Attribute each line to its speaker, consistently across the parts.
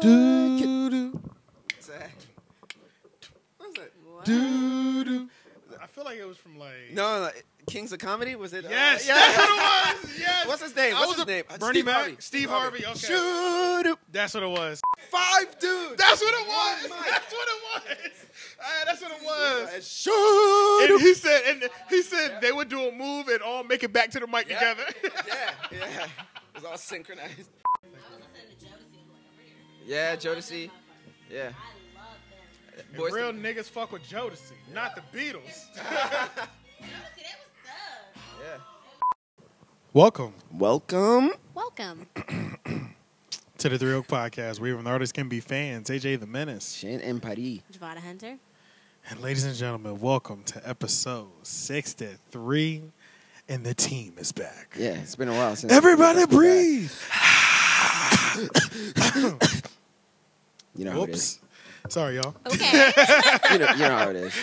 Speaker 1: Doo doo.
Speaker 2: Exactly. What was that?
Speaker 1: Doo doo.
Speaker 3: I feel like it was from like.
Speaker 2: No, like, Kings of Comedy was it? Uh,
Speaker 3: Yes,
Speaker 2: yeah.
Speaker 3: that's what it was. Yes.
Speaker 2: What's his name?
Speaker 3: I
Speaker 2: What's
Speaker 3: was
Speaker 2: his
Speaker 3: a-
Speaker 2: name? Uh,
Speaker 3: Bernie
Speaker 2: Steve
Speaker 3: Mac.
Speaker 2: Harvey.
Speaker 3: Steve Harvey. Okay.
Speaker 2: Shoot 'em.
Speaker 3: That's what it was.
Speaker 2: Five dudes.
Speaker 3: That's what it was.
Speaker 2: Mike.
Speaker 3: That's what it was. Ah, that's what it was.
Speaker 2: Uh, Shoot 'em.
Speaker 3: And he said, and he said they would do a move and all make it back to the mic
Speaker 2: Yeah.
Speaker 3: together.
Speaker 2: Yeah, yeah. It was all synchronized. Yeah, Jodeci. Yeah.
Speaker 3: And
Speaker 2: Boys
Speaker 3: real
Speaker 2: to-
Speaker 3: niggas fuck with Jodeci, not the Beatles.
Speaker 2: yeah.
Speaker 3: Welcome
Speaker 2: Welcome.
Speaker 4: Welcome.
Speaker 3: to the Three Oak Podcast, where even artists can be fans. AJ the Menace,
Speaker 2: Shane and Paris.
Speaker 4: Javada Hunter.
Speaker 3: and ladies and gentlemen, welcome to episode sixty-three, and the team is back.
Speaker 2: Yeah, it's been a while since.
Speaker 3: Everybody
Speaker 2: We're back.
Speaker 3: breathe.
Speaker 2: You know how it
Speaker 3: Whoops.
Speaker 2: is.
Speaker 3: Sorry,
Speaker 2: Mm.
Speaker 3: y'all.
Speaker 4: Okay.
Speaker 2: You know, you know how it is.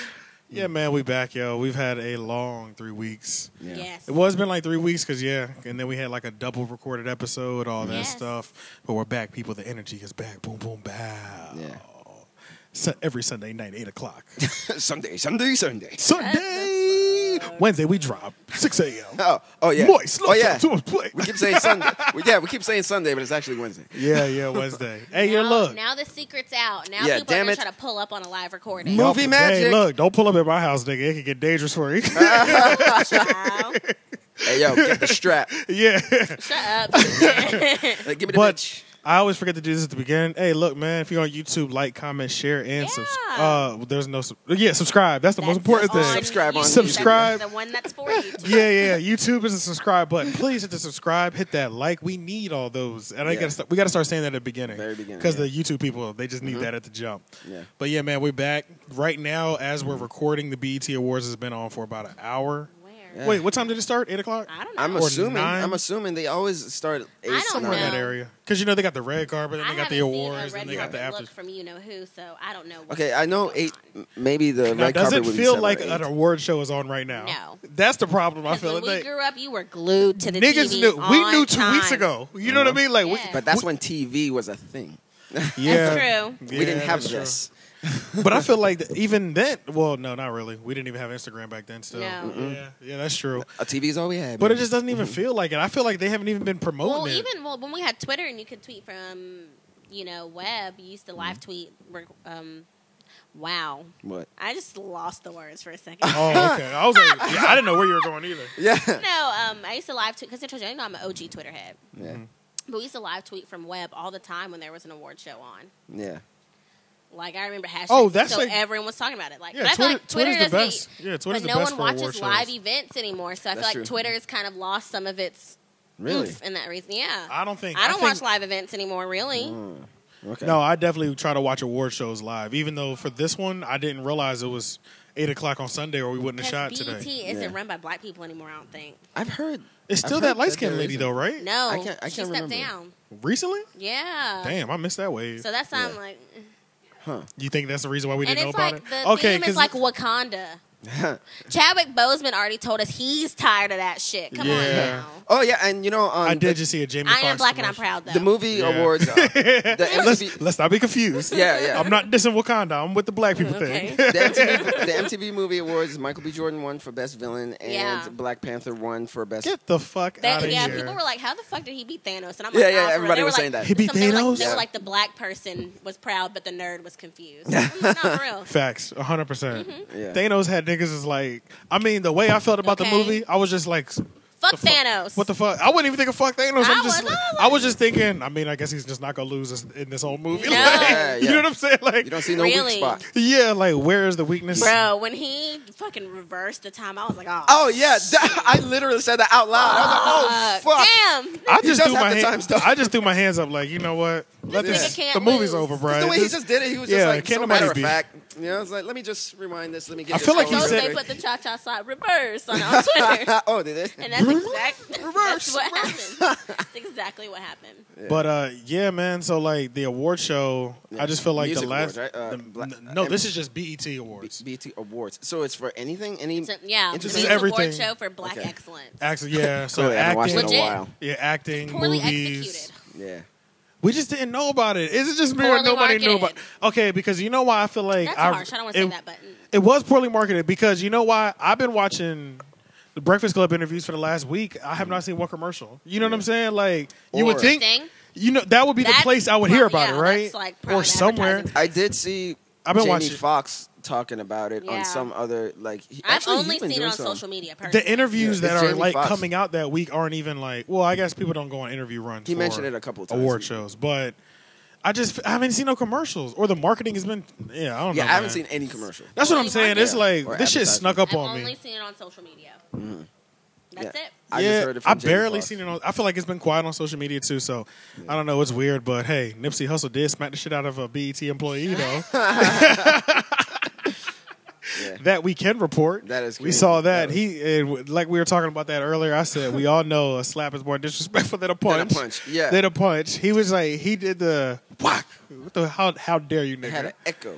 Speaker 3: Yeah, man, we back, yo. We've had a long three weeks.
Speaker 2: Yeah.
Speaker 4: Yes.
Speaker 3: It was been like three weeks, cause yeah, and then we had like a double recorded episode, all that
Speaker 4: Yes.
Speaker 3: stuff. But we're back, people. The energy is back. Boom, boom, bow.
Speaker 2: Yeah.
Speaker 3: Su- every Sunday night, eight o'clock.
Speaker 2: Sunday, Sunday, Sunday.
Speaker 3: Sunday, Wednesday we drop six a.m.
Speaker 2: Oh, oh yeah.
Speaker 3: Moist,
Speaker 2: oh yeah.
Speaker 3: to a play.
Speaker 2: We keep saying Sunday. we, yeah, we keep saying Sunday, but it's actually Wednesday.
Speaker 3: yeah, yeah, Wednesday. Hey,
Speaker 4: now,
Speaker 3: yeah, look,
Speaker 4: now the secret's out. Now
Speaker 2: Yeah,
Speaker 4: people are
Speaker 2: damn
Speaker 4: gonna
Speaker 2: it.
Speaker 4: try to pull up on a live recording.
Speaker 2: Mo- Movie
Speaker 3: Don't- Hey,
Speaker 2: magic.
Speaker 3: look, don't pull up at my house, nigga. It could get dangerous for you.
Speaker 4: Wow.
Speaker 2: Hey yo, get the strap.
Speaker 3: yeah.
Speaker 4: Shut up.
Speaker 2: Like, give me the
Speaker 3: But-
Speaker 2: bitch.
Speaker 3: I always forget to do this at the beginning. Hey, look, man, if you're on YouTube, like, comment, share, and subscribe.
Speaker 4: Yeah.
Speaker 3: Uh, there's no, sub- yeah, subscribe. That's the most important thing.
Speaker 4: on
Speaker 2: Subscribe on
Speaker 4: YouTube.
Speaker 3: Subscribe.
Speaker 4: The one that's for you.
Speaker 3: yeah, yeah. YouTube is a subscribe button. Please hit the subscribe, hit that like. We need all those, and I
Speaker 2: Yeah.
Speaker 3: gotta st- we gotta start saying that at the beginning,
Speaker 2: Very beginning,
Speaker 3: because
Speaker 2: yeah. Mm-hmm.
Speaker 3: the YouTube people they just need that at the jump.
Speaker 2: Yeah.
Speaker 3: But yeah, man, we're back right now as
Speaker 2: Mm-hmm.
Speaker 3: we're recording. The BET Awards has been on for about an hour.
Speaker 4: Where?
Speaker 2: Yeah.
Speaker 3: Wait, what time did it start? Eight o'clock.
Speaker 4: I don't know.
Speaker 2: I'm
Speaker 3: Or
Speaker 2: assuming.
Speaker 3: nine.
Speaker 2: I'm assuming they always start. Eight,
Speaker 4: I don't
Speaker 3: Somewhere in
Speaker 2: nine.
Speaker 3: that
Speaker 4: know.
Speaker 3: area, because you know they got the red carpet, and they got the awards, and they got the
Speaker 4: after
Speaker 3: afters.
Speaker 4: from you know who, so I don't know. What
Speaker 2: Okay, I know eight.
Speaker 4: No,
Speaker 2: m- Maybe the
Speaker 3: Now,
Speaker 2: red
Speaker 3: does
Speaker 2: carpet
Speaker 3: it
Speaker 2: would be
Speaker 3: feel
Speaker 2: seven or
Speaker 3: like
Speaker 2: eight.
Speaker 3: an award show is on right now?
Speaker 4: No.
Speaker 3: that's the problem. I
Speaker 4: Because
Speaker 3: feel
Speaker 4: when
Speaker 3: like
Speaker 4: we
Speaker 3: they-
Speaker 4: grew up, you were glued to the
Speaker 3: niggas
Speaker 4: TV
Speaker 3: knew. We knew
Speaker 4: on
Speaker 3: two weeks
Speaker 4: time.
Speaker 3: ago. You know what I
Speaker 2: Uh-huh.
Speaker 3: mean? Like, we,
Speaker 4: Yeah.
Speaker 2: But that's when TV was a thing.
Speaker 3: yeah,
Speaker 4: true.
Speaker 2: we didn't
Speaker 3: Yeah,
Speaker 2: have
Speaker 3: that's true.
Speaker 2: this.
Speaker 3: But I feel like th- even then, well, no, not really. We didn't even have Instagram back then. Still,
Speaker 4: No. Mm-mm.
Speaker 3: yeah, yeah, that's true.
Speaker 2: A TV is all we had.
Speaker 3: But it
Speaker 2: man.
Speaker 3: just doesn't even feel like it. I feel like they haven't even been promoting
Speaker 4: Well,
Speaker 3: it.
Speaker 4: even well, when we had Twitter and you could tweet from, you know, web, you used to
Speaker 3: Mm-hmm.
Speaker 4: live tweet. rec- Um, wow,
Speaker 2: what?
Speaker 4: I just lost the words for a second. no,
Speaker 3: oh, okay. I was like, yeah, I didn't know where you were going either.
Speaker 2: Yeah.
Speaker 3: Mm-hmm.
Speaker 4: um, I used to live tweet because I told you I know I'm an OG Twitter head,
Speaker 2: Yeah.
Speaker 4: but we used to live tweet from web all the time when there was an award show on.
Speaker 2: Yeah.
Speaker 4: Like I remember hashtag.
Speaker 3: Oh, that's
Speaker 4: so
Speaker 3: like-
Speaker 4: everyone was talking about it. Like,
Speaker 3: Yeah,
Speaker 4: but I feel
Speaker 3: Twitter,
Speaker 4: like Twitter
Speaker 3: Twitter's the
Speaker 4: doesn't- e-
Speaker 3: best. Yeah, Twitter's
Speaker 4: But
Speaker 3: the
Speaker 4: no
Speaker 3: best
Speaker 4: one watches
Speaker 3: for award
Speaker 4: live e-
Speaker 3: shows.
Speaker 4: events anymore, so I
Speaker 2: That's
Speaker 4: feel
Speaker 2: true.
Speaker 4: like Twitter's kind of lost some of its
Speaker 2: Really?
Speaker 4: oomph in that reason. Yeah,
Speaker 3: I don't think.
Speaker 4: I don't
Speaker 3: think-
Speaker 4: watch live events anymore. Really,
Speaker 2: Mm. Okay.
Speaker 3: No, I definitely try to watch award shows live. Even though for this one, I didn't realize it was eight o'clock on Sunday, or we wouldn't have shot
Speaker 4: Because
Speaker 3: today.
Speaker 4: BET isn't
Speaker 2: Yeah.
Speaker 4: run by black people anymore. I don't think.
Speaker 2: I've heard.
Speaker 3: It's
Speaker 2: I've
Speaker 3: still
Speaker 2: heard
Speaker 3: that
Speaker 2: that
Speaker 3: light skinned
Speaker 2: there
Speaker 3: lady
Speaker 2: isn't.
Speaker 3: though, right?
Speaker 4: No,
Speaker 2: I can't- I
Speaker 4: she
Speaker 2: can't
Speaker 4: stepped
Speaker 2: remember.
Speaker 4: down.
Speaker 3: Recently?
Speaker 4: Yeah.
Speaker 3: Damn, I missed that wave.
Speaker 4: So that's why I'm
Speaker 2: Yeah.
Speaker 4: like,
Speaker 3: you think that's the reason why we
Speaker 4: and
Speaker 3: didn't know
Speaker 4: it's
Speaker 3: about
Speaker 4: like
Speaker 3: it?
Speaker 4: the theme is like Wakanda. Chadwick Boseman already told us he's tired of that shit. Come on
Speaker 3: Yeah.
Speaker 4: now.
Speaker 2: oh yeah, and you know, um,
Speaker 3: I did
Speaker 2: The,
Speaker 3: just see a Jamie.
Speaker 4: I am
Speaker 3: Foxx
Speaker 4: black and I'm
Speaker 3: commercial.
Speaker 4: proud though.
Speaker 2: the movie
Speaker 3: Yeah.
Speaker 2: awards. Uh, the
Speaker 3: Let's,
Speaker 2: MTV.
Speaker 3: let's not be confused.
Speaker 2: yeah, yeah.
Speaker 3: I'm not dissing Wakanda. I'm with the black people
Speaker 4: Okay.
Speaker 3: thing.
Speaker 2: the, MTV, the MTV Movie Awards. Michael B. Jordan won for Best Villain, and
Speaker 4: Yeah.
Speaker 2: Black Panther won for Best.
Speaker 3: Get the fuck out
Speaker 4: That,
Speaker 3: of
Speaker 4: yeah,
Speaker 3: here.
Speaker 4: people were like, "How the fuck did he beat Thanos?" And I'm like,
Speaker 2: Yeah, yeah,
Speaker 4: "Nah, for real."
Speaker 2: everybody
Speaker 4: They
Speaker 2: was
Speaker 4: were
Speaker 2: saying
Speaker 4: like-
Speaker 2: that.
Speaker 3: He beat
Speaker 4: some- they were like-
Speaker 3: Thanos?
Speaker 4: They
Speaker 2: Yeah.
Speaker 4: were like, the black person was proud, but the nerd was confused. I'm like, Not real.
Speaker 3: Facts, 100. percent
Speaker 2: Yeah.
Speaker 3: Thanos had niggas is like. I mean, the way I felt about
Speaker 4: Mm-hmm. Okay.
Speaker 3: the movie, I was just like,
Speaker 4: Fuck
Speaker 3: fuck-
Speaker 4: Thanos.
Speaker 3: "What the fuck?" I wouldn't even think of fuck Thanos.
Speaker 4: I
Speaker 3: I'm just,
Speaker 4: was- I was
Speaker 3: I was just thinking. I mean, I guess he's just not gonna lose us in this whole movie.
Speaker 4: No.
Speaker 3: Like,
Speaker 2: Yeah,
Speaker 3: You
Speaker 2: yeah.
Speaker 3: know what I'm saying? Like,
Speaker 2: You don't see no
Speaker 4: Really?
Speaker 2: weak spot.
Speaker 3: yeah, like where is the weakness?
Speaker 4: Bro, when he fucking reversed the time, I was like, "Oh,
Speaker 2: Oh yeah, that, I literally said that out loud. I was like, oh fuck.
Speaker 4: Uh, damn!"
Speaker 3: I
Speaker 2: You
Speaker 3: just,
Speaker 2: just
Speaker 3: threw
Speaker 2: have
Speaker 3: my
Speaker 2: the time
Speaker 3: hand,
Speaker 2: stone.
Speaker 3: I just threw my hands up like, you know what? Let
Speaker 2: This
Speaker 3: this
Speaker 2: nigga
Speaker 4: can't
Speaker 3: the movie's
Speaker 4: lose.
Speaker 3: over, bro.
Speaker 2: The way he just did it, he was
Speaker 3: Yeah,
Speaker 2: just like,
Speaker 3: can't
Speaker 2: so
Speaker 3: nobody
Speaker 2: matter of
Speaker 3: be-
Speaker 2: fact, you know, I was like, let me just rewind this. Let me get.
Speaker 3: I
Speaker 2: this
Speaker 3: feel like
Speaker 2: going
Speaker 3: he
Speaker 4: Those
Speaker 2: real
Speaker 3: said-
Speaker 4: they
Speaker 2: quick.
Speaker 4: put the cha cha slide reverse on, on Twitter.
Speaker 2: oh, did it?
Speaker 4: And that's exact,
Speaker 2: Reverse,
Speaker 4: That's what happened. That's exactly what happened.
Speaker 3: But uh, yeah, man. So like the award show, I just feel like
Speaker 2: Music
Speaker 3: the last.
Speaker 2: awards, right? Uh,
Speaker 3: the-
Speaker 2: Bla-
Speaker 3: no,
Speaker 2: uh,
Speaker 3: this is just BET awards.
Speaker 2: BT Awards. So it's for anything, any.
Speaker 4: So, yeah,
Speaker 2: It's
Speaker 4: it's
Speaker 2: just
Speaker 4: an
Speaker 3: everything.
Speaker 4: award show for black
Speaker 2: Okay.
Speaker 4: excellence.
Speaker 3: Actually, yeah. So
Speaker 2: Clearly, I Oh, haven't watched
Speaker 3: acting,
Speaker 2: it in a
Speaker 4: Legit.
Speaker 2: while.
Speaker 3: yeah, acting,
Speaker 4: Poorly
Speaker 3: movies,
Speaker 4: executed.
Speaker 2: Yeah.
Speaker 3: We just didn't know about it. Is it just me or
Speaker 4: Poorly
Speaker 3: nobody knew about?
Speaker 4: marketed.
Speaker 3: Okay, because you know why I feel like
Speaker 4: That's
Speaker 3: I,
Speaker 4: harsh. I don't want to say
Speaker 3: it-
Speaker 4: that, but mm,
Speaker 3: It was poorly marketed because you know why? I've been watching the Breakfast Club interviews for the last week. I have not seen one commercial. You know what I'm saying? Like you would
Speaker 2: Or-
Speaker 3: think,
Speaker 4: thing.
Speaker 3: you know, that would be the
Speaker 4: That's
Speaker 3: place I would hear
Speaker 4: pro-
Speaker 3: about
Speaker 4: yeah,
Speaker 3: it, right?
Speaker 4: that's like
Speaker 3: or
Speaker 4: prime
Speaker 3: somewhere.
Speaker 4: advertising.
Speaker 2: I did see
Speaker 3: I've been
Speaker 2: Jamie
Speaker 3: watching-
Speaker 2: Foxx talking about it
Speaker 4: Yeah.
Speaker 2: on some other like. He,
Speaker 4: I've
Speaker 2: actually, he's
Speaker 4: only
Speaker 2: been
Speaker 4: seen it
Speaker 2: doing
Speaker 4: on
Speaker 2: some.
Speaker 4: social media.
Speaker 3: The
Speaker 4: personally.
Speaker 3: interviews
Speaker 2: Yeah,
Speaker 3: that
Speaker 2: it's
Speaker 3: are
Speaker 2: Jamie
Speaker 3: like
Speaker 2: Foxx.
Speaker 3: coming out that week aren't even like. Well, I guess people don't go on interview runs.
Speaker 2: He
Speaker 3: for
Speaker 2: mentioned it a couple times.
Speaker 3: award shows, but I just I haven't seen no commercials or the marketing has been. Yeah, I don't know.
Speaker 2: Yeah, I haven't
Speaker 3: man.
Speaker 2: seen any commercial.
Speaker 3: That's what I'm
Speaker 4: Poorly
Speaker 3: saying. It's
Speaker 2: marketed.
Speaker 3: like
Speaker 2: Or
Speaker 3: this shit
Speaker 2: advertising.
Speaker 3: snuck up
Speaker 4: I've
Speaker 3: on
Speaker 4: only
Speaker 3: me.
Speaker 4: seen it on social media. That's
Speaker 2: Yeah.
Speaker 4: it.
Speaker 2: I
Speaker 3: Mm. yeah,
Speaker 2: just heard it from
Speaker 3: I
Speaker 2: Jamie
Speaker 3: barely
Speaker 2: Foxx.
Speaker 3: seen it on. I feel like it's been quiet on social media too. So I don't know. It's weird, but hey, Nipsey Hussle did smack the shit out of a BET employee though.
Speaker 2: Yeah.
Speaker 3: that we can report.
Speaker 2: That is
Speaker 3: We
Speaker 2: crazy.
Speaker 3: saw that.
Speaker 2: That was-
Speaker 3: he and w- like we were talking about that earlier. I said we all know a slap is more disrespectful than a
Speaker 2: Then
Speaker 3: punch.
Speaker 2: a punch. Yeah,
Speaker 3: Than a punch. He was like he did the whack. What the how how dare you
Speaker 2: it had
Speaker 3: nigga?
Speaker 2: an echo.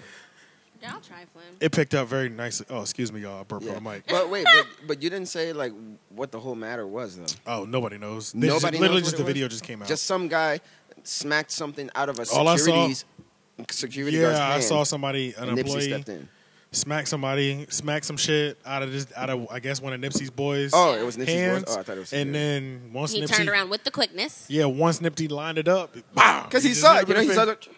Speaker 4: Y'all trifling.
Speaker 3: It picked up very nicely. Oh, excuse me, y'all. I burped
Speaker 2: Yeah.
Speaker 3: on the mic.
Speaker 2: But wait, but, but you didn't say like what the whole matter was though.
Speaker 3: Oh, nobody knows. This
Speaker 2: Nobody
Speaker 3: just-
Speaker 2: knows
Speaker 3: literally
Speaker 2: what
Speaker 3: just
Speaker 2: it
Speaker 3: the
Speaker 2: was?
Speaker 3: video just came out.
Speaker 2: Just some guy smacked something out of a
Speaker 3: All I saw-
Speaker 2: security's security guard's
Speaker 3: yeah, I
Speaker 2: hand,
Speaker 3: saw somebody an
Speaker 2: and Nipsey
Speaker 3: employee
Speaker 2: stepped in.
Speaker 3: smack somebody smack some shit out of this out of I guess one of Nipsey's boys.
Speaker 2: Oh, it was Nipsey's
Speaker 3: hands,
Speaker 2: voice. Oh, I thought it was
Speaker 3: and then once
Speaker 4: He
Speaker 3: Nipsey
Speaker 4: turned around with the quickness.
Speaker 3: Yeah, once Nipsey lined it up, wow.
Speaker 2: because he saw
Speaker 3: just
Speaker 2: it. You know,
Speaker 3: hit
Speaker 2: he
Speaker 3: him
Speaker 2: saw
Speaker 3: in the
Speaker 2: it.
Speaker 3: face.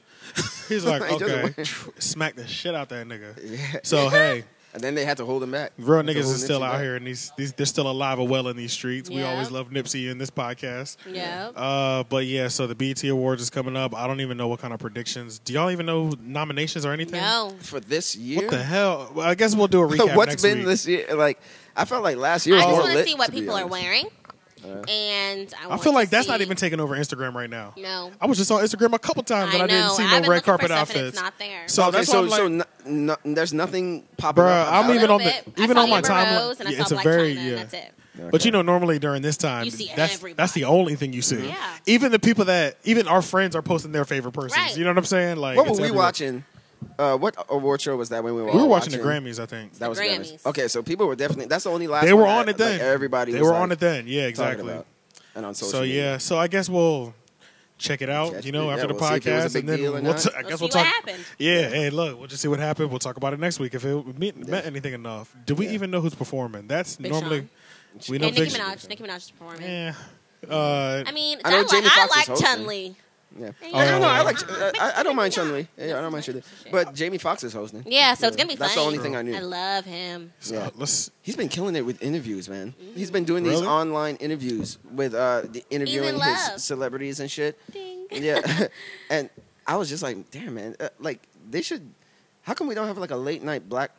Speaker 3: He's like,
Speaker 2: He doesn't
Speaker 3: okay, smack the shit out that nigga. So hey,
Speaker 2: And then they had to hold him back.
Speaker 3: real
Speaker 2: They had to
Speaker 3: niggas
Speaker 2: hold
Speaker 3: is still
Speaker 2: Nipsey
Speaker 3: out
Speaker 2: back.
Speaker 3: here, and these, these they're still alive and well in these streets. We
Speaker 4: Yeah.
Speaker 3: always love Nipsey in this podcast.
Speaker 4: Yeah.
Speaker 3: Uh, but yeah, so the BT Awards is coming up. I don't even know what kind of predictions. Do y'all even know nominations or anything?
Speaker 4: No.
Speaker 2: for this year.
Speaker 3: What the hell? Well, I guess we'll do a recap.
Speaker 2: What's
Speaker 3: next
Speaker 2: been
Speaker 3: week.
Speaker 2: this year? Like, I felt like last year.
Speaker 4: I
Speaker 2: was
Speaker 4: just
Speaker 2: more
Speaker 4: want to
Speaker 2: lit,
Speaker 4: see what
Speaker 2: to be
Speaker 4: people are
Speaker 2: honest.
Speaker 4: wearing, and I,
Speaker 3: Uh, I
Speaker 4: want
Speaker 3: feel like
Speaker 4: to
Speaker 3: that's
Speaker 4: see-
Speaker 3: not even taken over Instagram right now.
Speaker 4: No.
Speaker 3: I was just on Instagram a couple times and I, didn't
Speaker 4: know.
Speaker 3: see
Speaker 4: I've
Speaker 3: no
Speaker 4: been
Speaker 3: red carpet
Speaker 4: looking for stuff and
Speaker 3: outfits.
Speaker 4: It's not there.
Speaker 3: So
Speaker 2: okay,
Speaker 3: Oh, that's
Speaker 2: so
Speaker 3: why I'm
Speaker 2: so
Speaker 3: like-
Speaker 2: no, no, there's nothing popping
Speaker 3: Bruh,
Speaker 2: up. about
Speaker 3: I'm
Speaker 4: A
Speaker 2: it.
Speaker 3: even
Speaker 4: little
Speaker 3: on the-
Speaker 4: bit.
Speaker 3: even
Speaker 4: I saw
Speaker 3: on my
Speaker 4: Amber
Speaker 3: timeline-
Speaker 4: Rose and I
Speaker 3: yeah,
Speaker 4: saw
Speaker 3: it's a
Speaker 4: Blac
Speaker 3: very- uh,
Speaker 4: Chyna, and
Speaker 3: yeah.
Speaker 4: That's it.
Speaker 3: But you know, normally during this time,
Speaker 4: You see
Speaker 3: that's
Speaker 4: everybody.
Speaker 3: that's the only thing you see.
Speaker 4: Yeah.
Speaker 3: Even the people that, even our friends are posting their favorite persons.
Speaker 4: Right.
Speaker 3: You know what I'm saying? Like,
Speaker 2: What were
Speaker 3: it's
Speaker 2: we
Speaker 3: everywhere.
Speaker 2: watching? Uh, what award show was that when we were?
Speaker 3: We were
Speaker 2: all
Speaker 3: watching the Grammys, I think.
Speaker 2: That was Grammys.
Speaker 4: Grammys.
Speaker 2: Okay, so people were definitely. That's the only last.
Speaker 3: they were
Speaker 2: one
Speaker 3: on
Speaker 2: that,
Speaker 3: it then.
Speaker 2: Like, everybody.
Speaker 3: They
Speaker 2: was,
Speaker 3: were
Speaker 2: like,
Speaker 3: on it then. Yeah,
Speaker 2: talking
Speaker 3: exactly.
Speaker 2: about. And on social.
Speaker 3: So
Speaker 2: media.
Speaker 3: yeah, so I guess we'll check it out.
Speaker 2: Check
Speaker 3: you know,
Speaker 2: it
Speaker 3: after
Speaker 2: out.
Speaker 3: the
Speaker 2: We'll see if it was a
Speaker 3: podcast,
Speaker 2: big
Speaker 3: and then
Speaker 2: deal or
Speaker 3: we'll
Speaker 2: not.
Speaker 3: t- I guess
Speaker 4: Let's
Speaker 3: we'll
Speaker 4: see what
Speaker 3: talk.
Speaker 4: happened.
Speaker 3: Yeah, hey, look, we'll just see what happened. We'll talk about it next week if it meant, meant anything enough. Do we
Speaker 2: Yeah.
Speaker 3: even know who's performing? That's
Speaker 4: Big
Speaker 3: normally we know.
Speaker 4: And Nicki
Speaker 3: Big-
Speaker 4: Minaj. Nicki Minaj is performing.
Speaker 3: Yeah. Uh,
Speaker 4: I mean,
Speaker 2: I know
Speaker 4: I, like,
Speaker 2: Jamie
Speaker 4: I
Speaker 2: Foxx is
Speaker 4: like
Speaker 2: hosting.
Speaker 4: Chun Li.
Speaker 2: Yeah.
Speaker 4: Yeah.
Speaker 2: I don't know. I
Speaker 3: Oh.
Speaker 2: like. I, I- I don't mind Chun Li. Yeah, I don't mind Chun Li.
Speaker 4: Shit.
Speaker 2: But Jamie Foxx is hosting.
Speaker 4: Yeah, so it's gonna be fun.
Speaker 2: That's the only thing I knew.
Speaker 4: I love him.
Speaker 3: so
Speaker 2: Yeah.
Speaker 3: let's.
Speaker 2: He's been killing it with interviews, man. He's been doing these
Speaker 3: Really?
Speaker 2: online interviews with uh, the interviewing
Speaker 4: love.
Speaker 2: his celebrities and shit.
Speaker 4: Ding.
Speaker 2: Yeah, and I was just like, damn, man, uh, like they should. How come we don't have like a late night black,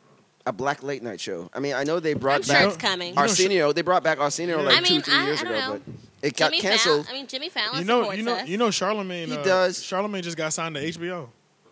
Speaker 2: a black late night show? I mean, I know they brought
Speaker 4: I'm sure
Speaker 2: back
Speaker 4: it's coming.
Speaker 3: Our-
Speaker 2: Arsenio. They brought back Arsenio like
Speaker 4: I mean,
Speaker 2: two, three
Speaker 4: I-
Speaker 2: years
Speaker 4: I
Speaker 2: ago,
Speaker 4: don't know.
Speaker 2: but it got
Speaker 4: Jimmy
Speaker 2: canceled.
Speaker 4: Fallon, I mean, Jimmy Fallon
Speaker 3: You know,
Speaker 4: supports
Speaker 3: you know,
Speaker 4: us.
Speaker 3: you know, Charlemagne.
Speaker 2: He
Speaker 3: uh,
Speaker 2: does.
Speaker 3: Charlemagne just got signed to HBO.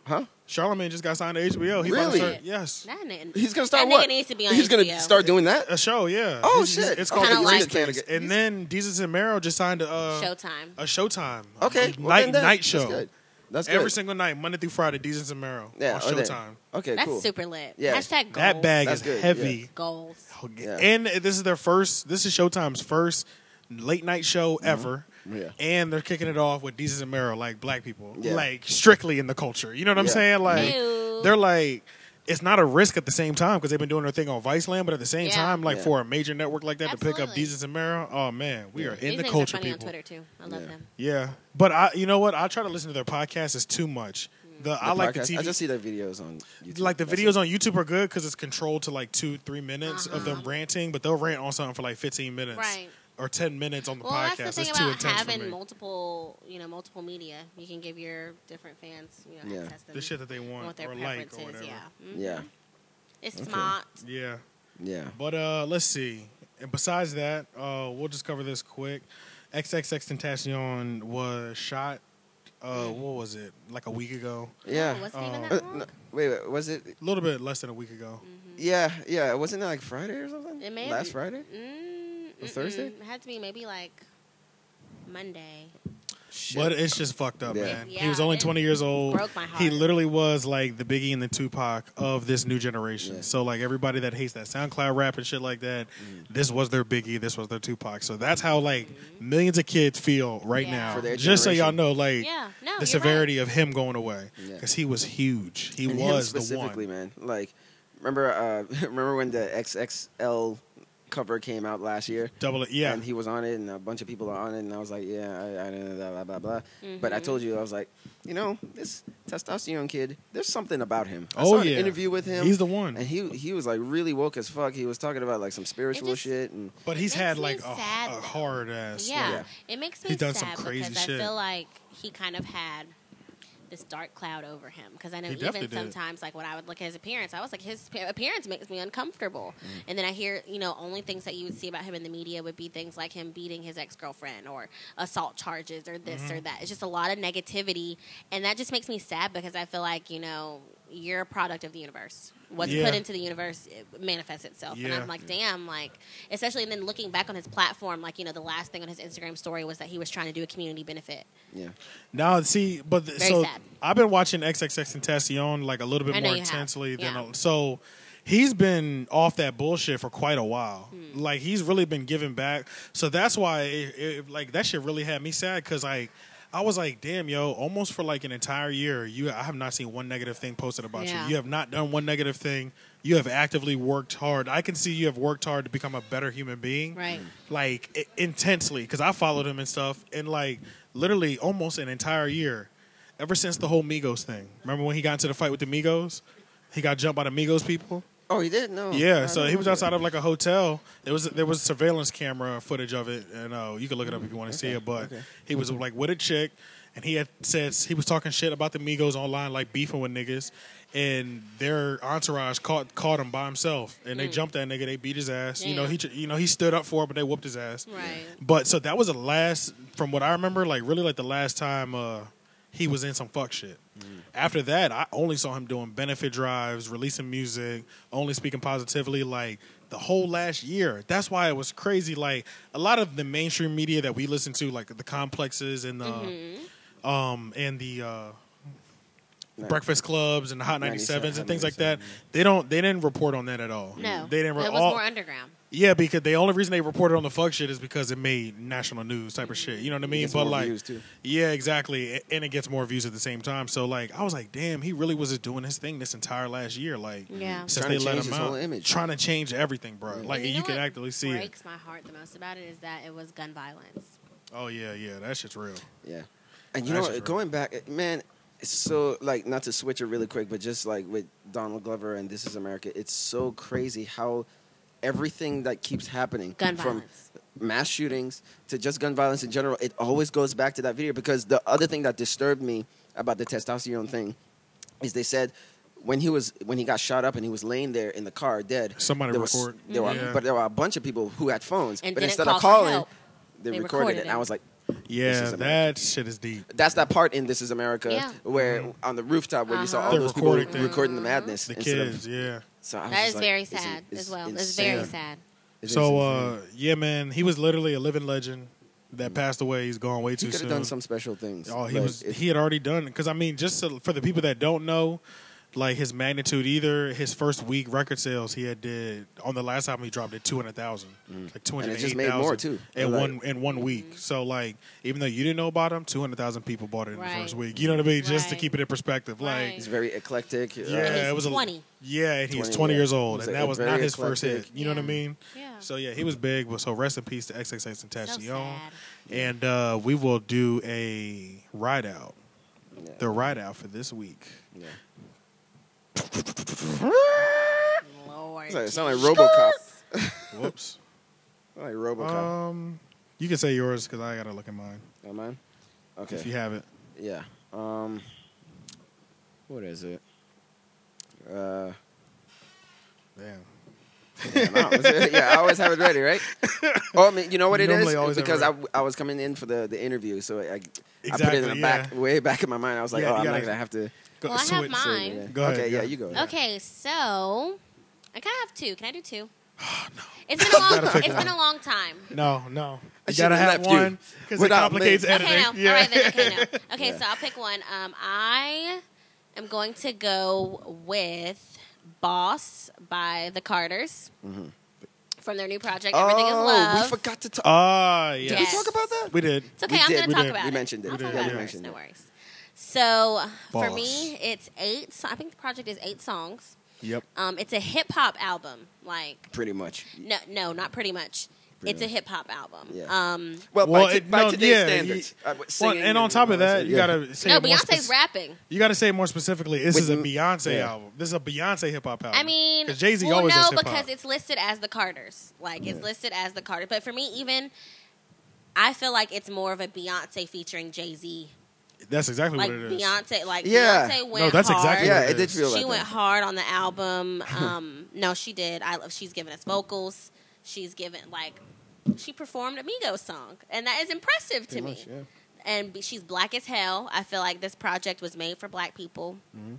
Speaker 2: huh?
Speaker 3: Charlemagne just got signed to HBO. He about to
Speaker 2: Really?
Speaker 3: start- yes.
Speaker 4: That nigga-
Speaker 2: He's gonna start
Speaker 4: that
Speaker 2: what?
Speaker 4: Nigga needs to be on
Speaker 2: He's gonna
Speaker 4: HBO.
Speaker 2: start doing that.
Speaker 3: A show, yeah.
Speaker 2: Oh
Speaker 3: He's- he's-
Speaker 2: shit!
Speaker 3: It's called
Speaker 4: Kinda
Speaker 3: The
Speaker 4: like-
Speaker 3: Greatest Things. And then Jesus and Meryl just signed a uh,
Speaker 4: Showtime.
Speaker 3: a Showtime.
Speaker 2: Okay,
Speaker 3: A
Speaker 2: well,
Speaker 3: night
Speaker 2: then that-
Speaker 3: night show.
Speaker 2: That's good. That's
Speaker 3: Every
Speaker 2: good.
Speaker 3: single night, Monday through Friday, Jesus and Meryl
Speaker 2: yeah,
Speaker 3: on
Speaker 2: oh, then.
Speaker 3: Showtime.
Speaker 2: Okay,
Speaker 4: That's
Speaker 2: cool.
Speaker 4: super lit.
Speaker 2: Yeah.
Speaker 4: Hashtag goals.
Speaker 3: That bag
Speaker 2: That's
Speaker 3: is
Speaker 2: good,
Speaker 3: heavy.
Speaker 4: Goals.
Speaker 2: Yeah.
Speaker 3: And this is their first. This is Showtime's first late night show ever.
Speaker 2: Mm-hmm. Yeah.
Speaker 3: And they're kicking it off with Jesus and Meryl, like black people,
Speaker 2: Yeah.
Speaker 3: like strictly in the culture. You know what I'm
Speaker 2: Yeah.
Speaker 3: saying? Like
Speaker 4: Ew.
Speaker 3: they're like. It's not a risk at the same time because they've been doing their thing on Viceland, but at the same
Speaker 4: Yeah.
Speaker 3: time, like
Speaker 2: Yeah.
Speaker 3: for a major network like that to pick up
Speaker 4: Absolutely.
Speaker 3: Jesus and Meryl, oh man, we are in
Speaker 4: These
Speaker 3: the
Speaker 4: niggas
Speaker 3: culture,
Speaker 4: are funny
Speaker 3: people.
Speaker 4: on Twitter too. I love
Speaker 2: Yeah.
Speaker 4: them.
Speaker 3: Yeah, but I, you know what? I try to listen to their podcast. It's too much.
Speaker 4: Mm.
Speaker 3: The, I like the
Speaker 2: Podcast.
Speaker 3: TV.
Speaker 2: I just see their videos on YouTube.
Speaker 3: like the
Speaker 2: That's
Speaker 3: videos
Speaker 2: it.
Speaker 3: on YouTube are good because it's controlled to like two, three minutes of them ranting, but they'll rant on something for like fifteen minutes
Speaker 4: Uh-huh. Right.
Speaker 3: or ten minutes on the
Speaker 4: Well,
Speaker 3: podcast.
Speaker 4: that's the thing
Speaker 3: it's too
Speaker 4: about
Speaker 3: intense for me.
Speaker 4: having multiple, you know, multiple media. You can give your different fans, you know,
Speaker 2: Yeah.
Speaker 4: access to
Speaker 3: the shit that they want
Speaker 4: what their
Speaker 3: or like
Speaker 4: preferences.
Speaker 3: or whatever.
Speaker 4: yeah, Mhm.
Speaker 2: Yeah,
Speaker 4: it's smart.
Speaker 3: Yeah.
Speaker 2: yeah.
Speaker 3: But uh, let's see. And besides that, uh, we'll just cover this quick. XXXTentacion was shot. Uh,
Speaker 4: Mm.
Speaker 3: what was it? Like a week ago.
Speaker 2: Yeah.
Speaker 4: Oh, wasn't Mm-hmm. even
Speaker 3: Oh.
Speaker 4: that
Speaker 2: Uh,
Speaker 4: long?
Speaker 2: no, wait, wait, was it?
Speaker 3: A little bit less than a week ago.
Speaker 2: Yeah, yeah. Wasn't it like Friday or something?
Speaker 4: It may have
Speaker 2: last
Speaker 4: been-
Speaker 2: Friday.
Speaker 4: Mm,
Speaker 2: Was Thursday?
Speaker 4: mm-mm. It had to be maybe like Monday.
Speaker 2: shit.
Speaker 3: But it's just fucked up,
Speaker 2: Yeah.
Speaker 3: man.
Speaker 4: Yeah,
Speaker 3: he was only
Speaker 4: it
Speaker 3: 20 years old.
Speaker 4: broke my heart.
Speaker 3: He literally was like the Biggie and the Tupac of this new generation.
Speaker 2: Yeah.
Speaker 3: So like everybody that hates that SoundCloud rap and shit like that,
Speaker 2: Mm.
Speaker 3: this was their Biggie, this was their Tupac. So that's how like millions of kids feel right
Speaker 4: Yeah.
Speaker 3: now.
Speaker 4: For
Speaker 2: their
Speaker 3: just so y'all
Speaker 2: generation.
Speaker 3: know, like
Speaker 4: Yeah, no, you're
Speaker 3: the
Speaker 4: right.
Speaker 3: severity of him going away
Speaker 2: Yeah.
Speaker 3: because he was huge. He
Speaker 2: And him
Speaker 3: was the
Speaker 2: specifically,
Speaker 3: one.
Speaker 2: man. Like, remember, uh, remember when the XXL cover came out last year?
Speaker 3: Double it, yeah.
Speaker 2: And he was on it, and a bunch of people are on it, and I was like, yeah, I, I don't know, blah, blah, blah, blah.
Speaker 4: Mm-hmm.
Speaker 2: But I told you, I was like, you know, this testosterone kid, there's something about him. I
Speaker 3: Oh,
Speaker 2: saw
Speaker 3: yeah.
Speaker 2: an interview with him.
Speaker 3: He's the one.
Speaker 2: And he he was like really woke as fuck. He was talking about like some spiritual
Speaker 4: just-
Speaker 2: shit, and
Speaker 3: but he's
Speaker 4: makes
Speaker 3: had
Speaker 4: me
Speaker 3: like a,
Speaker 4: sad,
Speaker 3: a
Speaker 4: though.
Speaker 3: hard ass.
Speaker 4: Yeah,
Speaker 2: Yeah.
Speaker 4: it makes me
Speaker 3: He done
Speaker 4: sad
Speaker 3: some crazy
Speaker 4: because
Speaker 3: shit.
Speaker 4: I feel like he kind of had this dark cloud over him. Because I know
Speaker 3: He definitely
Speaker 4: even
Speaker 3: did.
Speaker 4: sometimes, like when I would look at his appearance, I was like, his pa- appearance makes me uncomfortable.
Speaker 3: Mm.
Speaker 4: And then I hear, you know, only things that you would see about him in the media would be things like him beating his ex girlfriend or assault charges or this
Speaker 3: Mm-hmm.
Speaker 4: or that. It's just a lot of negativity, and that just makes me sad because I feel like you know you're a product of the universe. What's
Speaker 3: Yeah.
Speaker 4: put into the universe it manifests itself, and
Speaker 3: Yeah.
Speaker 4: I'm like, damn, like especially and then looking back on his platform, like you know, the last thing on his Instagram story was that he was trying to do a community benefit.
Speaker 2: yeah.
Speaker 3: Now, see, but th-
Speaker 4: Very
Speaker 3: so
Speaker 4: sad.
Speaker 3: I've been watching XXX Tentacion like a little
Speaker 4: I
Speaker 3: bit
Speaker 4: know
Speaker 3: more
Speaker 4: you have.
Speaker 3: intensely than
Speaker 4: Yeah.
Speaker 3: a, so. He's been off that bullshit for quite a while.
Speaker 4: Hmm.
Speaker 3: Like he's really been giving back, so that's why it, it, like that shit really had me sad because like I was like, damn, yo, almost for like an entire year, you I have not seen one negative thing posted about
Speaker 4: Yeah.
Speaker 3: you. You have not done one negative thing. You have actively worked hard. I can see you have worked hard to become a better human being
Speaker 4: Right.
Speaker 3: like i- intensely because I followed him and stuff, and like literally almost an entire year, ever since the whole Migos thing. Remember when he got into the fight with the Migos? He got jumped by the Migos people.
Speaker 2: Oh, he did? No.
Speaker 3: yeah,
Speaker 2: I
Speaker 3: so he
Speaker 2: don't
Speaker 3: was
Speaker 2: know.
Speaker 3: outside of like a hotel. There was there was surveillance camera footage of it, and uh, you can look it up if you want to see it. But he was like with a chick, and he had says he was talking shit about the Migos online, like beefing with niggas, and their entourage caught caught him by himself, and they jumped that nigga. They beat his ass. You know
Speaker 4: Damn.
Speaker 3: he tr- you know he stood up for it, but they whooped his ass.
Speaker 4: Right.
Speaker 3: But so that was the last, from what I remember, like really like the last time uh, he was in some fuck shit.
Speaker 4: Mm.
Speaker 3: After that, I only saw him doing benefit drives, releasing music, only speaking positively like the whole last year. That's why it was crazy. Like a lot of the mainstream media that we listen to, like the complexes and the
Speaker 4: Mm-hmm.
Speaker 3: um and the uh,
Speaker 2: Nah.
Speaker 3: breakfast clubs and the hot 97s and things like
Speaker 2: 97,
Speaker 3: that, they don't they didn't report on that at all.
Speaker 4: No,
Speaker 3: they didn't. re-
Speaker 4: It was
Speaker 3: all-
Speaker 4: more underground.
Speaker 3: yeah, because the only reason they reported on the fuck shit is because it made national news type of shit. You know what I mean?
Speaker 2: gets
Speaker 3: But
Speaker 2: more
Speaker 3: like,
Speaker 2: views, too.
Speaker 3: yeah, exactly, A- and it gets more views at the same time. So like, I was like, damn, he really was just doing his thing this entire last year. Like,
Speaker 4: Yeah.
Speaker 3: since
Speaker 2: Trying
Speaker 3: they
Speaker 2: to
Speaker 3: let him
Speaker 2: change his
Speaker 3: out,
Speaker 2: whole image.
Speaker 3: trying to change everything, bro. Like,
Speaker 4: And
Speaker 3: you,
Speaker 4: know
Speaker 3: can
Speaker 4: what
Speaker 3: actually see it.
Speaker 4: breaks my heart the most about it is that it was gun violence.
Speaker 3: Oh yeah, yeah, that shit's real.
Speaker 2: Yeah. And you
Speaker 3: That's
Speaker 2: know,
Speaker 3: just
Speaker 2: what, going back, eh, man, it's so like not to switch it really quick, but just like with Donald Glover and This Is America, it's so crazy how everything that keeps happening
Speaker 4: Gun
Speaker 2: from
Speaker 4: violence.
Speaker 2: mass shootings to just gun violence in general, it always goes back to that video because the other thing that disturbed me about the testosterone thing is they said when he was when he got shot up and he was laying there in the car dead.
Speaker 3: Somebody
Speaker 2: there was-
Speaker 3: record.
Speaker 2: there were,
Speaker 3: Yeah.
Speaker 2: but there were a bunch of people who had phones,
Speaker 4: Mm-hmm. And
Speaker 2: but
Speaker 4: didn't
Speaker 2: instead
Speaker 4: call
Speaker 2: of
Speaker 4: for
Speaker 2: calling,
Speaker 4: help.
Speaker 2: they,
Speaker 4: They
Speaker 2: recorded,
Speaker 4: recorded
Speaker 2: it. And
Speaker 4: it.
Speaker 2: I was like,
Speaker 3: Yeah,
Speaker 2: America.
Speaker 3: that shit is deep.
Speaker 2: that's that part in This Is America
Speaker 4: Yeah.
Speaker 2: where on the rooftop where you saw
Speaker 4: Uh-huh.
Speaker 2: all
Speaker 3: They're
Speaker 2: those
Speaker 3: recording
Speaker 2: people
Speaker 3: things.
Speaker 2: recording the madness.
Speaker 3: The
Speaker 2: instead of-
Speaker 3: kids, yeah.
Speaker 2: so I was
Speaker 4: That
Speaker 2: just
Speaker 4: is
Speaker 2: like,
Speaker 4: very
Speaker 2: it's in-
Speaker 4: sad
Speaker 2: it's
Speaker 4: as well. It's
Speaker 2: insane.
Speaker 4: very
Speaker 3: Yeah.
Speaker 4: sad.
Speaker 2: It is
Speaker 3: So
Speaker 2: insane. Mm.
Speaker 3: uh, yeah, man, he was literally a living legend that passed away. He's gone way
Speaker 2: he
Speaker 3: too
Speaker 2: could
Speaker 3: soon.
Speaker 2: have done some special things.
Speaker 3: Oh, he
Speaker 2: but
Speaker 3: was.
Speaker 2: it-
Speaker 3: he had already done because I mean, just to, for the people that don't know, like his magnitude either. His first week record sales, he had did on the last album he dropped at two hundred thousand, like two
Speaker 2: Mm. And
Speaker 3: hundred
Speaker 2: it
Speaker 3: eight
Speaker 2: just
Speaker 3: thousand.
Speaker 2: made more, too.
Speaker 3: in
Speaker 2: Like-
Speaker 3: one in one
Speaker 4: Mm-hmm.
Speaker 3: week. So like, even though you didn't know about him, two hundred thousand people bought it in the
Speaker 4: Right.
Speaker 3: first week. You know what I mean? Just to
Speaker 4: Right.
Speaker 3: keep it in perspective, like.
Speaker 4: Right.
Speaker 2: he's very eclectic.
Speaker 3: Yeah,
Speaker 4: he's
Speaker 3: it was a,
Speaker 4: 20.
Speaker 3: Yeah, and he was
Speaker 2: 20,
Speaker 3: twenty
Speaker 2: yeah.
Speaker 3: years
Speaker 2: He
Speaker 3: old,
Speaker 2: was
Speaker 3: and
Speaker 2: a-
Speaker 3: that was
Speaker 2: very
Speaker 3: not his first hit.
Speaker 2: eclectic.
Speaker 3: You know what I
Speaker 4: Yeah.
Speaker 3: mean?
Speaker 4: Yeah.
Speaker 3: So yeah, he was big. But so rest in peace to XXX
Speaker 4: So
Speaker 3: Tentacion,
Speaker 4: sad.
Speaker 3: and uh, we will do a ride out
Speaker 2: Uh, yeah.
Speaker 3: the ride out for this week.
Speaker 2: Yeah.
Speaker 4: Lord,
Speaker 2: It's like, it sounded like RoboCop.
Speaker 3: Whoops.
Speaker 2: Like RoboCop.
Speaker 3: um, you can say yours because I gotta look at mine
Speaker 2: Am mine? Okay.
Speaker 3: Uh, if you have it.
Speaker 2: Yeah. Um, what is it? Uh,
Speaker 3: Damn.
Speaker 2: damn, I always- yeah, I always have it ready, right? Oh, I mean, you know what it is?
Speaker 3: Normally I always have it
Speaker 2: Because I,
Speaker 3: ready.
Speaker 2: I was coming in for the, the interview, so I, I put
Speaker 3: Exactly,
Speaker 2: it in the
Speaker 3: yeah.
Speaker 2: back, way back in my mind. I was like,
Speaker 3: Yeah,
Speaker 2: oh,
Speaker 3: you
Speaker 2: I'm
Speaker 3: gotta-
Speaker 2: not gonna have to.
Speaker 3: Go,
Speaker 4: Well, I have
Speaker 3: switch.
Speaker 4: mine.
Speaker 2: Yeah.
Speaker 3: Go ahead,
Speaker 2: okay,
Speaker 3: go.
Speaker 2: yeah, you go.
Speaker 4: Okay, so I kind of have two. Can I do two?
Speaker 2: Oh,
Speaker 4: It's been a long.
Speaker 3: Gotta pick
Speaker 4: it's been
Speaker 3: one.
Speaker 4: a long time.
Speaker 3: No, no. You
Speaker 2: should've
Speaker 3: gotta have
Speaker 2: left you
Speaker 3: one because it
Speaker 2: without
Speaker 3: complicates
Speaker 2: Lynn.
Speaker 3: editing.
Speaker 4: Okay, no.
Speaker 3: Yeah.
Speaker 4: All right, then. Okay, no. Okay,
Speaker 2: Yeah.
Speaker 4: so I'll pick one. Um, I am going to go with "Boss" by the Carters from their new project. Everything is
Speaker 2: Mm-hmm. oh,
Speaker 4: love.
Speaker 2: we forgot to talk.
Speaker 3: Ah,
Speaker 4: Did
Speaker 3: yes.
Speaker 4: we
Speaker 2: Did we talk about that?
Speaker 3: We did.
Speaker 4: It's okay.
Speaker 2: We
Speaker 4: I'm
Speaker 2: did,
Speaker 4: going
Speaker 3: we
Speaker 4: to talk
Speaker 3: did,
Speaker 4: about
Speaker 2: we
Speaker 4: it.
Speaker 2: mentioned it.
Speaker 4: I'll talk
Speaker 3: Yeah,
Speaker 4: about
Speaker 3: we
Speaker 4: it.
Speaker 2: mentioned
Speaker 4: no
Speaker 2: it.
Speaker 4: worries. So for
Speaker 3: Boss.
Speaker 4: me, it's eight. So I think the project is eight songs.
Speaker 3: Yep.
Speaker 4: Um, it's a hip hop album. Like
Speaker 2: Pretty much.
Speaker 4: no, no, not pretty much.
Speaker 2: Pretty
Speaker 4: it's a
Speaker 2: much.
Speaker 4: hip hop album.
Speaker 2: Yeah.
Speaker 4: Um,
Speaker 2: Well,
Speaker 3: Well,
Speaker 2: by, t-
Speaker 3: it-
Speaker 2: by
Speaker 3: no,
Speaker 2: today's
Speaker 3: yeah,
Speaker 2: standards.
Speaker 3: you-
Speaker 2: uh,
Speaker 3: Well,
Speaker 2: singing
Speaker 3: and on top of that, you
Speaker 2: yeah.
Speaker 3: gotta say
Speaker 4: no,
Speaker 3: it more
Speaker 4: Beyonce's
Speaker 3: spec-
Speaker 4: rapping.
Speaker 3: You gotta say it more specifically. This
Speaker 2: With-
Speaker 3: is a Beyonce
Speaker 2: yeah.
Speaker 3: album. This is a Beyonce hip hop album.
Speaker 4: I mean,
Speaker 3: because Jay Z
Speaker 4: well,
Speaker 3: always
Speaker 4: no,
Speaker 3: does hip
Speaker 4: because
Speaker 3: hop.
Speaker 4: it's listed as the Carters. Like it's listed as the Carters. But for me, even I feel like it's more of a Beyonce featuring Jay Z.
Speaker 3: That's exactly
Speaker 4: Like
Speaker 3: what it is.
Speaker 4: Beyonce, like
Speaker 2: Yeah.
Speaker 4: Beyonce went
Speaker 3: no, that's
Speaker 4: hard.
Speaker 3: exactly
Speaker 2: Yeah,
Speaker 3: what
Speaker 2: it did feel
Speaker 4: she
Speaker 2: like
Speaker 4: went
Speaker 2: that.
Speaker 4: hard on the album. Um, no, she did. I love. She's given us vocals. She's given like she performed Amigos song, and that is impressive
Speaker 2: Pretty
Speaker 4: to me.
Speaker 2: much, yeah.
Speaker 4: And b- she's black as hell. I feel like this project was made for black people.
Speaker 2: Mm-hmm.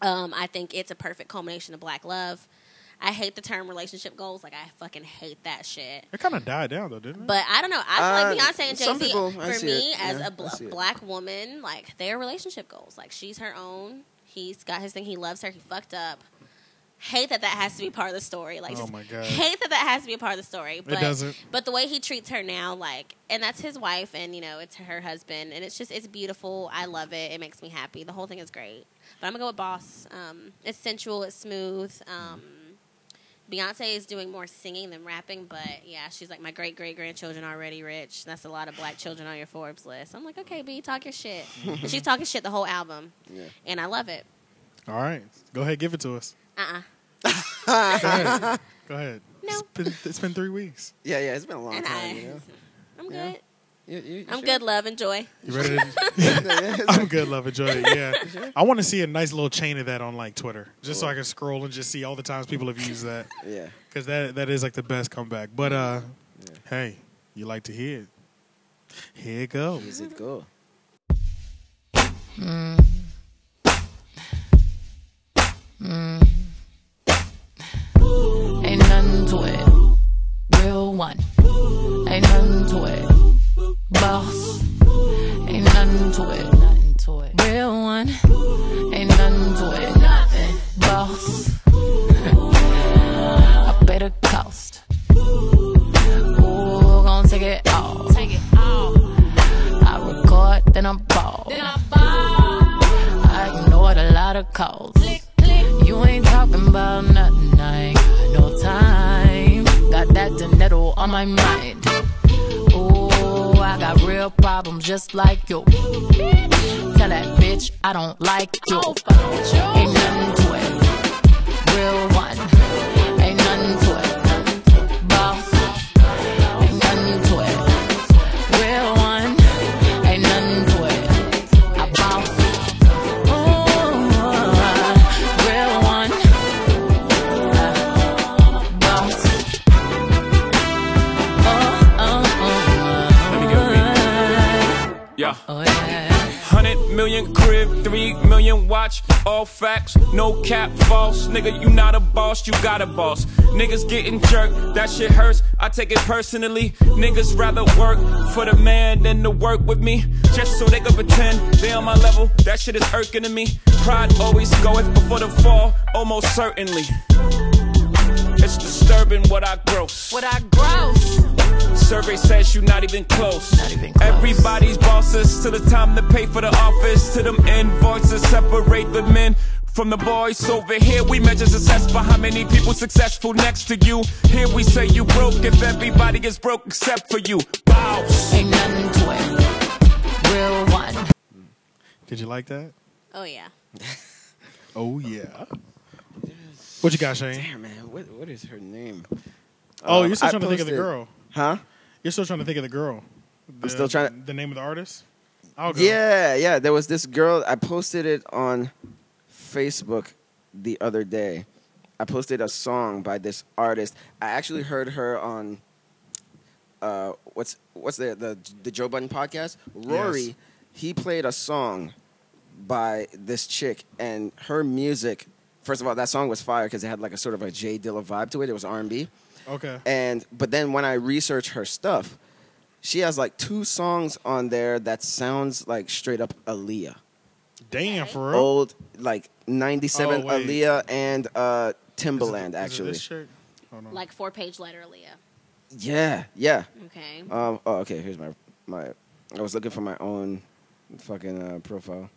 Speaker 4: Um, I think it's a perfect culmination of black love. I hate the term relationship goals. Like I fucking hate that shit.
Speaker 3: It kind of died down though, didn't it?
Speaker 4: But I don't know. I feel
Speaker 2: Uh,
Speaker 4: like Beyonce and
Speaker 2: Mm-hmm.
Speaker 4: Jay
Speaker 2: some
Speaker 4: Z.
Speaker 2: people, I
Speaker 4: For
Speaker 2: see
Speaker 4: me,
Speaker 2: it.
Speaker 4: as
Speaker 2: Yeah,
Speaker 4: a
Speaker 2: I see
Speaker 4: bl-
Speaker 2: it.
Speaker 4: black woman, like their relationship goals. Like she's her own. He's got his thing. He loves her. He fucked up. Hate that that has to be part of the story. Like,
Speaker 3: Oh
Speaker 4: just
Speaker 3: my God.
Speaker 4: hate that that has to be a part of the story. But,
Speaker 3: doesn't.
Speaker 4: But the way he treats her now, like, and that's his wife, and you know, it's her husband, and it's just it's beautiful. I love it. It makes me happy. The whole thing is great. But I'm gonna go with Boss. Um, it's sensual. It's smooth. Um, Beyonce is doing more singing than rapping, but yeah, she's like my great great grandchildren already rich. That's a lot of black children on your Forbes list. I'm like, okay, B, talk your shit. And she's talking shit the whole album,
Speaker 2: Yeah.
Speaker 4: and I love it.
Speaker 3: All right, go ahead, give it to us.
Speaker 4: Uh uh
Speaker 3: Go ahead. Go ahead.
Speaker 4: No.
Speaker 3: It's been, it's been three weeks.
Speaker 2: Yeah, yeah, it's been a long
Speaker 4: and
Speaker 2: time.
Speaker 4: I,
Speaker 2: You know?
Speaker 4: I'm
Speaker 2: Yeah.
Speaker 4: good.
Speaker 2: You- you- you
Speaker 4: I'm
Speaker 2: sure?
Speaker 4: good. Love and joy.
Speaker 3: You ready? To, I'm good. Love, enjoy it. Yeah, I want to see a nice little chain of that on like Twitter, just so I can scroll and just see all the times people have used that,
Speaker 2: yeah.
Speaker 3: because that that is like the best comeback. But uh, hey, you like to hear it? Here it goes.
Speaker 2: Is it go?
Speaker 5: Ain't nothing to it. Real one. Ain't nothing to it. Boss. Ain't nothing to it. Nothing to it. Real one. Ain't nothing to it. Nothing. Boss. I bet it cost. Ooh, gon' take it all. Take it all. I record, then I ball. Then I ball. I ignored a lot of calls. You ain't talking about nothing, I ain't got no time. Got that Donetto on my mind. Ooh, I got real problems just like you. Tell that bitch I don't like you. Ain't nothing to it. Real one. Ain't nothing to it. Boss. Ain't nothing to it. Real one. Ain't nothing to it. I bounce. Ooh, real one. I bounce. Oh, oh,
Speaker 6: Yeah.
Speaker 5: oh, oh, yeah.
Speaker 6: Hundred million crib, three million watch, all facts, no cap, false. Nigga, you not a boss, you got a boss. Niggas getting jerked, that shit hurts. I take it personally. Niggas rather work for the man than to work with me. Just so they can pretend they on my level, that shit is irking to me. Pride always goeth before the fall, almost certainly. It's disturbing what I gross.
Speaker 5: What I gross.
Speaker 6: Survey says you're not even close.
Speaker 5: Not even close.
Speaker 6: Everybody's bosses to the time to pay for the office, to them invoices separate the men. From the boys over here, we measure success by how many people successful next to you. Here we say you broke if everybody is broke except for you. Bows.
Speaker 5: Ain't nothing to it. Real one.
Speaker 3: Did you like that?
Speaker 4: Oh yeah.
Speaker 3: Oh yeah. What you got, Shane?
Speaker 2: Damn, man. What, what is her name?
Speaker 3: Oh,
Speaker 2: Um,
Speaker 3: you're still
Speaker 2: I
Speaker 3: trying to think of the
Speaker 2: posted-
Speaker 3: girl.
Speaker 2: Huh?
Speaker 3: You're still trying to think of the girl. The,
Speaker 2: still trying to-
Speaker 3: the name of the artist. I'll go.
Speaker 2: Yeah, yeah. There was this girl. I posted it on Facebook the other day. I posted a song by this artist. I actually heard her on uh, what's what's the the, the Joe Budden podcast. Rory,
Speaker 3: Yes.
Speaker 2: he played a song by this chick, and her music First of all, that song was fire because it had like a sort of a Jay Dilla vibe to it. It was R and B.
Speaker 3: Okay.
Speaker 2: And but then when I research her stuff, she has like two songs on there that sounds like straight up Aaliyah.
Speaker 3: Damn, for real.
Speaker 2: Old like 97
Speaker 3: Oh, wait.
Speaker 2: Aaliyah and uh
Speaker 3: Is it-
Speaker 2: Timbaland
Speaker 3: is it
Speaker 2: actually.
Speaker 3: this shirt? Hold on.
Speaker 4: Like four page letter, Leah.
Speaker 2: Yeah, yeah.
Speaker 4: Okay.
Speaker 2: Um oh okay, here's my my I was looking for my own fucking uh, profile.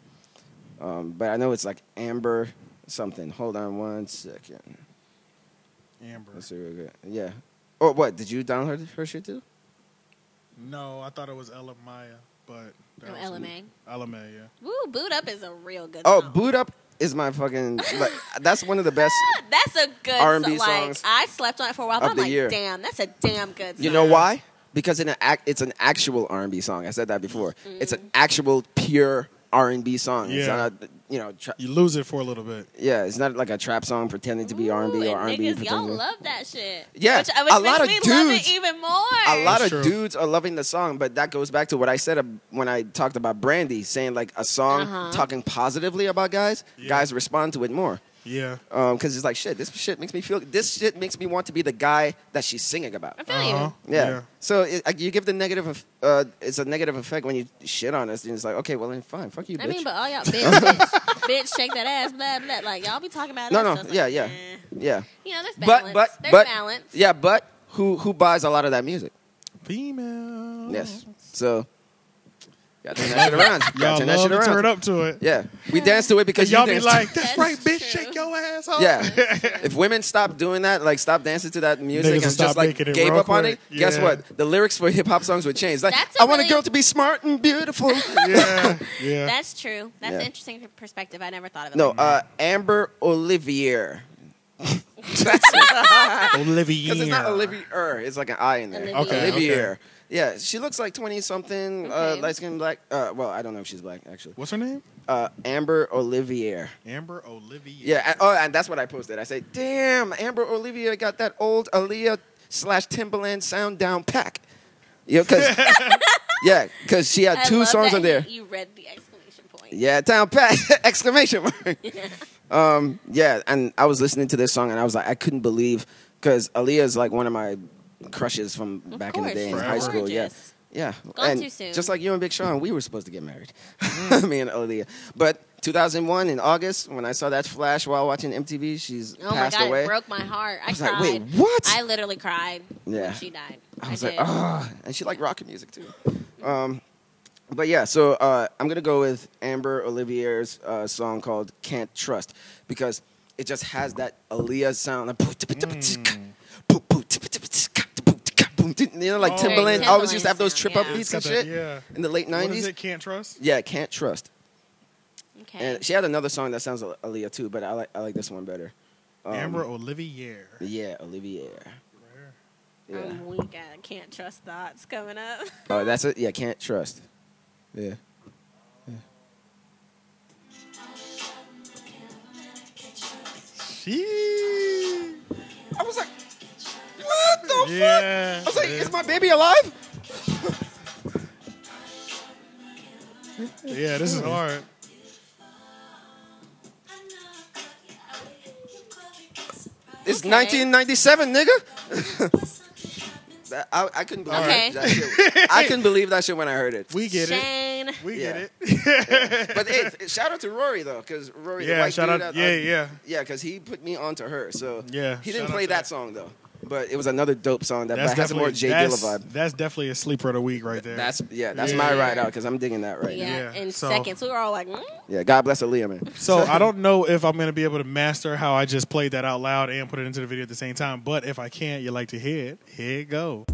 Speaker 2: Um but I know it's like Amber something. Hold on one second.
Speaker 3: Amber.
Speaker 2: Let's see real good. Yeah. Oh what, did you download her shit too?
Speaker 3: No, I thought it was Ella Maya, but that
Speaker 4: Oh,
Speaker 3: was-
Speaker 4: Ella May.
Speaker 3: Ella May, yeah.
Speaker 4: Woo, boot up is a real good.
Speaker 2: Oh,
Speaker 4: song.
Speaker 2: Boot Up is my fucking like that's one of the best
Speaker 4: Ah, That's a good
Speaker 2: R&B
Speaker 4: song. Like
Speaker 2: songs
Speaker 4: I slept on it for a while. But
Speaker 2: of
Speaker 4: I'm
Speaker 2: the
Speaker 4: like,
Speaker 2: year.
Speaker 4: damn, that's a damn good. Song.
Speaker 2: You know why? Because in an act, it's an actual R and B song. I said that before. It's
Speaker 4: Mm.
Speaker 2: an actual pure R and B song. It's
Speaker 3: Yeah.
Speaker 2: not, a- you know, tra-
Speaker 3: You lose it for a little bit.
Speaker 2: yeah, it's not like a trap song pretending to be R and B
Speaker 4: Ooh,
Speaker 2: or R and B.
Speaker 4: Niggas, y'all love that shit.
Speaker 2: Yeah,
Speaker 4: which, uh, which
Speaker 2: a lot
Speaker 4: makes
Speaker 2: of
Speaker 4: me love
Speaker 2: dudes-
Speaker 4: it even more.
Speaker 2: A lot
Speaker 3: That's
Speaker 2: of
Speaker 3: true.
Speaker 2: dudes are loving the song, but that goes back to what I said ab- when I talked about Brandy saying like a song
Speaker 4: Uh-huh.
Speaker 2: talking positively about guys.
Speaker 3: Yeah.
Speaker 2: Guys respond to it more
Speaker 3: Yeah.
Speaker 2: because it's like shit. This shit makes me feel. This shit makes me want to be the guy that she's singing about.
Speaker 4: I feel
Speaker 3: Uh-huh.
Speaker 4: you.
Speaker 2: Yeah. So it, like, you give the negative, eff- uh, it's a negative effect when you shit on us, and it's like, okay, well then fine, fuck you, bitch.
Speaker 4: I mean, but all y'all bitch, bitch, bitch, shake that ass, blah blah. Like y'all be talking about.
Speaker 2: no,
Speaker 4: us,
Speaker 2: no,
Speaker 4: so it's
Speaker 2: yeah,
Speaker 4: like,
Speaker 2: yeah,
Speaker 4: eh.
Speaker 2: yeah.
Speaker 4: You know, there's
Speaker 2: But,
Speaker 4: balance.
Speaker 2: but,
Speaker 4: there's
Speaker 2: but,
Speaker 4: balance.
Speaker 2: yeah, but who who buys a lot of that music?
Speaker 3: Female.
Speaker 4: Mm-hmm.
Speaker 2: Yes. So, gotta turn that shit around.
Speaker 3: Y'all
Speaker 2: Gotta turn that
Speaker 3: love
Speaker 2: shit
Speaker 3: to
Speaker 2: around.
Speaker 3: turn up to it.
Speaker 2: Yeah, we dance to it because
Speaker 3: y'all
Speaker 2: you
Speaker 3: be
Speaker 2: dance
Speaker 3: like,
Speaker 2: to
Speaker 3: that's,
Speaker 4: That's
Speaker 3: right, bitch,
Speaker 4: true.
Speaker 3: shake your ass off.
Speaker 2: Yeah, if women stop doing that, like stop dancing to that music
Speaker 3: Niggas
Speaker 2: and
Speaker 3: will stop
Speaker 2: just like
Speaker 3: making it
Speaker 2: gave
Speaker 3: real
Speaker 2: up on it,
Speaker 3: quick.
Speaker 2: guess
Speaker 3: Yeah.
Speaker 2: what? The lyrics for hip hop songs would change. Like,
Speaker 4: That's a
Speaker 2: I want a
Speaker 4: really-
Speaker 2: girl to be smart and beautiful.
Speaker 3: Yeah. yeah.
Speaker 4: That's true. That's
Speaker 2: Yeah.
Speaker 4: an interesting perspective. I never thought of it.
Speaker 2: No,
Speaker 4: like
Speaker 2: uh, Amber Olivier. That's
Speaker 3: Olivia.
Speaker 2: because it's not Olivier. It's like an I in there.
Speaker 4: Olivier. Okay,
Speaker 2: Olivier. Yeah, she looks like twenty something, uh,
Speaker 4: Okay.
Speaker 2: light skinned black. Uh, well, I don't know if she's black actually.
Speaker 3: What's her name?
Speaker 2: Uh, Amber Olivier.
Speaker 3: Amber Olivia.
Speaker 2: Yeah. and- oh, and that's what I posted. I say, damn, Amber Olivier got that old Aaliyah slash Timberland sound down pack. You know, 'cause- yeah, because she
Speaker 4: that.
Speaker 2: had
Speaker 4: I
Speaker 2: two
Speaker 4: love
Speaker 2: songs
Speaker 4: that
Speaker 2: on there.
Speaker 4: You read the exclamation point.
Speaker 2: Yeah, town pat exclamation mark. um, yeah, and I was listening to this song and I was like, I couldn't believe because Aaliyah is like one of my crushes from
Speaker 4: Of
Speaker 2: back in
Speaker 4: course,
Speaker 2: the day in
Speaker 4: she's
Speaker 2: high school. Yeah,
Speaker 4: gorgeous.
Speaker 2: yeah.
Speaker 4: Gone
Speaker 2: and
Speaker 4: too soon.
Speaker 2: Just like you and Big Sean, we were supposed to get married, me and Aaliyah. But 2001 in August, when I saw that flash while watching MTV, she's
Speaker 4: Oh my
Speaker 2: passed
Speaker 4: god,
Speaker 2: away.
Speaker 4: it broke my heart. I,
Speaker 2: was like,
Speaker 4: cried.
Speaker 2: wait, what?
Speaker 4: I literally cried
Speaker 2: Yeah.
Speaker 4: when she died.
Speaker 2: I was like,
Speaker 4: did.
Speaker 2: ah, and she liked rocking music too. Um, but yeah, so uh, I'm gonna go with Amber Olivier's uh, song called "Can't Trust" because it just has that Aaliyah sound, like, you know, like
Speaker 3: Oh.
Speaker 2: Timberland always used to have those
Speaker 4: Timberland
Speaker 2: trip up
Speaker 4: sound, yeah.
Speaker 2: beats and
Speaker 3: Got
Speaker 2: shit
Speaker 3: that- yeah.
Speaker 2: in the late
Speaker 3: What is
Speaker 2: '90s.
Speaker 3: it? Can't trust.
Speaker 2: Yeah, "Can't Trust,"
Speaker 4: okay.
Speaker 2: and she had another song that sounds like Aaliyah too, but I like I like this one better. Um,
Speaker 3: Amber Olivier.
Speaker 2: yeah, Olivier. Yeah.
Speaker 4: I'm weak. I can't trust thoughts coming up.
Speaker 2: Oh, that's it. Yeah, can't trust. Yeah.
Speaker 3: She.
Speaker 2: I was like, what the fuck?
Speaker 3: Yeah.
Speaker 2: I was like,
Speaker 3: yeah.
Speaker 2: is my baby alive?
Speaker 3: yeah, this is hard.
Speaker 2: It's
Speaker 4: Okay.
Speaker 2: 1997, nigga. That- I, I couldn't believe
Speaker 4: Okay.
Speaker 2: that shit. I couldn't believe that shit when I heard it.
Speaker 3: We get it.
Speaker 4: Shane.
Speaker 3: We
Speaker 2: Yeah.
Speaker 3: get it.
Speaker 2: But hey, th- shout out to Rory though, because Rory, the
Speaker 3: yeah.
Speaker 2: white
Speaker 3: Shout
Speaker 2: dude
Speaker 3: out.
Speaker 2: that-
Speaker 3: Yeah. Yeah.
Speaker 2: yeah, because he put me onto her. So
Speaker 3: Yeah,
Speaker 2: he didn't
Speaker 3: shout out
Speaker 2: play
Speaker 3: to
Speaker 2: that,
Speaker 3: that.
Speaker 2: song though, but it was another dope song that
Speaker 3: That's
Speaker 2: has a
Speaker 3: definitely
Speaker 2: more Jay Dilla
Speaker 3: that's,
Speaker 2: vibe.
Speaker 3: That's definitely a sleeper of the week right there.
Speaker 2: That's yeah, that's
Speaker 3: Yeah.
Speaker 2: my ride out because I'm digging that right now.
Speaker 4: Yeah,
Speaker 3: Yeah,
Speaker 4: in
Speaker 3: so-
Speaker 4: seconds. We were all like, mm?
Speaker 2: Yeah, God bless Aaliyah, man.
Speaker 3: So I don't know if I'm gonna be able to master how I just played that out loud and put it into the video at the same time. But if I can't, you like to hear it. Here it go.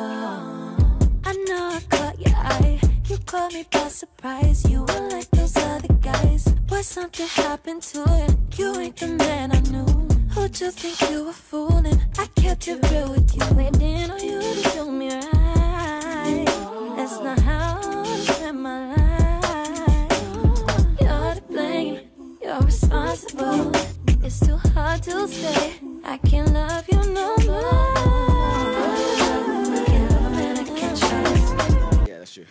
Speaker 7: I know I caught your eye. You caught me by surprise. You were like those other guys. Why something happened to you? You ain't the man I knew. Who'd you think you were fooling? I kept it real with you, waiting on you to do me right. That's not how I spend my life. You're to blame. You're responsible. It's too Tuesday. I can't love you no more. I can't love and I can't trust.
Speaker 2: Yeah, that's true.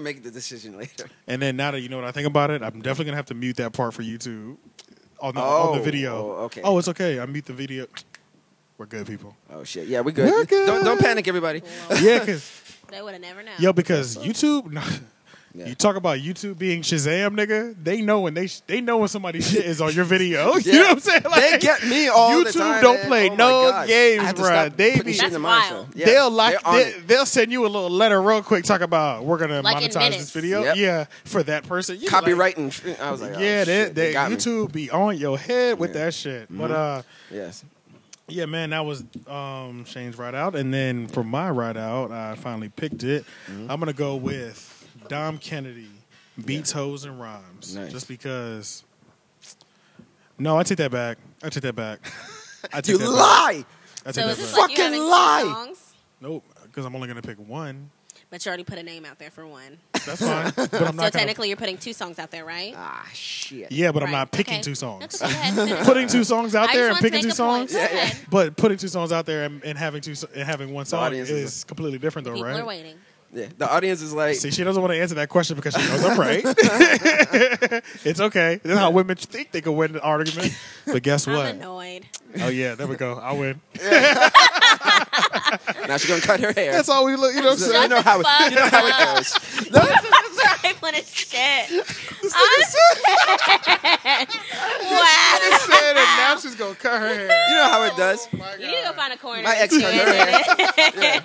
Speaker 2: Make the decision later.
Speaker 3: And then now that you know what I think about it, I'm definitely gonna have to mute that part for YouTube on the, on the
Speaker 2: Oh,
Speaker 3: video.
Speaker 2: oh, okay.
Speaker 3: Oh, it's okay. I mute the video. We're good people.
Speaker 2: Oh shit. Yeah, we good.
Speaker 3: We're good.
Speaker 2: Don't don't panic, everybody.
Speaker 3: yeah, because
Speaker 4: They would have never known.
Speaker 3: yo, because YouTube.
Speaker 2: Yeah.
Speaker 3: You talk about YouTube being Shazam, nigga. They know when they sh- they know when somebody's shit is on your video. You know what I'm saying? Like,
Speaker 2: they get me all the
Speaker 3: YouTube
Speaker 2: time,
Speaker 3: don't
Speaker 2: man.
Speaker 3: play
Speaker 2: Oh my
Speaker 3: no
Speaker 2: gosh.
Speaker 3: games,
Speaker 2: I have to
Speaker 3: bruh.
Speaker 2: stop
Speaker 3: They
Speaker 2: putting
Speaker 3: be-
Speaker 2: shit in the mindset.
Speaker 4: That's wild.
Speaker 2: Yeah,
Speaker 3: they'll like
Speaker 2: they're on
Speaker 3: they,
Speaker 2: it.
Speaker 3: they'll send you a little letter real quick. Talk about we're gonna
Speaker 4: Like in
Speaker 3: monetize this
Speaker 4: minutes.
Speaker 3: video.
Speaker 2: Yep.
Speaker 3: Yeah, for that person. You be like,
Speaker 2: copyrighting. I was like, oh,
Speaker 3: yeah,
Speaker 2: shit,
Speaker 3: they, they,
Speaker 2: got me.
Speaker 3: YouTube be on your head with
Speaker 2: Yeah. Mm-hmm.
Speaker 3: that shit. But uh,
Speaker 2: Yes.
Speaker 3: yeah, man, that was um Shane's ride out, and then for my ride out, I finally picked it.
Speaker 2: Mm-hmm.
Speaker 3: I'm gonna go with Dom Kennedy, beats, hoes, and rhymes,
Speaker 2: Nice.
Speaker 3: just because. No, I take that back. I take that back. I
Speaker 2: You
Speaker 3: take that Back.
Speaker 2: lie.
Speaker 3: I take
Speaker 4: so
Speaker 3: that
Speaker 4: is this
Speaker 3: back.
Speaker 4: like you
Speaker 2: Fucking
Speaker 4: having two
Speaker 2: lie.
Speaker 4: songs,
Speaker 3: nope, because I'm only gonna pick one.
Speaker 4: but you already put a name out there for one.
Speaker 3: That's fine, but I'm
Speaker 4: So
Speaker 3: not gonna.
Speaker 4: technically, you're putting two songs out there, right?
Speaker 2: Ah shit.
Speaker 3: Yeah, but I'm
Speaker 4: Right.
Speaker 3: not picking
Speaker 4: Okay.
Speaker 3: two songs.
Speaker 4: That's okay. Go ahead, finish.
Speaker 3: putting two songs out
Speaker 4: I
Speaker 3: there
Speaker 4: just
Speaker 3: and
Speaker 4: wanted to
Speaker 3: picking two
Speaker 4: make a point.
Speaker 3: songs.
Speaker 4: Go ahead.
Speaker 3: But putting two songs out there and, and having two and having one song
Speaker 2: audience
Speaker 3: is,
Speaker 2: is-
Speaker 3: completely different, though,
Speaker 4: People
Speaker 3: right?
Speaker 4: are waiting.
Speaker 2: Yeah. The audience is like,
Speaker 3: See, she doesn't want to answer that question because she knows I'm right. it's okay. That's how women think they can win an argument. But guess
Speaker 4: I'm
Speaker 3: what?
Speaker 4: annoyed.
Speaker 3: Oh yeah, there we go. I win.
Speaker 2: now she's gonna cut her hair.
Speaker 3: That's all we look. You know what I'm
Speaker 2: So
Speaker 3: saying?
Speaker 2: you know how
Speaker 4: Fuck.
Speaker 2: it, you know how it goes.
Speaker 4: I'm gonna shit. I'm dead. Wow.
Speaker 3: Said it, now she's gonna cut her hair.
Speaker 2: You know how it does.
Speaker 4: You need to go find a corner.
Speaker 2: My ex
Speaker 4: and do
Speaker 2: cut
Speaker 4: it.
Speaker 2: her hair.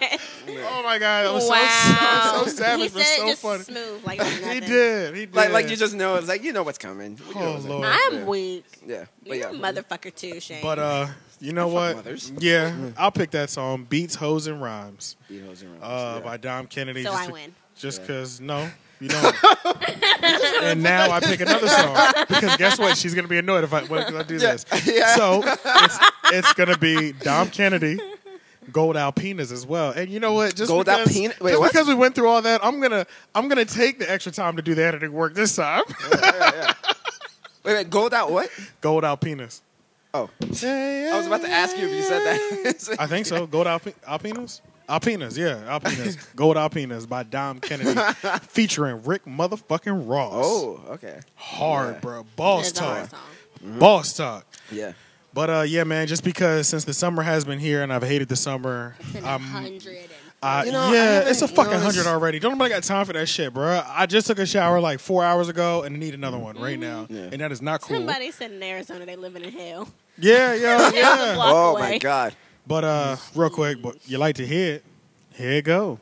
Speaker 3: Oh my god, that was
Speaker 4: wow.
Speaker 3: so, so savage,
Speaker 4: he
Speaker 3: but
Speaker 4: said
Speaker 3: so
Speaker 4: it just
Speaker 3: funny.
Speaker 4: smooth. Like nothing.
Speaker 3: He did. He did.
Speaker 2: Like like you just know it's like you know what's coming. You know
Speaker 3: Oh
Speaker 2: what's-
Speaker 3: lord.
Speaker 4: I'm weak.
Speaker 2: Yeah. But
Speaker 4: You're
Speaker 2: yeah.
Speaker 4: a motherfucker too, Shane.
Speaker 3: But uh, you know
Speaker 2: fuck
Speaker 3: what?
Speaker 2: mothers.
Speaker 3: Yeah, I'll pick that song, "Beats, Hoes, and Rhymes"
Speaker 2: Beatles and Rolls,
Speaker 3: uh,
Speaker 2: yeah.
Speaker 3: by Dom Kennedy.
Speaker 4: so
Speaker 3: just
Speaker 4: I
Speaker 3: be-
Speaker 4: win.
Speaker 3: Just
Speaker 2: Yeah.
Speaker 3: because, no, you don't. and now I pick another song because guess what? She's gonna be annoyed if I, well, if I do
Speaker 2: Yeah.
Speaker 3: this.
Speaker 2: Yeah.
Speaker 3: So it's, it's gonna be Dom Kennedy. Gold Alpinas as well, and you know what? Just
Speaker 2: Gold
Speaker 3: because,
Speaker 2: Alpina- wait,
Speaker 3: just
Speaker 2: what?
Speaker 3: because we went through all that, I'm gonna I'm gonna take the extra time to do the editing work this time.
Speaker 2: Wait, wait, gold out what?
Speaker 3: Gold Alpinas.
Speaker 2: Oh. I was about to ask you if you said that.
Speaker 3: I think so. Gold Alp- Alpinas? Alpinas, yeah. Alpinas. Gold Alpinas by Dom Kennedy featuring Rick motherfucking Ross.
Speaker 2: oh, okay.
Speaker 3: Hard,
Speaker 2: yeah. Mm-hmm.
Speaker 3: bro. Boss
Speaker 4: It's a hard
Speaker 3: talk.
Speaker 4: song.
Speaker 3: Boss talk.
Speaker 2: Yeah.
Speaker 3: But uh, yeah, man, just because since the summer has been here and I've hated the summer,
Speaker 4: It's a
Speaker 3: I'm
Speaker 4: hundred.
Speaker 3: I,
Speaker 2: You know, I
Speaker 3: yeah,
Speaker 2: haven't
Speaker 3: it's a fucking
Speaker 2: noticed-
Speaker 3: hundred already. Don't nobody got time for that shit, bro. I just took a shower like four hours ago and need another one right now,
Speaker 2: Mm-hmm. Yeah.
Speaker 3: and that is not cool.
Speaker 4: Somebody said in Arizona they living in hell.
Speaker 3: Yeah, yeah,
Speaker 4: Yeah.
Speaker 3: yeah.
Speaker 4: Walk
Speaker 2: Oh
Speaker 4: away.
Speaker 2: my god.
Speaker 3: but uh, real quick, but you like to hear it? Here it go.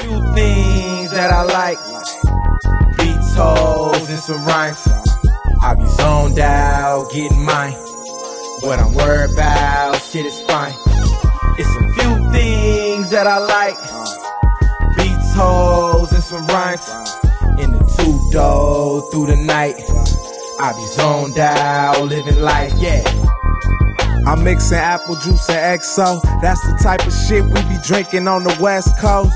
Speaker 1: few things that I like. Beats, hoes, and some rhymes. I be zoned out, getting mine. What I'm worried about, shit is fine. It's a few things that I like. Beats, hoes, and some rhymes. In the two door through the night. I be zoned out, living life, yeah. I'm mixing apple juice and XO. That's the type of shit we be drinking on the West Coast.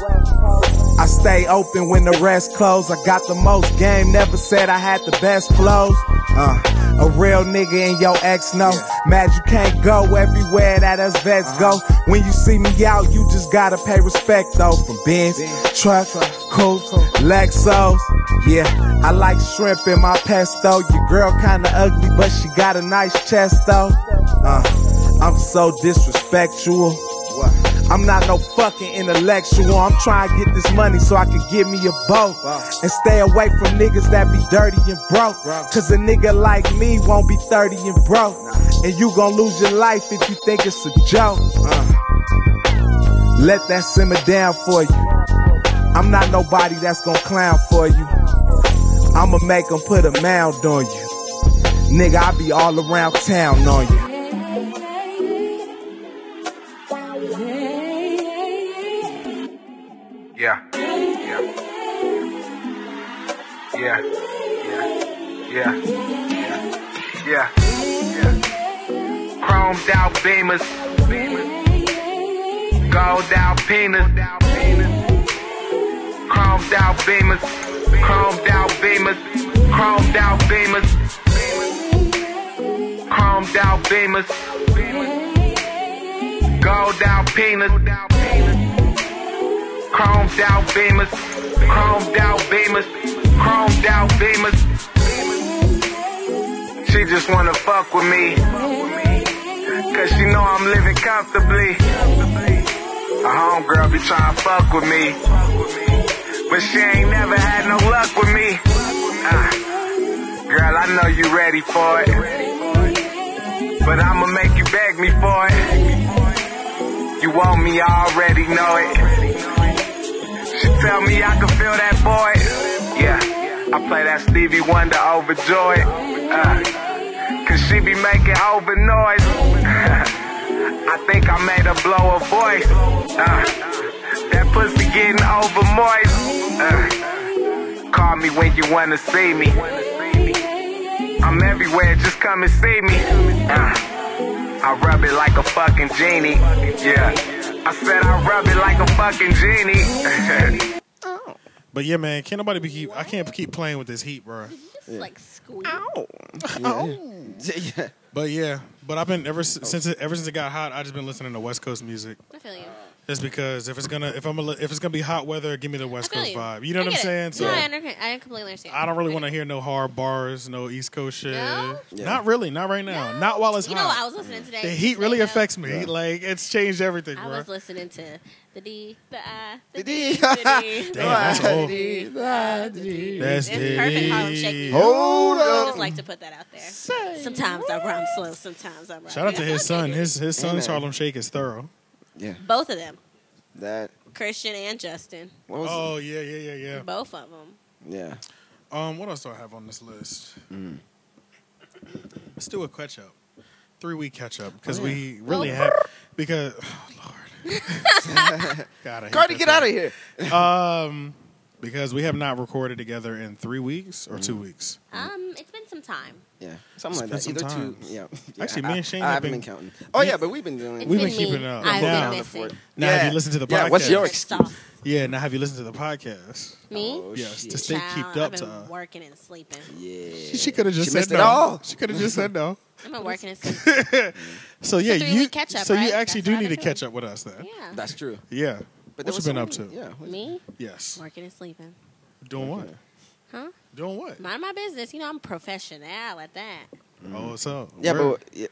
Speaker 1: I stay open when the rest close. I got the most game, never said I had the best flows. Uh, a real nigga and your ex know. Mad you can't go everywhere that us vets go. When you see me out, you just gotta pay respect though. From Benz, trucks, coats, Lexos. Yeah, I like shrimp in my pesto. Your girl kinda ugly, but she got a nice chest though. Uh, I'm so disrespectful. I'm not no fucking intellectual. I'm trying to get this money so I can give me a boat. And stay away from niggas that be dirty and broke. Cause a nigga like me won't be 30 and broke. And you gon' lose your life if you think it's a joke. Uh. Let that simmer down for you. I'm not nobody that's gonna clown for you. I'ma make 'em put a mound on you. Nigga, I be all around town on you.
Speaker 8: Yeah. Yeah. Yeah. Yeah. Yeah. Yeah. Yeah. Chromed out beamers. Gold out penis. Chromed out beamers. Chromed out beamers. Chromed out beamers. Chromed out beamers.
Speaker 1: Gold out penis. Chromed out beamers. Chromed out beamers. Chromed out beamers. She just wanna fuck with me. Cause she know I'm living comfortably. A homegirl be tryna fuck with me. But she ain't never had no luck with me. Uh, girl, I know you ready for it. But I'ma make you beg me for it. You want me, I already know it. She tell me I can feel that void. Yeah, I play that Stevie Wonder overjoyed. Uh, Cause she be making over noise. I think I made her blow her voice. Uh, that pussy getting over moist. Uh, call me when you wanna see me. I'm everywhere, just come and see me. Uh, I rub it like a fucking genie. Yeah, I said I rub it like a fucking genie.
Speaker 3: But yeah, man, can't nobody be keep. I can't keep playing with this heat, bro.
Speaker 4: It's like squeak. Oh.
Speaker 2: yeah.
Speaker 3: But yeah, but I've been ever s- since it, ever since it got hot. I just been listening to West Coast music.
Speaker 4: I feel you.
Speaker 3: Just because if it's gonna if I'm gonna, if it's gonna be hot weather, give me the West
Speaker 4: I feel
Speaker 3: Coast vibe. You know
Speaker 4: I
Speaker 3: what I'm
Speaker 4: get it.
Speaker 3: saying? So
Speaker 4: no, I, understand. I completely understand.
Speaker 3: I don't really want to hear no hard bars, no East Coast shit.
Speaker 4: No?
Speaker 2: Yeah.
Speaker 3: Not really, not right now. Not while it's
Speaker 4: You know,
Speaker 3: hot.
Speaker 4: I was listening today.
Speaker 3: the heat really affects me. Like it's changed everything,
Speaker 4: I
Speaker 3: bro.
Speaker 4: was listening to the D, the I,
Speaker 2: The
Speaker 4: the
Speaker 2: D.
Speaker 4: D, the D.
Speaker 3: Damn, that's old. That's
Speaker 4: It's perfect Harlem shake. music.
Speaker 2: Hold
Speaker 4: I
Speaker 2: up.
Speaker 4: just like to put that out there. Sometimes I rhyme slow. Sometimes I rhyme.
Speaker 3: Shout out to his son. His his son's
Speaker 2: Amen.
Speaker 3: Harlem Shake is thorough.
Speaker 2: Yeah.
Speaker 4: both of them,
Speaker 2: That.
Speaker 4: Christian and Justin,
Speaker 2: What was
Speaker 3: Oh yeah, yeah, yeah,
Speaker 4: both of them.
Speaker 2: it? Yeah.
Speaker 3: yeah. Um, what else do I have on this list? Let's do a catch up, three week catch up because
Speaker 2: Oh,
Speaker 3: we really
Speaker 4: Well-
Speaker 3: have because oh, Lord, gotta
Speaker 2: Cardi, get out of here.
Speaker 3: Um, because we have not recorded together in three weeks or
Speaker 2: Mm-hmm.
Speaker 3: two weeks.
Speaker 4: Um, it's been some time.
Speaker 2: Yeah. Something like that.
Speaker 3: It's been
Speaker 2: Either
Speaker 3: some
Speaker 2: two.
Speaker 3: time.
Speaker 2: Yeah.
Speaker 3: Actually,
Speaker 2: Yeah,
Speaker 3: me
Speaker 2: I-
Speaker 3: and Shane
Speaker 2: I,
Speaker 3: have
Speaker 2: haven't
Speaker 3: been-
Speaker 2: been counting. Oh yeah, but we've been doing.
Speaker 4: It's
Speaker 2: we've
Speaker 3: We've been
Speaker 4: been me.
Speaker 3: keeping up.
Speaker 4: I've
Speaker 3: Now-
Speaker 4: been
Speaker 2: been
Speaker 4: missing.
Speaker 2: down
Speaker 3: Now,
Speaker 2: yeah.
Speaker 3: have you listened to the
Speaker 2: Yeah.
Speaker 3: podcast?
Speaker 2: What's your ex-
Speaker 4: Stop.
Speaker 3: Yeah, now have you listened to the podcast?
Speaker 4: Me?
Speaker 2: Oh,
Speaker 3: Yes,
Speaker 2: shit.
Speaker 3: to stay
Speaker 4: Child,
Speaker 3: keeped up
Speaker 4: I've
Speaker 3: to.
Speaker 4: been
Speaker 3: us.
Speaker 4: working and sleeping.
Speaker 2: Yeah.
Speaker 3: She, could have just
Speaker 2: She
Speaker 3: said
Speaker 2: missed
Speaker 3: no.
Speaker 2: it all.
Speaker 3: She could have just said no.
Speaker 4: I've been working and sleeping.
Speaker 3: So yeah,
Speaker 4: three
Speaker 3: you
Speaker 4: week catch up,
Speaker 3: so you
Speaker 4: right?
Speaker 3: actually
Speaker 4: That's
Speaker 3: do
Speaker 4: what
Speaker 3: need
Speaker 4: I've
Speaker 3: to
Speaker 4: been
Speaker 3: catch up with us then.
Speaker 4: Yeah.
Speaker 2: That's true.
Speaker 3: Yeah.
Speaker 2: But there
Speaker 3: what you
Speaker 2: was
Speaker 3: been up to?
Speaker 2: some- Yeah. what-
Speaker 4: Me?
Speaker 3: Yes.
Speaker 4: Working and sleeping.
Speaker 3: Doing what?
Speaker 4: Huh?
Speaker 3: Doing what?
Speaker 4: Mind my business. You know, I'm professional at that.
Speaker 3: Oh, so
Speaker 2: Yeah,
Speaker 3: we're-
Speaker 2: but yeah,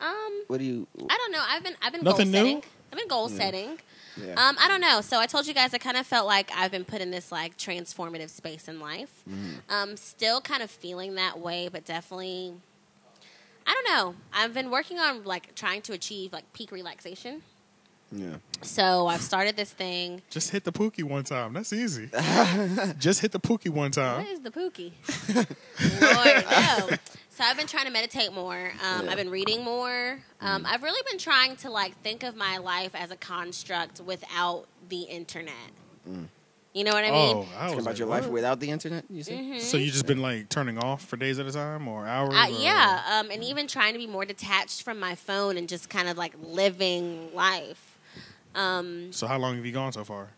Speaker 4: Um,
Speaker 2: what do you?
Speaker 4: I don't know. I've been I've been
Speaker 3: Nothing
Speaker 4: goal
Speaker 3: new?
Speaker 4: setting. I've been goal setting.
Speaker 2: Yeah.
Speaker 4: Um, I don't know. So I told you guys I kind of felt like I've been put in this like transformative space in life.
Speaker 2: Mm-hmm.
Speaker 4: Um, still kind of feeling that way, but definitely. I don't know. I've been working on like trying to achieve like peak relaxation.
Speaker 2: yeah.
Speaker 4: So I've started this thing.
Speaker 3: just hit the pookie one time. That's easy. just hit the pookie one time.
Speaker 4: What is the pookie? Lord, no. So I've been trying to meditate more. Um,
Speaker 2: Yeah. Mm-hmm.
Speaker 4: I've been reading more. Um, I've really been trying to like think of my life as a construct without the internet.
Speaker 2: Mm.
Speaker 4: You know what I mean?
Speaker 3: oh, I was
Speaker 2: Talking about
Speaker 3: like,
Speaker 2: your
Speaker 3: what?
Speaker 2: life without the internet. You see?
Speaker 4: Mm-hmm.
Speaker 3: So you just been like turning off for days at a time or hours?
Speaker 4: Uh,
Speaker 3: or-
Speaker 4: yeah, um, and even trying to be more detached from my phone and just kind of like living life. Um,
Speaker 3: So how long have you gone so far?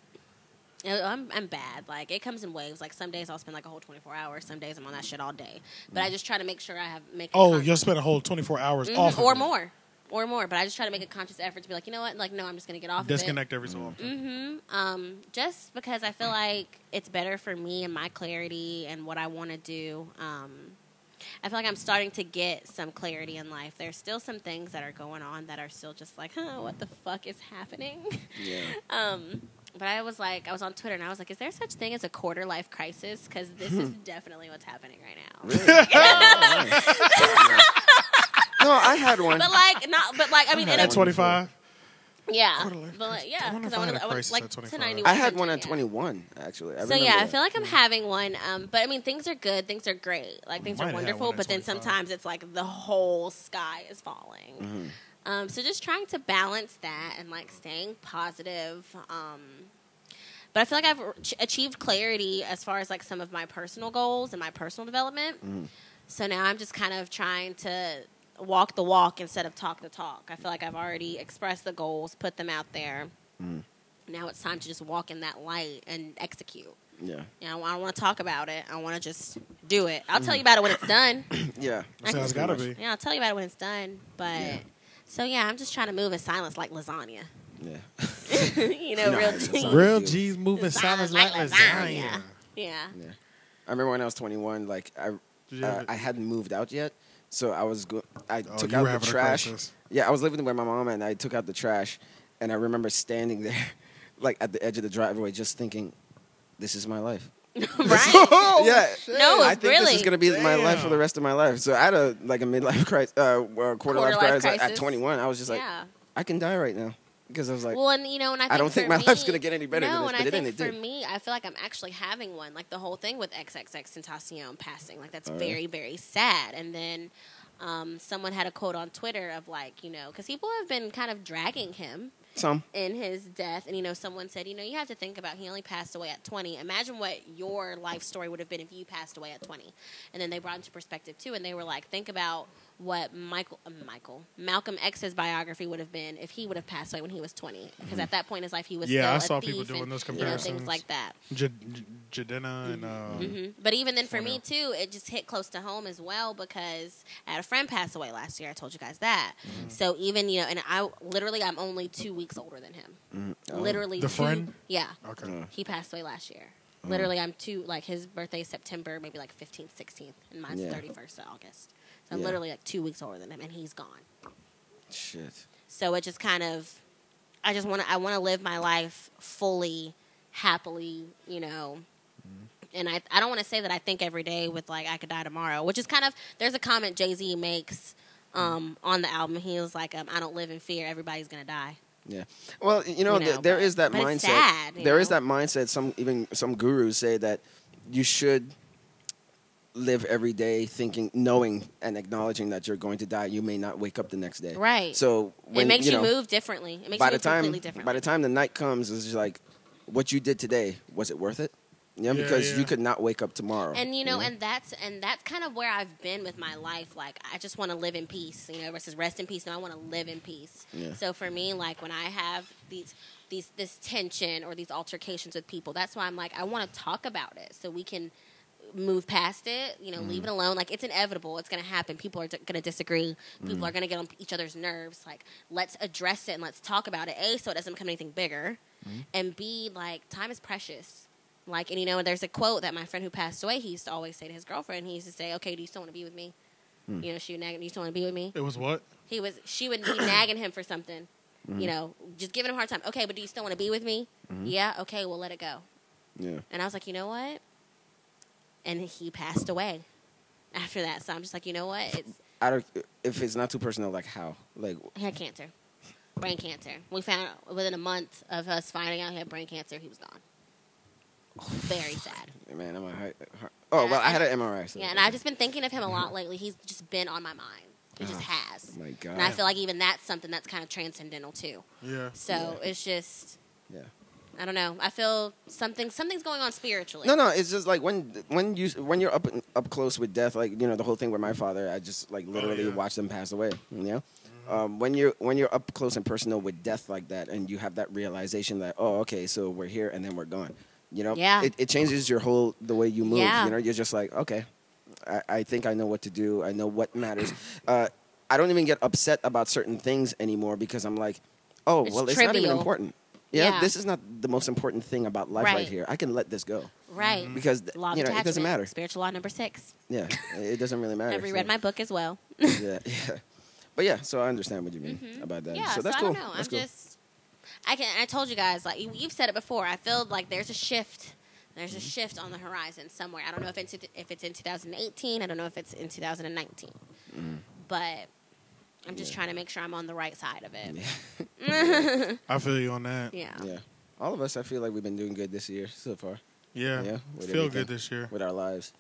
Speaker 4: I- I'm, I'm bad. Like it comes in waves. Like some days I'll spend like a whole 24 hours. Some days I'm on that shit all day. But I just try to make sure I have make. a
Speaker 3: Mm. Oh,
Speaker 4: conscious-
Speaker 3: you'll spend a whole 24 hours
Speaker 4: Mhm,
Speaker 3: off of
Speaker 4: Uh, or
Speaker 3: it.
Speaker 4: more, or more. But I just try to make a conscious effort to be like, you know what? Like no, I'm just gonna get off.
Speaker 3: Disconnect every so often.
Speaker 4: hmm Um, just because I feel like it's better for me and my clarity and what I want to do. Um, I feel like I'm starting to get some clarity in life. There's still some things that are going on that are still just like, huh, what the fuck is happening?
Speaker 2: Yeah.
Speaker 4: Um, but I was like, I was on Twitter and I was like, is there such thing as a quarter life crisis? Because this is
Speaker 3: Hmm.
Speaker 4: definitely what's happening right now.
Speaker 2: No, I had one.
Speaker 4: But like, not, but like, I mean, in a,
Speaker 3: At 25?
Speaker 4: yeah,
Speaker 3: Quarter life
Speaker 4: but like,
Speaker 3: crisis.
Speaker 4: yeah,
Speaker 3: I wonder if I had
Speaker 4: because I want
Speaker 3: a
Speaker 4: to, I
Speaker 3: crisis
Speaker 4: was like
Speaker 3: at 25.
Speaker 4: to 91.
Speaker 2: I had one at
Speaker 4: yeah.
Speaker 2: 21 actually. I
Speaker 4: So yeah,
Speaker 2: remember
Speaker 4: I feel like I'm having one, um, but I mean things are good, things are great, like things
Speaker 3: might
Speaker 4: are
Speaker 3: have
Speaker 4: wonderful.
Speaker 3: one at
Speaker 4: But then
Speaker 3: 25.
Speaker 4: sometimes it's like the whole sky is falling.
Speaker 3: Mm-hmm.
Speaker 4: Um, so just trying to balance that and like staying positive. Um, but I feel like I've ch- achieved clarity as far as like some of my personal goals and my personal development.
Speaker 3: Mm-hmm.
Speaker 4: So now I'm just kind of trying to walk the walk instead of talk the talk. I feel like I've already expressed the goals, put them out there.
Speaker 3: Mm.
Speaker 4: Now it's time to just walk in that light and execute.
Speaker 2: yeah.
Speaker 4: You know, I don't want to talk about it. I want to just Mm. do it. I'll tell you about it when it's done.
Speaker 2: Yeah.
Speaker 3: Sounds gotta be.
Speaker 4: Yeah, I'll tell you about it when it's done. But So yeah, I'm just trying to move in silence like lasagna.
Speaker 2: Yeah.
Speaker 4: you know,
Speaker 2: No,
Speaker 4: real
Speaker 2: it's
Speaker 4: deep.
Speaker 2: lasagna.
Speaker 3: Real
Speaker 2: Thank you.
Speaker 3: G's moving silence like lasagna.
Speaker 4: Yeah.
Speaker 2: I remember when I was 21, like I,
Speaker 3: you
Speaker 2: uh,
Speaker 3: have-
Speaker 2: I hadn't moved out yet, so I was go- I
Speaker 3: Oh,
Speaker 2: took
Speaker 3: you
Speaker 2: out
Speaker 3: were
Speaker 2: the
Speaker 3: having a
Speaker 2: trash.
Speaker 3: crisis.
Speaker 2: Yeah, I was living with my mom, and I took out the trash, and I remember standing there, like at the edge of the driveway, just thinking, "This is my life." yeah, I
Speaker 4: right. No, Oh, it's
Speaker 2: think this
Speaker 4: really-
Speaker 2: is gonna be my life for
Speaker 3: Damn.
Speaker 2: the rest of my life. So I had a like a midlife crisis, uh, quarter, life
Speaker 4: Quarter-life
Speaker 2: crisis, at
Speaker 4: crisis.
Speaker 2: 21. I was just like,
Speaker 4: yeah.
Speaker 2: I can die right now because I was like,
Speaker 4: well, and you know, and I, think
Speaker 2: I don't think
Speaker 4: for
Speaker 2: my
Speaker 4: me,
Speaker 2: life's gonna get any better
Speaker 4: No,
Speaker 2: than this,
Speaker 4: and
Speaker 2: but
Speaker 4: I
Speaker 2: it
Speaker 4: think
Speaker 2: ain't, it
Speaker 4: for
Speaker 2: did.
Speaker 4: me, I feel like I'm actually having one. Like the whole thing with XXX Tentacion passing, like that's
Speaker 2: Oh, really?
Speaker 4: very, very sad. And then um, someone had a quote on Twitter of like, you know, because people have been kind of dragging him
Speaker 2: some
Speaker 4: in his death and you know someone said you know you have to think about he only passed away at 20 imagine what your life story would have been if you passed away at 20 and then they brought into perspective too and they were like think about what michael uh, michael malcolm x's biography would have been if he would have passed away when he was 20 because at that point in his life he was
Speaker 3: Yeah,
Speaker 4: still
Speaker 3: I saw
Speaker 4: a thief
Speaker 3: people doing
Speaker 4: and,
Speaker 3: those
Speaker 4: you know,
Speaker 3: comparisons.
Speaker 4: things like that
Speaker 3: J- J- Jadena and um,
Speaker 2: Mm-hmm.
Speaker 4: Mhm. But even then, for
Speaker 3: Funny.
Speaker 4: me too, it just hit close to home as well because I had a friend pass away last year. I told you guys that.
Speaker 2: Mm-hmm.
Speaker 4: So even you know, and I literally I'm only two weeks older than him.
Speaker 2: Oh.
Speaker 4: Literally,
Speaker 3: The
Speaker 4: two-
Speaker 3: friend?
Speaker 4: Yeah,
Speaker 3: okay.
Speaker 2: Uh.
Speaker 4: he passed away last year.
Speaker 2: Mm.
Speaker 4: Literally, I'm two. Like his birthday is September, maybe like 15th, 16th, and mine's
Speaker 2: Yeah.
Speaker 4: 31st of August. So I'm
Speaker 2: Yeah.
Speaker 4: literally like two weeks older than him, and he's gone.
Speaker 2: shit.
Speaker 4: So it just kind of, I just want to, I want to live my life fully, happily, you know.
Speaker 2: Mm-hmm.
Speaker 4: And I, I don't want to say that I think every day with like I could die tomorrow, which is kind of there's a comment Jay Z makes
Speaker 2: Mm-hmm.
Speaker 4: um, on the album. He was like, um, "I don't live in fear. Everybody's gonna die."
Speaker 2: Yeah. Well, you know,
Speaker 4: You
Speaker 2: th-
Speaker 4: know,
Speaker 2: there
Speaker 4: but-
Speaker 2: is that
Speaker 4: but
Speaker 2: mindset.
Speaker 4: it's sad, you
Speaker 2: There is
Speaker 4: know?
Speaker 2: that mindset. Some even some gurus say that you should live every day thinking, knowing, and acknowledging that you're going to die. You may not wake up the next day.
Speaker 4: Right.
Speaker 2: So when,
Speaker 4: it makes you,
Speaker 2: know,
Speaker 4: move differently. It makes
Speaker 2: by
Speaker 4: you
Speaker 2: the
Speaker 4: move
Speaker 2: time
Speaker 4: completely differently.
Speaker 2: by the time the night comes, it's just like, what you did today was it worth it?
Speaker 3: Yeah,
Speaker 2: Yeah, because
Speaker 3: yeah.
Speaker 2: you could not wake up tomorrow.
Speaker 4: and you know,
Speaker 2: Mm-hmm.
Speaker 4: and that's and that's kind of where I've been with my life. Like I just want to live in peace, you know, versus rest in peace. No, I want to live in peace.
Speaker 2: Yeah.
Speaker 4: So for me, like when I have these these this tension or these altercations with people, that's why I'm like I want to talk about it so we can move past it. You know, leave it alone. Like it's inevitable. It's going to happen. People are d- going to disagree. People are going to get on each other's nerves. Like let's address it and let's talk about it. A, so it doesn't become anything bigger, and B, like time is precious. Like, and you know, there's a quote that my friend who passed away, he used to always say to his girlfriend, he used to say, okay, do you still want to be with me? You know, she would nag, him, do you still want to be with me?
Speaker 3: It was what?
Speaker 4: He was, she would be nagging him for something, you know, just giving him a hard time. Okay, but do you still want to be with me? Yeah, okay, we'll let it go.
Speaker 2: yeah.
Speaker 4: And I was like, you know what? And he passed away after that. So I'm just like, you know what? It's,
Speaker 2: I don't, if it's not too personal, like how? Like
Speaker 4: he had cancer, brain cancer. We found out within a month of us finding out he had brain cancer, he was gone. Very sad.
Speaker 2: man, I'm a heart, heart. Oh well, I had an MRI. So
Speaker 4: Yeah, and I've just been thinking of him a lot lately. He's just been on my mind. He just has.
Speaker 2: Oh my God.
Speaker 4: And I feel like even that's something that's kind of transcendental too.
Speaker 3: Yeah.
Speaker 4: So it's just
Speaker 2: yeah.
Speaker 4: I don't know. I feel something something's going on spiritually.
Speaker 2: No, no, it's just like when when you when you're up up close with death, like you know the whole thing with my father. I just like literally
Speaker 3: yeah.
Speaker 2: watched him pass away. You know, um, when you're when you're up close and personal with death like that, and you have that realization that oh, okay, so we're here and then we're gone. You know,
Speaker 4: Yeah.
Speaker 2: it, it changes your whole the way you move.
Speaker 4: Yeah.
Speaker 2: You know, you're just like okay, I, I think I know what to do. I know what matters. uh, I don't even get upset about certain things anymore because I'm like, oh,
Speaker 4: It's
Speaker 2: well, it's not even
Speaker 4: trivial.
Speaker 2: important. Yeah,
Speaker 4: Yeah.
Speaker 2: this is not the most important thing about life right,
Speaker 4: Right.
Speaker 2: here. I can let this go
Speaker 4: Right.
Speaker 2: because th-
Speaker 4: Law of
Speaker 2: you know it
Speaker 4: attachment.
Speaker 2: doesn't matter.
Speaker 4: Spiritual law number six.
Speaker 2: Yeah, it doesn't really matter.
Speaker 4: I've reread
Speaker 2: so-
Speaker 4: my book as well.
Speaker 2: yeah, yeah, but yeah. So I understand what you mean about that.
Speaker 4: Mm-hmm. Yeah,
Speaker 2: so that's
Speaker 4: I
Speaker 2: cool.
Speaker 4: don't know.
Speaker 2: That's
Speaker 4: I'm
Speaker 2: cool.
Speaker 4: just I can I told you guys like you, you've said it before. I feel like there's a shift. There's
Speaker 2: Mm-hmm.
Speaker 4: a shift on the horizon somewhere. I don't know if it's if it's in 2018. I don't know if it's in 2019.
Speaker 2: Mm-hmm.
Speaker 4: But I'm just trying to make sure I'm on the right side of it.
Speaker 3: I feel you on that.
Speaker 4: Yeah.
Speaker 2: yeah, all of us. I feel like we've been doing good this year so far
Speaker 3: Yeah.
Speaker 2: Yeah,
Speaker 3: Feel
Speaker 2: with everything.
Speaker 3: good this year.
Speaker 2: with our lives.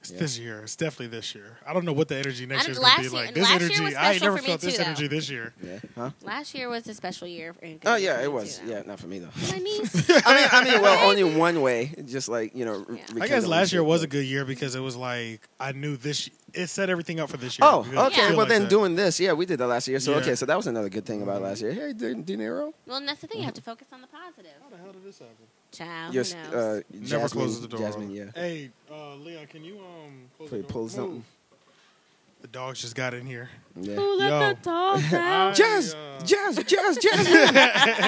Speaker 3: It's
Speaker 2: Yeah.
Speaker 3: this year. It's definitely this year. I don't know what the energy next
Speaker 4: I
Speaker 3: year is
Speaker 4: don't-
Speaker 3: going to be
Speaker 4: last year-
Speaker 3: like. This
Speaker 4: last year
Speaker 3: energy,
Speaker 4: was
Speaker 3: I ain't
Speaker 4: special
Speaker 3: never
Speaker 4: for me
Speaker 3: felt this
Speaker 4: too,
Speaker 3: energy
Speaker 4: though.
Speaker 3: this year.
Speaker 2: Yeah, huh?
Speaker 4: Last year was a special year. in
Speaker 2: Oh yeah, it
Speaker 4: 2022,
Speaker 2: was.
Speaker 4: though.
Speaker 2: Yeah, not for me though.
Speaker 4: I mean,
Speaker 2: I mean, I mean, well, only one way. Just like you know, re-
Speaker 4: Yeah. I
Speaker 2: rekindling
Speaker 3: I guess last year
Speaker 2: shit,
Speaker 3: was a
Speaker 2: but-
Speaker 3: good year because it was like I knew this. It set everything up for this year.
Speaker 2: Oh,
Speaker 3: Because I
Speaker 2: okay.
Speaker 3: feel
Speaker 2: Well,
Speaker 3: like
Speaker 2: then
Speaker 3: that.
Speaker 2: doing this, yeah, we did that last year. So
Speaker 3: Yeah.
Speaker 2: okay, so that was another good thing
Speaker 4: Mm-hmm.
Speaker 2: about last year. Hey, De, De Niro,
Speaker 4: well, and that's the thing. You have to focus on the positive. How the hell did this happen? Child,
Speaker 2: Your,
Speaker 4: who knows?
Speaker 2: uh,
Speaker 3: never
Speaker 2: Jasmine-
Speaker 3: closes the door.
Speaker 2: Jasmine, yeah.
Speaker 3: Hey, uh, Leon, can you um close
Speaker 2: Before
Speaker 3: the
Speaker 2: you
Speaker 3: door?
Speaker 2: pull
Speaker 3: Move.
Speaker 2: something.
Speaker 3: The dogs just got in here.
Speaker 2: Yeah.
Speaker 4: Who let
Speaker 3: Yo.
Speaker 4: the dogs out?
Speaker 2: Jazz,
Speaker 3: I, uh,
Speaker 2: jazz, jazz, jazz.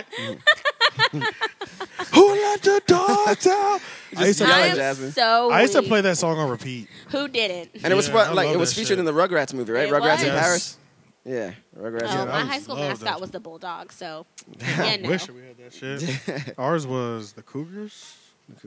Speaker 3: Who let the dogs out? I used, to,
Speaker 2: yell
Speaker 4: I
Speaker 2: at
Speaker 4: am
Speaker 2: Jasmine.
Speaker 4: so.
Speaker 3: I used to
Speaker 4: weak.
Speaker 3: play that song on repeat.
Speaker 4: Who didn't?
Speaker 2: And it was
Speaker 3: Yeah,
Speaker 2: what,
Speaker 3: I
Speaker 2: like
Speaker 3: love
Speaker 2: it was
Speaker 3: that
Speaker 2: featured
Speaker 3: shit.
Speaker 2: in the Rugrats movie, right?
Speaker 4: It
Speaker 2: Rugrats in
Speaker 4: was.
Speaker 2: Paris. Yeah, Rugrats.
Speaker 4: Oh,
Speaker 3: Yeah,
Speaker 4: my
Speaker 3: I
Speaker 4: high school
Speaker 3: love that
Speaker 4: mascot
Speaker 3: shit.
Speaker 4: was the bulldog. So, yeah, no.
Speaker 3: Wish we had that shit. Ours was the Cougars.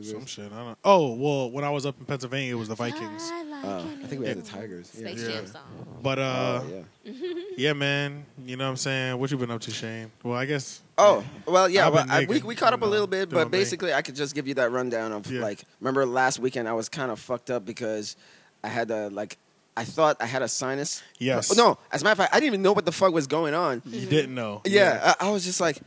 Speaker 3: Some shit. I don't. Oh well, when I was up in Pennsylvania, it was the Vikings.
Speaker 4: I like
Speaker 2: Uh,
Speaker 4: it.
Speaker 2: I think we had the Tigers. Yeah.
Speaker 4: Space
Speaker 3: Yeah.
Speaker 4: Jam song.
Speaker 3: But Oh. uh,
Speaker 2: Oh, yeah.
Speaker 3: yeah, man. You know what I'm saying? What you been up to, Shane? Well, I guess
Speaker 2: Oh well, yeah.
Speaker 3: I've
Speaker 2: Well,
Speaker 3: been
Speaker 2: I, we
Speaker 3: nigga,
Speaker 2: we caught up
Speaker 3: you
Speaker 2: a
Speaker 3: know,
Speaker 2: little bit,
Speaker 3: doing
Speaker 2: but
Speaker 3: me.
Speaker 2: basically, I could just give you that rundown of
Speaker 3: Yeah.
Speaker 2: like. Remember last weekend, I was kind of fucked up because I had a like. I thought I had a sinus.
Speaker 3: Yes.
Speaker 2: Oh, No, as a matter of fact, I didn't even know what the fuck was going on.
Speaker 3: you didn't know.
Speaker 2: Mm-hmm. Yeah, I, I was just like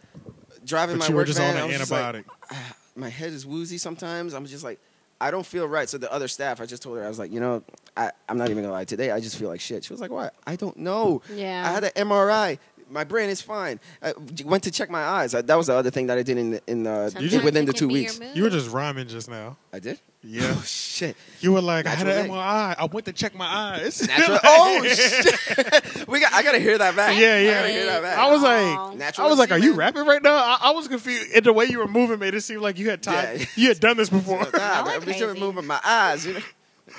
Speaker 2: driving
Speaker 3: But
Speaker 2: my
Speaker 3: you were
Speaker 2: work
Speaker 3: just
Speaker 2: van,
Speaker 3: on
Speaker 2: I
Speaker 3: an
Speaker 2: was just, like,
Speaker 3: antibiotic.
Speaker 2: my head is woozy sometimes. I'm just like, I don't feel right. So the other staff, I just told her, I was like, you know, I, I'm not even gonna lie. Today, I just feel like shit. She was like, what? I don't know.
Speaker 4: Yeah.
Speaker 2: I had an MRI. My brain is fine. I went to check my eyes. I, that was the other thing that I did in the- in uh,
Speaker 4: Sometimes
Speaker 3: just-
Speaker 2: within
Speaker 4: it
Speaker 2: the
Speaker 4: can
Speaker 2: two
Speaker 4: be your
Speaker 2: weeks.
Speaker 4: mood.
Speaker 3: you were just rhyming just now.
Speaker 2: I did.
Speaker 3: Yeah.
Speaker 2: Oh shit.
Speaker 3: You were like, I had an
Speaker 2: Natural
Speaker 3: MRI. I went to check my eyes.
Speaker 2: Natural. oh shit. we got. I gotta hear that back.
Speaker 3: Yeah, yeah.
Speaker 2: I gotta hear that back.
Speaker 3: I was
Speaker 4: Wow.
Speaker 3: like,
Speaker 2: Natural
Speaker 3: I was like, are you
Speaker 2: achievement.
Speaker 3: rapping right now? I, I was confused. And the way you were moving made it seem like you had time.
Speaker 2: Yeah.
Speaker 3: You had done this before.
Speaker 2: nah,
Speaker 4: Y'all are
Speaker 2: but I'm just
Speaker 4: crazy.
Speaker 2: moving my eyes. You know?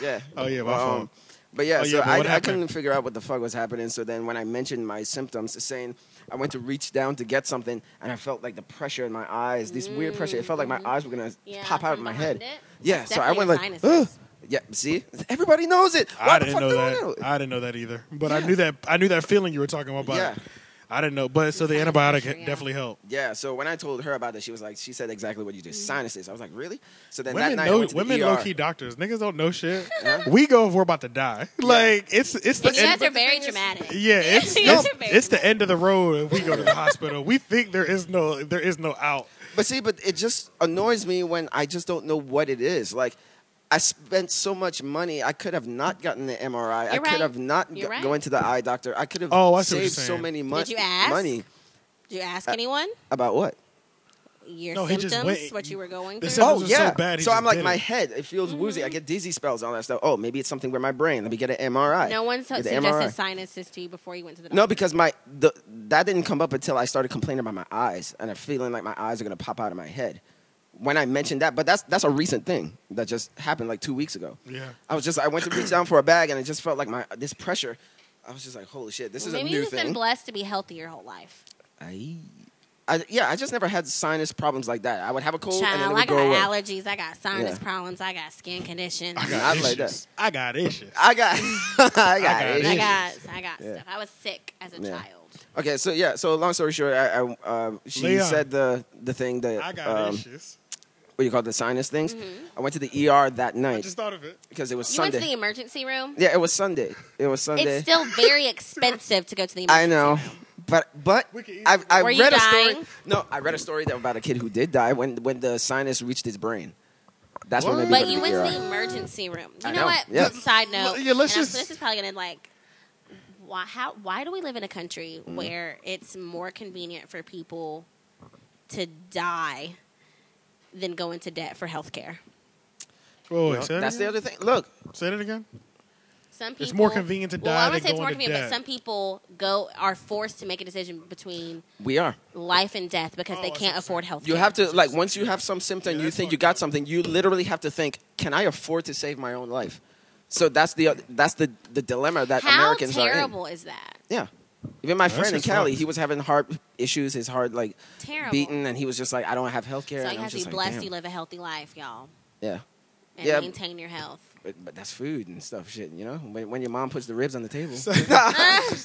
Speaker 2: Yeah. Um,
Speaker 3: Oh, yeah, my fault.
Speaker 2: But yeah,
Speaker 3: Oh, yeah,
Speaker 2: so
Speaker 3: but what
Speaker 2: I, I
Speaker 3: happened?
Speaker 2: couldn't figure out what the fuck was happening. So then when I mentioned my symptoms, saying I went to reach down to get something, and I felt like the pressure in my eyes, this weird pressure. It felt like my eyes were gonna
Speaker 4: Mm-hmm. Yeah,
Speaker 2: pop out of
Speaker 4: from
Speaker 2: my head.
Speaker 4: behind it.
Speaker 2: Yeah, so I
Speaker 4: Definitely
Speaker 2: went like,
Speaker 4: sinuses.
Speaker 2: "Ugh." yeah. See, everybody knows it. Why
Speaker 3: I
Speaker 2: the
Speaker 3: didn't
Speaker 2: fuck
Speaker 3: know
Speaker 2: do I
Speaker 3: that.
Speaker 2: it?
Speaker 3: I didn't know that either. But I
Speaker 2: Yeah.
Speaker 3: knew that. I knew that feeling you were talking about.
Speaker 2: Yeah.
Speaker 3: I didn't know. But so the
Speaker 4: Sinus
Speaker 3: antibiotic
Speaker 4: pressure, yeah.
Speaker 3: definitely helped.
Speaker 2: Yeah, so when I told her about that, she was like, she said exactly what you did,
Speaker 4: Mm-hmm.
Speaker 2: sinuses. I was like, really? So then
Speaker 3: Women
Speaker 2: that night, I
Speaker 3: know.
Speaker 2: went to the
Speaker 3: Women
Speaker 2: ER.
Speaker 3: low key doctors. Niggas don't know shit.
Speaker 2: Huh?
Speaker 3: we go if we're about to die. Like it's it's the
Speaker 4: And you guys
Speaker 3: end.
Speaker 4: are very dramatic.
Speaker 3: Yeah, it's
Speaker 4: You
Speaker 3: it's,
Speaker 4: guys are very
Speaker 3: it's the end of the road. If we go to the hospital, we think there is no there is no out.
Speaker 2: But see, but it just annoys me when I just don't know what it is. Like, I spent so much money. I could have not gotten the MRI. I
Speaker 4: You're
Speaker 2: could
Speaker 4: right.
Speaker 2: have not
Speaker 4: You're
Speaker 2: go-
Speaker 4: right.
Speaker 2: going to the eye doctor. I could have
Speaker 3: Oh, I see what you're
Speaker 2: saved so
Speaker 3: saying.
Speaker 2: many mon-
Speaker 4: Did you ask?
Speaker 2: money.
Speaker 4: Did you ask anyone
Speaker 2: About what?
Speaker 4: your
Speaker 3: No, he just
Speaker 4: symptoms,
Speaker 3: went-
Speaker 4: what you were going
Speaker 3: The
Speaker 4: through?
Speaker 3: symptoms
Speaker 2: oh
Speaker 3: was so
Speaker 2: yeah.
Speaker 3: bad, he
Speaker 2: I'm
Speaker 3: just
Speaker 2: like
Speaker 3: did
Speaker 2: my
Speaker 3: it.
Speaker 2: head. It feels woozy.
Speaker 4: Mm-hmm.
Speaker 2: I get dizzy spells and all that stuff. Oh, maybe it's something with my brain. Let me get an MRI.
Speaker 4: No one
Speaker 2: Get
Speaker 4: su-
Speaker 2: the
Speaker 4: suggested
Speaker 2: MRI.
Speaker 4: sinuses to you before you went to the doctor.
Speaker 2: No, because my the, that didn't come up until I started complaining about my eyes and I'm feeling like my eyes are gonna pop out of my head. When I mentioned that, but that's that's a recent thing that just happened like two weeks ago.
Speaker 3: Yeah.
Speaker 2: I was just I went to reach down for a bag and it just felt like my this pressure. I was just like, holy shit, this is
Speaker 4: Maybe
Speaker 2: a new
Speaker 4: you've been
Speaker 2: thing.
Speaker 4: blessed to be healthy your whole life.
Speaker 2: I, I- yeah, I just never had sinus problems like that. I would have a cold Oh, and then it
Speaker 4: Child,
Speaker 2: would
Speaker 4: I got
Speaker 2: go away.
Speaker 4: allergies. I got sinus
Speaker 2: Yeah.
Speaker 4: problems. I got skin conditions.
Speaker 3: I
Speaker 4: I
Speaker 3: got
Speaker 2: Not
Speaker 3: issues.
Speaker 2: like that.
Speaker 3: I got issues.
Speaker 2: I got, I got,
Speaker 3: got
Speaker 2: it.
Speaker 3: issues.
Speaker 4: got, I got
Speaker 2: Yeah.
Speaker 4: stuff. I was sick as a
Speaker 2: Yeah.
Speaker 4: child.
Speaker 2: Okay, so yeah, so long story short, I, I um, she
Speaker 3: Leon.
Speaker 2: said the the thing that
Speaker 3: I got
Speaker 2: um,
Speaker 3: issues.
Speaker 2: what do you call it, the sinus things. I went to the ER that
Speaker 3: I
Speaker 2: night
Speaker 3: just thought of it.
Speaker 2: because it was
Speaker 4: Mm-hmm. You
Speaker 2: Sunday.
Speaker 4: went to the emergency room.
Speaker 2: yeah, it was Sunday. It was Sunday.
Speaker 4: It's still very expensive to go to the emergency
Speaker 2: I know, but but
Speaker 3: We can eat-
Speaker 2: I, I
Speaker 4: Were
Speaker 2: read
Speaker 4: you
Speaker 2: a story.
Speaker 4: dying?
Speaker 2: No, I read a story that about a kid who did die when when the sinus reached his brain. That's what? when.
Speaker 3: What?
Speaker 2: they
Speaker 4: But you went
Speaker 2: ER.
Speaker 4: to the emergency room. You
Speaker 2: I
Speaker 4: know,
Speaker 2: know.
Speaker 4: what?
Speaker 2: Yeah.
Speaker 4: Side note.
Speaker 3: L- yeah, let's
Speaker 4: and I'm-
Speaker 3: just-
Speaker 4: This is probably gonna like. Why? How? Why do we live in a country where it's more convenient for people to die than go into debt for health care?
Speaker 3: Whoa, wait,
Speaker 2: No,
Speaker 3: say that
Speaker 2: that's the
Speaker 3: again?
Speaker 2: other thing. Look,
Speaker 3: Say that again.
Speaker 4: Some people,
Speaker 3: It's more convenient to
Speaker 4: Well,
Speaker 3: die
Speaker 4: I would
Speaker 3: than
Speaker 4: say it's
Speaker 3: go
Speaker 4: more
Speaker 3: into
Speaker 4: convenient,
Speaker 3: debt.
Speaker 4: but some people go are forced to make a decision between
Speaker 2: we are.
Speaker 4: life and death because
Speaker 3: Oh, I
Speaker 4: they
Speaker 3: see
Speaker 4: can't
Speaker 3: what
Speaker 4: afford health.
Speaker 2: You have to like once you have some symptom,
Speaker 3: Yeah,
Speaker 2: you
Speaker 3: that's
Speaker 2: think
Speaker 3: fucked
Speaker 2: you got
Speaker 3: up.
Speaker 2: something. You literally have to think, can I afford to save my own life? So that's the that's the the dilemma that
Speaker 4: How
Speaker 2: Americans
Speaker 4: terrible is that?
Speaker 2: are in. Yeah. Even my
Speaker 3: That's
Speaker 2: friend in
Speaker 3: just
Speaker 2: Cali,
Speaker 3: fucked.
Speaker 2: he was having heart issues, his heart like
Speaker 4: Terrible.
Speaker 2: beaten, and he was just like, I don't have health care.
Speaker 4: so
Speaker 2: and
Speaker 4: you
Speaker 2: I'm
Speaker 4: have to be
Speaker 2: just like,
Speaker 4: blessed.
Speaker 2: damn.
Speaker 4: You live a healthy life, y'all,
Speaker 2: Yeah.
Speaker 4: and
Speaker 2: Yeah.
Speaker 4: maintain your health.
Speaker 2: But, but that's food and stuff, shit, you know? When, when your mom puts the ribs on the table.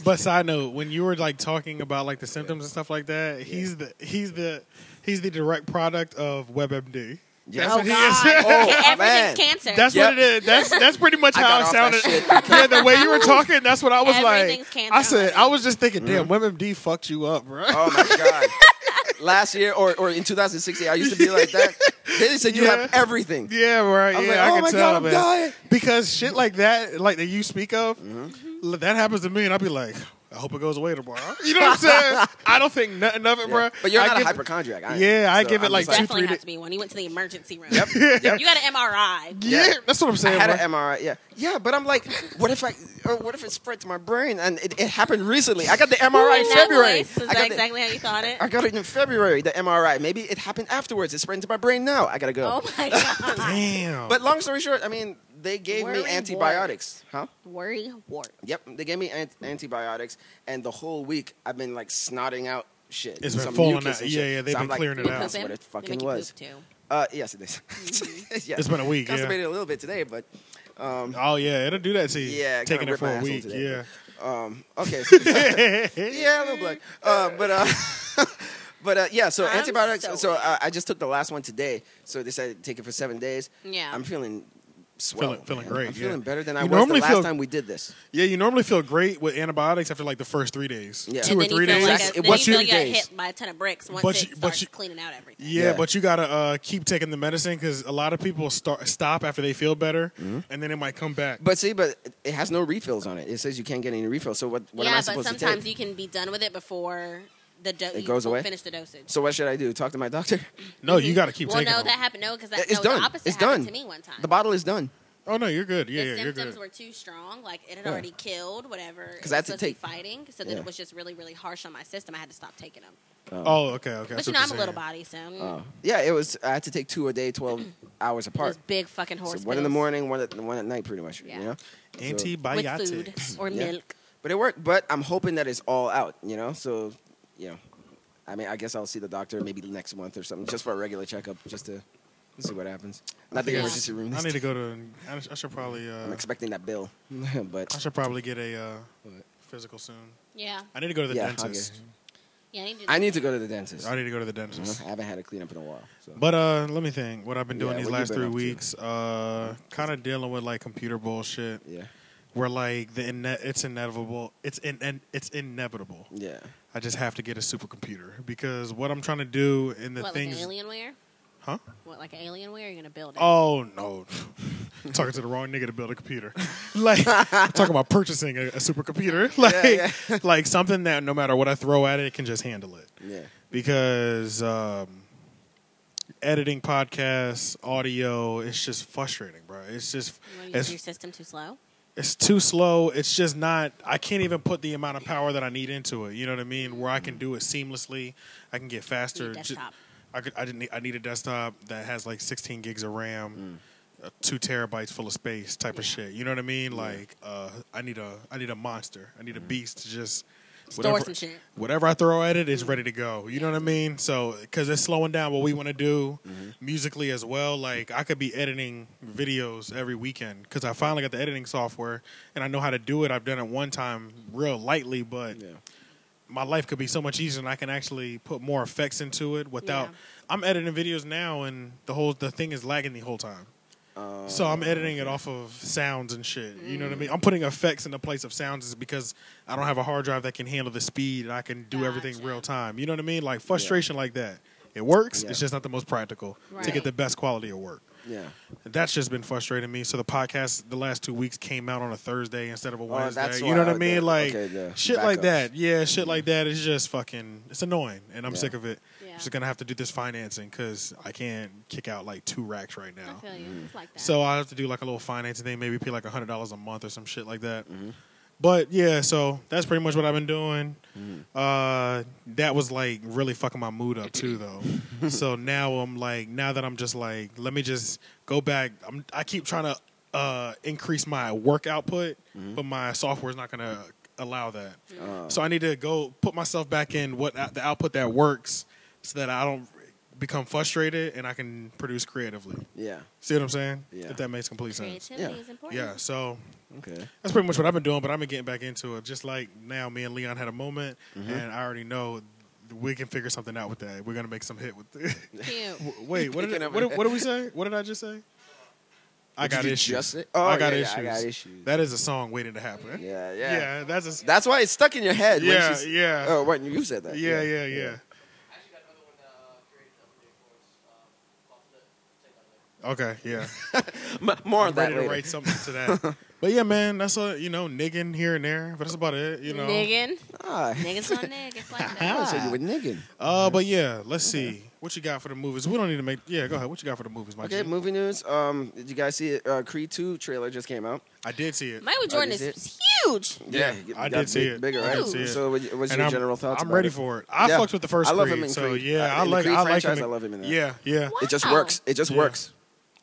Speaker 3: But side note, when you were like talking about like the symptoms and stuff like that, he's the he's the he's the direct product of WebMD.
Speaker 2: Yeah.
Speaker 3: That's
Speaker 2: Oh,
Speaker 3: what he
Speaker 4: God.
Speaker 3: is.
Speaker 2: Oh,
Speaker 4: Everything's
Speaker 2: man.
Speaker 4: cancer.
Speaker 3: That's
Speaker 2: Yep.
Speaker 3: what it is. That's that's pretty much
Speaker 2: I
Speaker 3: how
Speaker 2: got
Speaker 3: it
Speaker 2: off
Speaker 3: sounded.
Speaker 2: that shit.
Speaker 3: yeah, the way you were talking, that's what I was like.
Speaker 4: Everything's cancer.
Speaker 3: I said I was just thinking, damn, WebMD fucked you up, bro.
Speaker 2: Mm-hmm. Oh my god. Last year or, or in 2016, I used to be like that. They just said you
Speaker 3: Yeah.
Speaker 2: have everything.
Speaker 3: Yeah, right.
Speaker 2: I was
Speaker 3: yeah,
Speaker 2: like,
Speaker 3: I
Speaker 2: oh
Speaker 3: can
Speaker 2: my
Speaker 3: tell,
Speaker 2: God, I'm
Speaker 3: man.
Speaker 2: dying. Mm-hmm.
Speaker 3: Because shit like that, like that you speak of, l- that happens to me, and I'll be like, I hope it goes away tomorrow. You know what I'm saying? I don't think nothing of it,
Speaker 2: Yeah.
Speaker 3: bro.
Speaker 2: But you're
Speaker 3: I
Speaker 2: not
Speaker 3: give-
Speaker 2: a hypochondriac. I am.
Speaker 3: Yeah, I
Speaker 2: So
Speaker 3: give it
Speaker 2: I'm
Speaker 3: like
Speaker 2: just
Speaker 3: two,
Speaker 4: Definitely
Speaker 3: three.
Speaker 4: has
Speaker 3: days.
Speaker 4: to be one. He went to the emergency room.
Speaker 2: Yep. yep.
Speaker 4: You got an MRI.
Speaker 3: Yeah,
Speaker 2: Yeah.
Speaker 3: that's what I'm
Speaker 2: I
Speaker 3: saying,
Speaker 2: had
Speaker 3: bro.
Speaker 2: an MRI. Yeah, yeah, but I'm like, what if I? Or what if it spread to my brain? And it, it happened recently. I got the MRI in
Speaker 4: that
Speaker 2: February.
Speaker 4: voice, Is
Speaker 2: I
Speaker 4: that
Speaker 2: got
Speaker 4: exactly how you thought it?
Speaker 2: The, I got it in February. The MRI. Maybe it happened afterwards. It spread into my brain now. I gotta go.
Speaker 4: Oh my god.
Speaker 3: Damn.
Speaker 2: But long story short, I mean, they gave
Speaker 4: Worry
Speaker 2: me antibiotics, huh?
Speaker 4: Worry wart.
Speaker 2: Yep, they gave me ant- antibiotics, and the whole week I've been like snotting out shit.
Speaker 3: It's been
Speaker 2: Some
Speaker 3: falling
Speaker 2: mucus
Speaker 3: out.
Speaker 2: and
Speaker 3: Yeah,
Speaker 2: shit.
Speaker 3: yeah, they've
Speaker 2: So I'm
Speaker 3: been
Speaker 2: like,
Speaker 3: clearing it
Speaker 4: You
Speaker 3: out.
Speaker 4: pooping?
Speaker 2: That's what
Speaker 4: They
Speaker 2: it fucking
Speaker 4: make you
Speaker 2: was.
Speaker 4: poop too.
Speaker 2: Uh, yes, it is. yes.
Speaker 3: It's been a week, yeah.
Speaker 2: Constipated a little bit today, but
Speaker 3: oh yeah, it'll do that to you.
Speaker 2: Yeah, it
Speaker 3: taking
Speaker 2: kinda
Speaker 3: it for
Speaker 2: ripped my
Speaker 3: a
Speaker 2: asshole
Speaker 3: week.
Speaker 2: today,
Speaker 3: yeah.
Speaker 2: um, okay. so- yeah, a little black. Uh, but uh, but uh, yeah. So
Speaker 4: I'm
Speaker 2: antibiotics.
Speaker 4: so
Speaker 2: So, uh, I just took the last one today. So they said take it for seven days.
Speaker 4: Yeah.
Speaker 2: I'm feeling swell.
Speaker 3: Feeling- feeling
Speaker 2: man.
Speaker 3: great,
Speaker 2: I'm
Speaker 3: yeah.
Speaker 2: feeling better than I
Speaker 3: You
Speaker 2: was the
Speaker 3: normally
Speaker 2: last
Speaker 3: feel-
Speaker 2: time we did this.
Speaker 3: Yeah, you normally feel great with antibiotics after like the first three days,
Speaker 2: Yeah.
Speaker 3: two
Speaker 4: And
Speaker 3: or
Speaker 4: then you
Speaker 3: three
Speaker 4: feel
Speaker 3: days.
Speaker 4: Like a,
Speaker 2: It
Speaker 4: then
Speaker 2: was
Speaker 4: you feel
Speaker 2: two
Speaker 4: like you got
Speaker 2: days.
Speaker 4: hit by a ton of bricks once
Speaker 3: But
Speaker 4: it
Speaker 3: you- but
Speaker 4: starts
Speaker 3: you-
Speaker 4: cleaning out everything.
Speaker 3: Yeah,
Speaker 2: Yeah.
Speaker 3: but you gotta uh, keep taking the medicine because a lot of people start stop after they feel better, and then it might come back.
Speaker 2: Mm-hmm. But see, but it has no refills on it. It says you can't get any refills. So what? What am
Speaker 4: yeah,
Speaker 2: I
Speaker 4: but
Speaker 2: supposed to
Speaker 4: sometimes
Speaker 2: take?
Speaker 4: you can be done with it before the dose.
Speaker 2: It goes away?
Speaker 4: Finish the dosage. Mm-hmm.
Speaker 2: so what should I do? Talk to my doctor.
Speaker 3: no, you gotta keep
Speaker 4: well,
Speaker 3: taking
Speaker 4: no,
Speaker 3: them.
Speaker 4: that happened. No, because that
Speaker 2: it's
Speaker 4: no,
Speaker 2: done.
Speaker 4: the opposite
Speaker 2: it's
Speaker 4: happened
Speaker 2: done.
Speaker 4: to me one time.
Speaker 2: The bottle is done.
Speaker 3: oh no, you're good. Yeah,
Speaker 4: the
Speaker 3: yeah, you're
Speaker 4: symptoms
Speaker 3: good.
Speaker 4: were too strong. Like it had
Speaker 2: Yeah.
Speaker 4: already killed whatever. it
Speaker 2: 'Cause
Speaker 4: was
Speaker 2: I had to
Speaker 4: supposed be
Speaker 2: take-
Speaker 4: fighting. So then
Speaker 2: Yeah.
Speaker 4: it was just really, really harsh on my system. I had to stop taking them.
Speaker 3: oh, okay, okay.
Speaker 4: But
Speaker 3: that's
Speaker 4: you
Speaker 3: what
Speaker 4: know,
Speaker 3: you're
Speaker 4: I'm a little
Speaker 3: saying.
Speaker 4: body, so mm,
Speaker 2: Oh. Yeah, it was. I had to take two a day, twelve hours apart.
Speaker 4: those big fucking horse.
Speaker 2: So one in the
Speaker 4: pills
Speaker 2: morning, one at one at night, pretty much.
Speaker 4: Yeah.
Speaker 2: You know? So-
Speaker 4: with
Speaker 3: Antibiotics.
Speaker 4: food or
Speaker 2: Yeah.
Speaker 4: milk.
Speaker 2: But it worked. But I'm hoping that it's all out, you know? So, you know, I mean, I guess I'll see the doctor maybe next month or something just for a regular checkup, just to see what happens. Not the
Speaker 4: Yeah.
Speaker 2: emergency room.
Speaker 3: I need to go to. I sh- I should probably.
Speaker 2: I'm
Speaker 3: Uh,
Speaker 2: expecting that bill. but
Speaker 3: I should probably get a uh, physical soon.
Speaker 4: Yeah,
Speaker 3: I need to go to the
Speaker 2: Yeah, I'll
Speaker 3: dentist.
Speaker 4: yeah. I need to.
Speaker 2: I need to go to the dentist.
Speaker 3: I need to go to the
Speaker 2: You know,
Speaker 3: dentist.
Speaker 2: I haven't had a cleanup in a while. So.
Speaker 3: But uh, let me think. What I've been doing
Speaker 2: Yeah,
Speaker 3: these last
Speaker 2: what you been
Speaker 3: three
Speaker 2: up to?
Speaker 3: weeks, uh, kind of dealing with like computer bullshit,
Speaker 2: yeah.
Speaker 3: where like the ine- it's inevitable. It's in- in- it's inevitable.
Speaker 2: Yeah.
Speaker 3: I just have to get a supercomputer because what I'm trying to do in the
Speaker 4: what
Speaker 3: things,
Speaker 4: like an Alienware?
Speaker 3: huh?
Speaker 4: What like an Alienware? You're gonna build it?
Speaker 3: Oh no, talking to the wrong nigga to build a computer. Like I'm talking about purchasing a, a supercomputer, like like something that no matter what I throw at it, it can just handle it.
Speaker 2: Yeah.
Speaker 3: Because um, editing podcasts, audio, it's just frustrating, bro. It's just
Speaker 4: You want to use your
Speaker 3: it's,
Speaker 4: system too slow?
Speaker 3: it's too slow. It's just not. I can't even put the amount of power that I need into it. You know what I mean? Where I can do it seamlessly, I can get faster.
Speaker 4: Mm. Need a
Speaker 3: Ju-
Speaker 4: desktop.
Speaker 3: I could, I didn't need, I need a desktop that has like 16 gigs of RAM, uh, two terabytes full of space type of shit. You know what I mean? Like uh, I need a I need a monster. I need a beast to just
Speaker 4: Store
Speaker 3: whatever-
Speaker 4: some shit.
Speaker 3: Whatever I throw at it is ready to go. You know what I mean? So because it's slowing down what we want to do musically as well. Like I could be editing videos every weekend because I finally got the editing software and I know how to do it. I've done it one time real lightly, but
Speaker 2: Yeah.
Speaker 3: my life could be so much easier and I can actually put more effects into it without
Speaker 4: Yeah.
Speaker 3: I'm editing videos now and the whole the thing is lagging the whole time. so I'm editing it off of sounds and shit. You know what I
Speaker 4: Mm.
Speaker 3: mean? I'm putting effects in the place of sounds is because I don't have a hard drive that can handle the speed and I can do everything
Speaker 4: Gotcha.
Speaker 3: real time. You know what I mean? Like frustration like that. It works.
Speaker 2: Yeah.
Speaker 3: It's just not the most practical to
Speaker 4: Right.
Speaker 3: get the best quality of work.
Speaker 2: Yeah.
Speaker 3: That's just been frustrating me. So the podcast the last two weeks came out on a Thursday instead of a Wednesday.
Speaker 2: Oh, that's
Speaker 3: you
Speaker 2: why-
Speaker 3: know what I
Speaker 2: okay,
Speaker 3: mean? Like
Speaker 2: okay, the
Speaker 3: shit like
Speaker 2: backups. Mm-hmm.
Speaker 3: that. Yeah, shit like that is just fucking. It's annoying, and I'm
Speaker 2: Yeah.
Speaker 3: sick of it.
Speaker 4: Yeah.
Speaker 3: I'm just gonna have to do this financing because I can't kick out like two racks right
Speaker 4: I
Speaker 3: now.
Speaker 4: feel you.
Speaker 2: Mm.
Speaker 4: It's like that.
Speaker 3: Oh. So I have to do like a little financing thing, maybe pay like hundred dollars a month or some shit like that. But yeah, so that's pretty much what I've been doing. Uh, that was like really fucking my mood up too, though. so now I'm like, now that I'm just like, let me just go back. I'm, I keep trying to uh, increase my work output, but my software's not gonna allow that.
Speaker 2: Oh. um,
Speaker 3: So I need to go put myself back in what uh, the output that works, so that I don't become frustrated and I can produce creatively.
Speaker 2: Yeah.
Speaker 3: See what I'm saying?
Speaker 2: Yeah.
Speaker 3: If that makes complete sense.
Speaker 4: Creativity
Speaker 2: Yeah.
Speaker 4: is important.
Speaker 3: Yeah, so
Speaker 2: Okay.
Speaker 3: that's pretty much what I've been doing, but I've been getting back into it. Just like now, me and Leon had a moment,
Speaker 2: Mm-hmm.
Speaker 3: and I already know we can figure something out with that. We're gonna make some hit with. it.
Speaker 4: Cute.
Speaker 3: Wait, what did,
Speaker 2: Picking up-
Speaker 3: what, did, what did we say? What did I just say? I
Speaker 2: What
Speaker 3: got
Speaker 2: did you
Speaker 3: issues.
Speaker 2: just say? Oh,
Speaker 3: I got
Speaker 2: yeah,
Speaker 3: issues.
Speaker 2: yeah, I got issues.
Speaker 3: That is a song waiting to happen.
Speaker 2: Yeah. Yeah.
Speaker 3: yeah, that's a.
Speaker 2: That's why it's stuck in your head. when
Speaker 3: yeah,
Speaker 2: she's-
Speaker 3: yeah,
Speaker 2: Oh, when you said that.
Speaker 3: yeah, yeah, yeah. Okay, yeah.
Speaker 2: M- More
Speaker 3: I'm
Speaker 2: on that
Speaker 3: ready to
Speaker 2: later.
Speaker 3: write something to that. But yeah, man, that's a you know niggin here and there, but that's about it. You know.
Speaker 4: Niggin.
Speaker 2: Ah,
Speaker 4: Niggas on niggas It's like
Speaker 2: I
Speaker 4: that.
Speaker 2: would say you were nigging.
Speaker 3: Uh, but yeah, let's see what you got for the movies. We don't need to make. Yeah, go ahead. What you got for the movies, my
Speaker 2: Okay,
Speaker 3: G?
Speaker 2: movie news. Um, did you guys see it? Uh, Creed Two trailer just came out.
Speaker 3: I did see it.
Speaker 4: Michael Jordan
Speaker 2: is
Speaker 4: is huge.
Speaker 3: Yeah,
Speaker 2: it
Speaker 3: I
Speaker 2: got
Speaker 3: did see
Speaker 2: big-
Speaker 3: it.
Speaker 2: Bigger,
Speaker 3: I
Speaker 2: right?
Speaker 3: did see it.
Speaker 2: So, what- what's
Speaker 3: And
Speaker 2: your
Speaker 3: I'm-
Speaker 2: general thoughts?
Speaker 3: I'm
Speaker 2: about
Speaker 3: ready
Speaker 2: it?
Speaker 3: for it. I
Speaker 2: Yeah.
Speaker 3: fucked with the first
Speaker 2: I love
Speaker 3: Creed,
Speaker 2: him in
Speaker 3: so
Speaker 2: Creed.
Speaker 3: yeah, I
Speaker 2: Uh, in the
Speaker 3: like
Speaker 2: Creed
Speaker 3: I like him.
Speaker 2: franchise,
Speaker 3: in-
Speaker 2: I love him in that.
Speaker 3: Yeah, yeah.
Speaker 4: What?
Speaker 2: It just
Speaker 4: Wow.
Speaker 2: works. It just
Speaker 3: Yeah.
Speaker 2: works.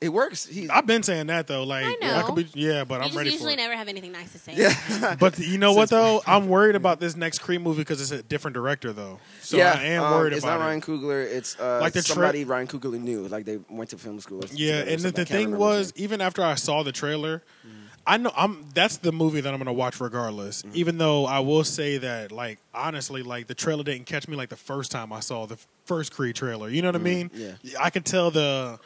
Speaker 2: It works. He's
Speaker 3: I've been saying that though. Like
Speaker 4: I know.
Speaker 3: could be, yeah, but
Speaker 4: You
Speaker 3: I'm
Speaker 4: just
Speaker 3: ready for
Speaker 4: usually
Speaker 3: it.
Speaker 4: never have anything nice to say.
Speaker 2: yeah.
Speaker 3: But you know what though? I'm worried about this next Creed movie because it's a different director though. So
Speaker 2: yeah,
Speaker 3: I am
Speaker 2: um,
Speaker 3: worried
Speaker 2: it's
Speaker 3: about
Speaker 2: not
Speaker 3: it.
Speaker 2: Ryan Coogler. It's uh,
Speaker 3: Like the tra-
Speaker 2: somebody Ryan Coogler knew. Like they went to film school.
Speaker 3: Yeah,
Speaker 2: together or
Speaker 3: and the,
Speaker 2: something. I
Speaker 3: the
Speaker 2: can't
Speaker 3: thing
Speaker 2: remember his Mm-hmm.
Speaker 3: was, even after I saw the trailer, I know I'm. That's the movie that I'm going to watch regardless. Even though I will say that, like honestly, like the trailer didn't catch me like the first time I saw the f- first Creed trailer. You know what I mean?
Speaker 2: Mm-hmm. yeah.
Speaker 3: I could tell the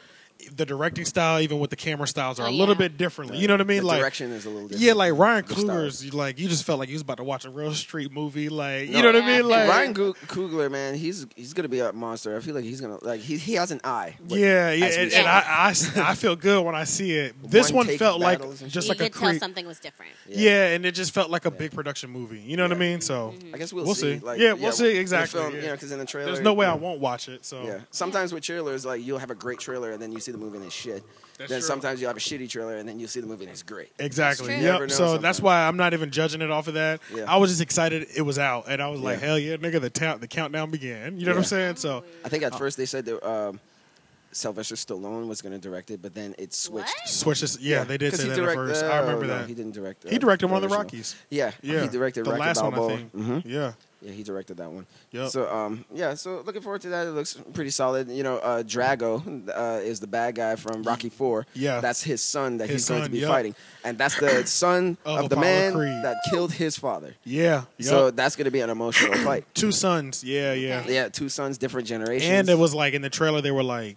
Speaker 3: the directing style, even with the camera styles, are a
Speaker 4: Oh,
Speaker 3: little
Speaker 4: yeah.
Speaker 3: bit differently.
Speaker 2: name.
Speaker 3: You know what I mean?
Speaker 2: The
Speaker 3: like
Speaker 2: direction is a little different.
Speaker 3: yeah, like Ryan
Speaker 2: The style.
Speaker 3: Coogler's, like you just felt like you was about to watch a real street movie. Like
Speaker 2: No.
Speaker 3: you know what I
Speaker 4: Yeah.
Speaker 3: mean? Like
Speaker 2: Ryan Go- Coogler, man, he's he's gonna be a monster. I feel like he's gonna like he he has an eye. but
Speaker 3: Yeah, yeah,
Speaker 2: as we
Speaker 3: and,
Speaker 2: said,
Speaker 3: and I, I s- I feel good when I see it. This
Speaker 2: One
Speaker 3: one,
Speaker 2: take
Speaker 3: felt like
Speaker 2: battles and
Speaker 3: just
Speaker 4: you
Speaker 3: like a
Speaker 4: could tell
Speaker 3: Creed-
Speaker 4: something was different.
Speaker 2: Yeah.
Speaker 3: Yeah. and it just felt like a big production movie. You know what I mean? So
Speaker 2: I guess we'll,
Speaker 3: We'll
Speaker 2: see.
Speaker 3: see. Yeah, we'll see,
Speaker 2: the
Speaker 3: exactly,
Speaker 2: film,
Speaker 3: yeah.
Speaker 2: You know, because in the trailer,
Speaker 3: there's no way I won't watch it. So
Speaker 2: Yeah. Sometimes with trailers, like you'll have a great trailer and then you see the movie and it's shit.
Speaker 3: That's
Speaker 2: then
Speaker 3: true.
Speaker 2: sometimes you'll have a shitty trailer and then you see the movie and it's great.
Speaker 3: exactly.
Speaker 4: That's true.
Speaker 2: Never
Speaker 3: Yep.
Speaker 2: know
Speaker 3: So that's
Speaker 2: sometimes.
Speaker 3: why I'm not even judging it off of that.
Speaker 2: Yeah.
Speaker 3: I was just excited it was out, and I was like,
Speaker 2: Yeah.
Speaker 3: hell yeah, nigga, the count the countdown began. You know what I'm
Speaker 2: Yeah.
Speaker 3: saying? So
Speaker 2: I think at first they said that um, Sylvester Stallone was going to direct it, but then it switched.
Speaker 4: What?
Speaker 3: switch this. Yeah, they did
Speaker 2: 'cause
Speaker 3: say
Speaker 2: he
Speaker 3: that at
Speaker 2: direct- oh,
Speaker 3: first. I remember
Speaker 2: no,
Speaker 3: that.
Speaker 2: He didn't direct. uh,
Speaker 3: He directed one of the
Speaker 2: original.
Speaker 3: Rockies.
Speaker 2: Yeah,
Speaker 3: Yeah,
Speaker 2: Oh, he directed
Speaker 3: the
Speaker 2: Rocky
Speaker 3: last
Speaker 2: Balboa.
Speaker 3: one. I think.
Speaker 2: Mhm.
Speaker 3: Yeah.
Speaker 2: Yeah, he directed that one.
Speaker 3: Yep.
Speaker 2: So um, yeah. So looking forward to that. It looks pretty solid. You know, uh, Drago uh, is the bad guy from Rocky Four.
Speaker 3: Yeah.
Speaker 2: that's his son that
Speaker 3: His
Speaker 2: he's going to
Speaker 3: son,
Speaker 2: be
Speaker 3: yep.
Speaker 2: fighting, and that's the son
Speaker 3: Of
Speaker 2: of, the
Speaker 3: Apollo
Speaker 2: man
Speaker 3: Creed.
Speaker 2: that killed his father.
Speaker 3: Yeah. Yep.
Speaker 2: So that's going to be an emotional fight.
Speaker 3: two sons. Yeah. Yeah.
Speaker 2: Yeah, two sons, different generations.
Speaker 3: And it was like in the trailer, they were like,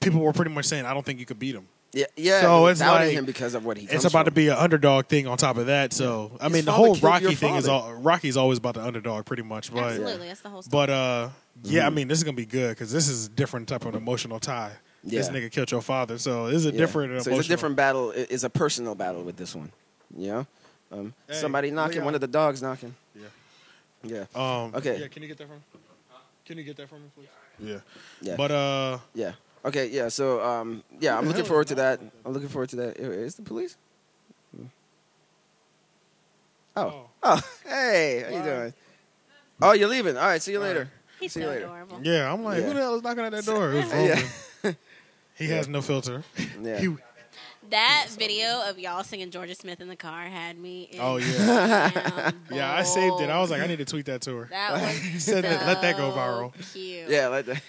Speaker 3: people were pretty much saying, I don't think you could beat him.
Speaker 2: yeah, yeah.
Speaker 3: so
Speaker 2: they
Speaker 3: it's
Speaker 2: doubted
Speaker 3: like-
Speaker 2: him because of what he.
Speaker 3: it's
Speaker 2: comes
Speaker 3: about to
Speaker 2: from.
Speaker 3: be an underdog thing on top of that. So I
Speaker 2: His
Speaker 3: mean, the
Speaker 2: father
Speaker 3: whole
Speaker 2: killed your
Speaker 3: Rocky thing is all
Speaker 2: father.
Speaker 3: Rocky's always about the underdog, pretty much. But
Speaker 4: Absolutely, that's the whole story.
Speaker 3: but uh, yeah,
Speaker 2: Mm-hmm.
Speaker 3: I mean, this is gonna be good because this is a different type of emotional tie. This
Speaker 2: Yeah.
Speaker 3: nigga killed your father, so this is a
Speaker 2: Yeah.
Speaker 3: different.
Speaker 2: So
Speaker 3: emotional-
Speaker 2: it's a different battle. It- It's a personal battle with this one. Yeah. Um,
Speaker 3: Hey,
Speaker 2: somebody knocking.
Speaker 3: Leon.
Speaker 2: One of the dogs knocking.
Speaker 3: Yeah.
Speaker 2: Yeah.
Speaker 3: Um,
Speaker 2: Okay.
Speaker 3: can you get that from? Can you get that from me, please? Yeah.
Speaker 2: Yeah.
Speaker 3: But uh,
Speaker 2: Yeah. Okay. Yeah. So um, yeah, I'm looking forward to that. I'm looking forward to that. Is the police? Oh. Oh. Hey. How you doing? Oh, you're leaving. All right. See you later.
Speaker 4: He's
Speaker 2: See you
Speaker 4: so
Speaker 2: later.
Speaker 4: adorable.
Speaker 3: yeah, I'm like,
Speaker 2: Yeah.
Speaker 3: who the hell is knocking at that door? It was
Speaker 2: Yeah.
Speaker 3: Roman. He has no filter.
Speaker 2: Yeah.
Speaker 3: He-
Speaker 4: That video of y'all singing Georgia Smith in the car had me. In
Speaker 3: oh yeah,
Speaker 4: damn
Speaker 3: yeah. I saved it. I was
Speaker 4: bowls.
Speaker 3: like, I need to tweet that to her.
Speaker 4: that was
Speaker 3: said that- let that go
Speaker 4: so
Speaker 3: viral.
Speaker 4: Cute.
Speaker 2: Yeah. Like that.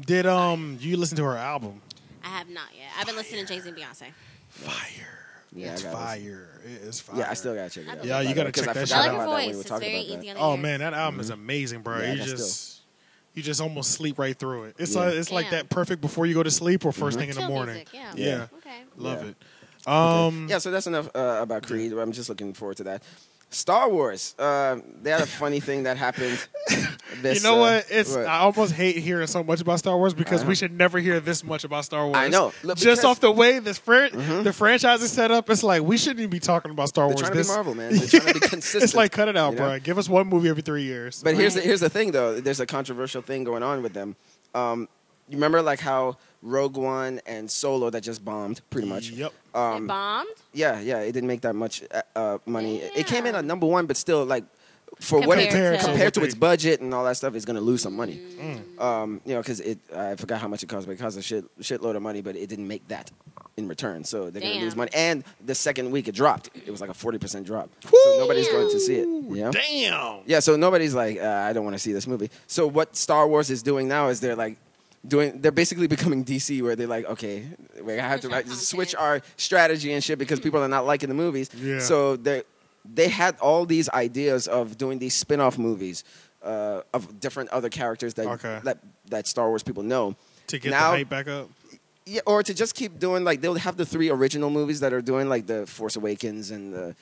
Speaker 3: Did um you listen to her album?
Speaker 4: I have not yet. I've been listening to Jay Z and Beyonce.
Speaker 3: Fire.
Speaker 2: Yeah, I
Speaker 3: it's
Speaker 2: got
Speaker 3: fire. It is fire.
Speaker 2: Yeah. I still gotta check it out.
Speaker 3: Yeah, you
Speaker 2: by
Speaker 3: gotta
Speaker 2: the way, 'cause
Speaker 3: check
Speaker 2: I
Speaker 3: that
Speaker 2: forgot
Speaker 4: I
Speaker 3: shit
Speaker 2: about
Speaker 4: like her
Speaker 3: out.
Speaker 2: that when
Speaker 4: voice.
Speaker 2: we were
Speaker 4: It's
Speaker 2: talking
Speaker 4: very
Speaker 2: about
Speaker 4: easy on the
Speaker 3: Oh
Speaker 4: ears.
Speaker 3: man, that album is amazing, bro.
Speaker 2: Mm-hmm. Yeah, I
Speaker 3: you
Speaker 2: got
Speaker 3: just you just almost sleep right through it. It's
Speaker 2: Yeah. Mm-hmm.
Speaker 3: like it's like
Speaker 4: Damn.
Speaker 3: that perfect before you go to sleep or 1st thing in the
Speaker 4: Chill
Speaker 3: morning.
Speaker 4: music, yeah.
Speaker 3: Yeah.
Speaker 4: Okay.
Speaker 3: Love
Speaker 2: Yeah.
Speaker 3: it. Um
Speaker 2: Yeah, so that's enough uh, about
Speaker 3: Mm-hmm.
Speaker 2: Creed. I'm just looking forward to that. Star Wars. Uh, they had a funny thing that happened.
Speaker 3: You
Speaker 2: This,
Speaker 3: know
Speaker 2: uh, Uh-huh.
Speaker 3: what? It's I almost hate hearing so much about Star Wars because we should never hear this much about Star Wars.
Speaker 2: I know. Look, because- Mm-hmm.
Speaker 3: Just off the way this fran- the franchise is set up, it's like we shouldn't even be talking about Star
Speaker 2: they're
Speaker 3: Wars.
Speaker 2: trying to be
Speaker 3: This
Speaker 2: Marvel, man. They're trying to be consistent.
Speaker 3: it's like cut it out,
Speaker 2: you know?
Speaker 3: bro. Give us one movie every three years.
Speaker 2: But here's the, here's the thing, though. There's a controversial thing going on with them. Um, you remember like how Rogue One and Solo that just bombed pretty much.
Speaker 3: Yep.
Speaker 2: Um,
Speaker 4: it bombed.
Speaker 2: Yeah, yeah. It didn't make that much uh, uh, money. It came in at number one, but still like for what it,
Speaker 4: Compared to-
Speaker 2: compared to
Speaker 3: What
Speaker 2: its
Speaker 3: they-
Speaker 2: budget and all that stuff, it's gonna lose some money. Um, you know, because it I forgot how much it cost, but it cost a shit shitload of money, but it didn't make that in return, so they're gonna
Speaker 4: Damn.
Speaker 2: lose money. And the second week it dropped. It was like a forty percent drop. So nobody's going to see it. Yeah.
Speaker 3: Damn.
Speaker 2: Yeah, so nobody's like, uh, I don't want to see this movie. So what Star Wars is doing now is they're like doing, they're basically becoming DC, where they're like, okay, we have to
Speaker 4: Switch our
Speaker 2: like, switch
Speaker 4: content.
Speaker 2: our strategy and shit because people are not liking the movies.
Speaker 3: Yeah.
Speaker 2: So they they had all these ideas of doing these spin off movies uh, of different other characters that,
Speaker 3: Okay.
Speaker 2: that that Star Wars people know.
Speaker 3: To get
Speaker 2: Now-
Speaker 3: the hype back up.
Speaker 2: yeah, or to just keep doing like they'll have the three original movies that are doing like the Force Awakens and the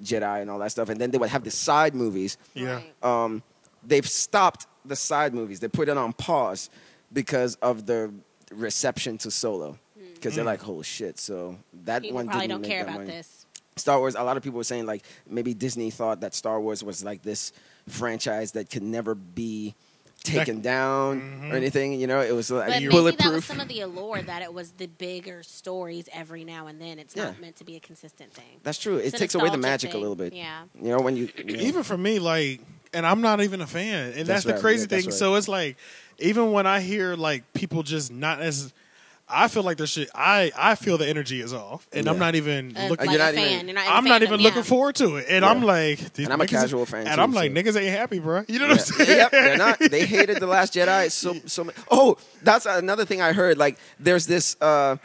Speaker 2: Jedi and all that stuff, and then they would have the side movies
Speaker 3: Yeah.
Speaker 4: Right.
Speaker 2: um, they've stopped the side movies. They put it on pause because of the
Speaker 3: Mm.
Speaker 2: reception to Solo. Because they're like, "Holy shit!" So that
Speaker 4: People
Speaker 2: one
Speaker 4: probably
Speaker 2: didn't
Speaker 4: don't
Speaker 2: make
Speaker 4: care
Speaker 2: that
Speaker 4: about
Speaker 2: money.
Speaker 4: this.
Speaker 2: Star Wars, a lot of people were saying like maybe Disney thought that Star Wars was like this franchise that could never be taken down or anything. You know, it was like
Speaker 4: But maybe that was
Speaker 2: bulletproof.
Speaker 4: some of the allure that it was the bigger stories every now and then. It's
Speaker 2: Yeah.
Speaker 4: not meant to be a consistent thing.
Speaker 2: That's true. It
Speaker 4: It's a
Speaker 2: takes away the
Speaker 4: nostalgia
Speaker 2: magic a
Speaker 4: thing.
Speaker 2: little bit.
Speaker 4: Yeah.
Speaker 2: You know when you
Speaker 3: even for me, like, and I'm not even a fan, and
Speaker 2: That's
Speaker 3: that's,
Speaker 2: right,
Speaker 3: the crazy
Speaker 2: yeah, that's
Speaker 3: thing.
Speaker 2: right.
Speaker 3: So it's like, even when I hear like people just not as, I feel like there's shit. I I feel the energy is off, and I'm
Speaker 2: Yeah.
Speaker 3: not even
Speaker 4: Uh,
Speaker 3: looking.
Speaker 4: like
Speaker 2: you're
Speaker 4: a
Speaker 2: not
Speaker 4: fan.
Speaker 2: even-
Speaker 4: You're not
Speaker 3: I'm not
Speaker 4: fandom,
Speaker 3: even
Speaker 4: yeah.
Speaker 3: looking forward to it, and I'm
Speaker 2: Yeah.
Speaker 3: like, these
Speaker 2: And I'm a
Speaker 3: niggas-
Speaker 2: casual fan,
Speaker 3: and
Speaker 2: too,
Speaker 3: I'm like,
Speaker 2: so-
Speaker 3: niggas ain't happy, bro. You know what I'm
Speaker 2: Yeah,
Speaker 3: saying?
Speaker 2: yep, they're not. They hated the Last Jedi. So, so. ma- Oh, that's another thing I heard. Like, there's this. Uh,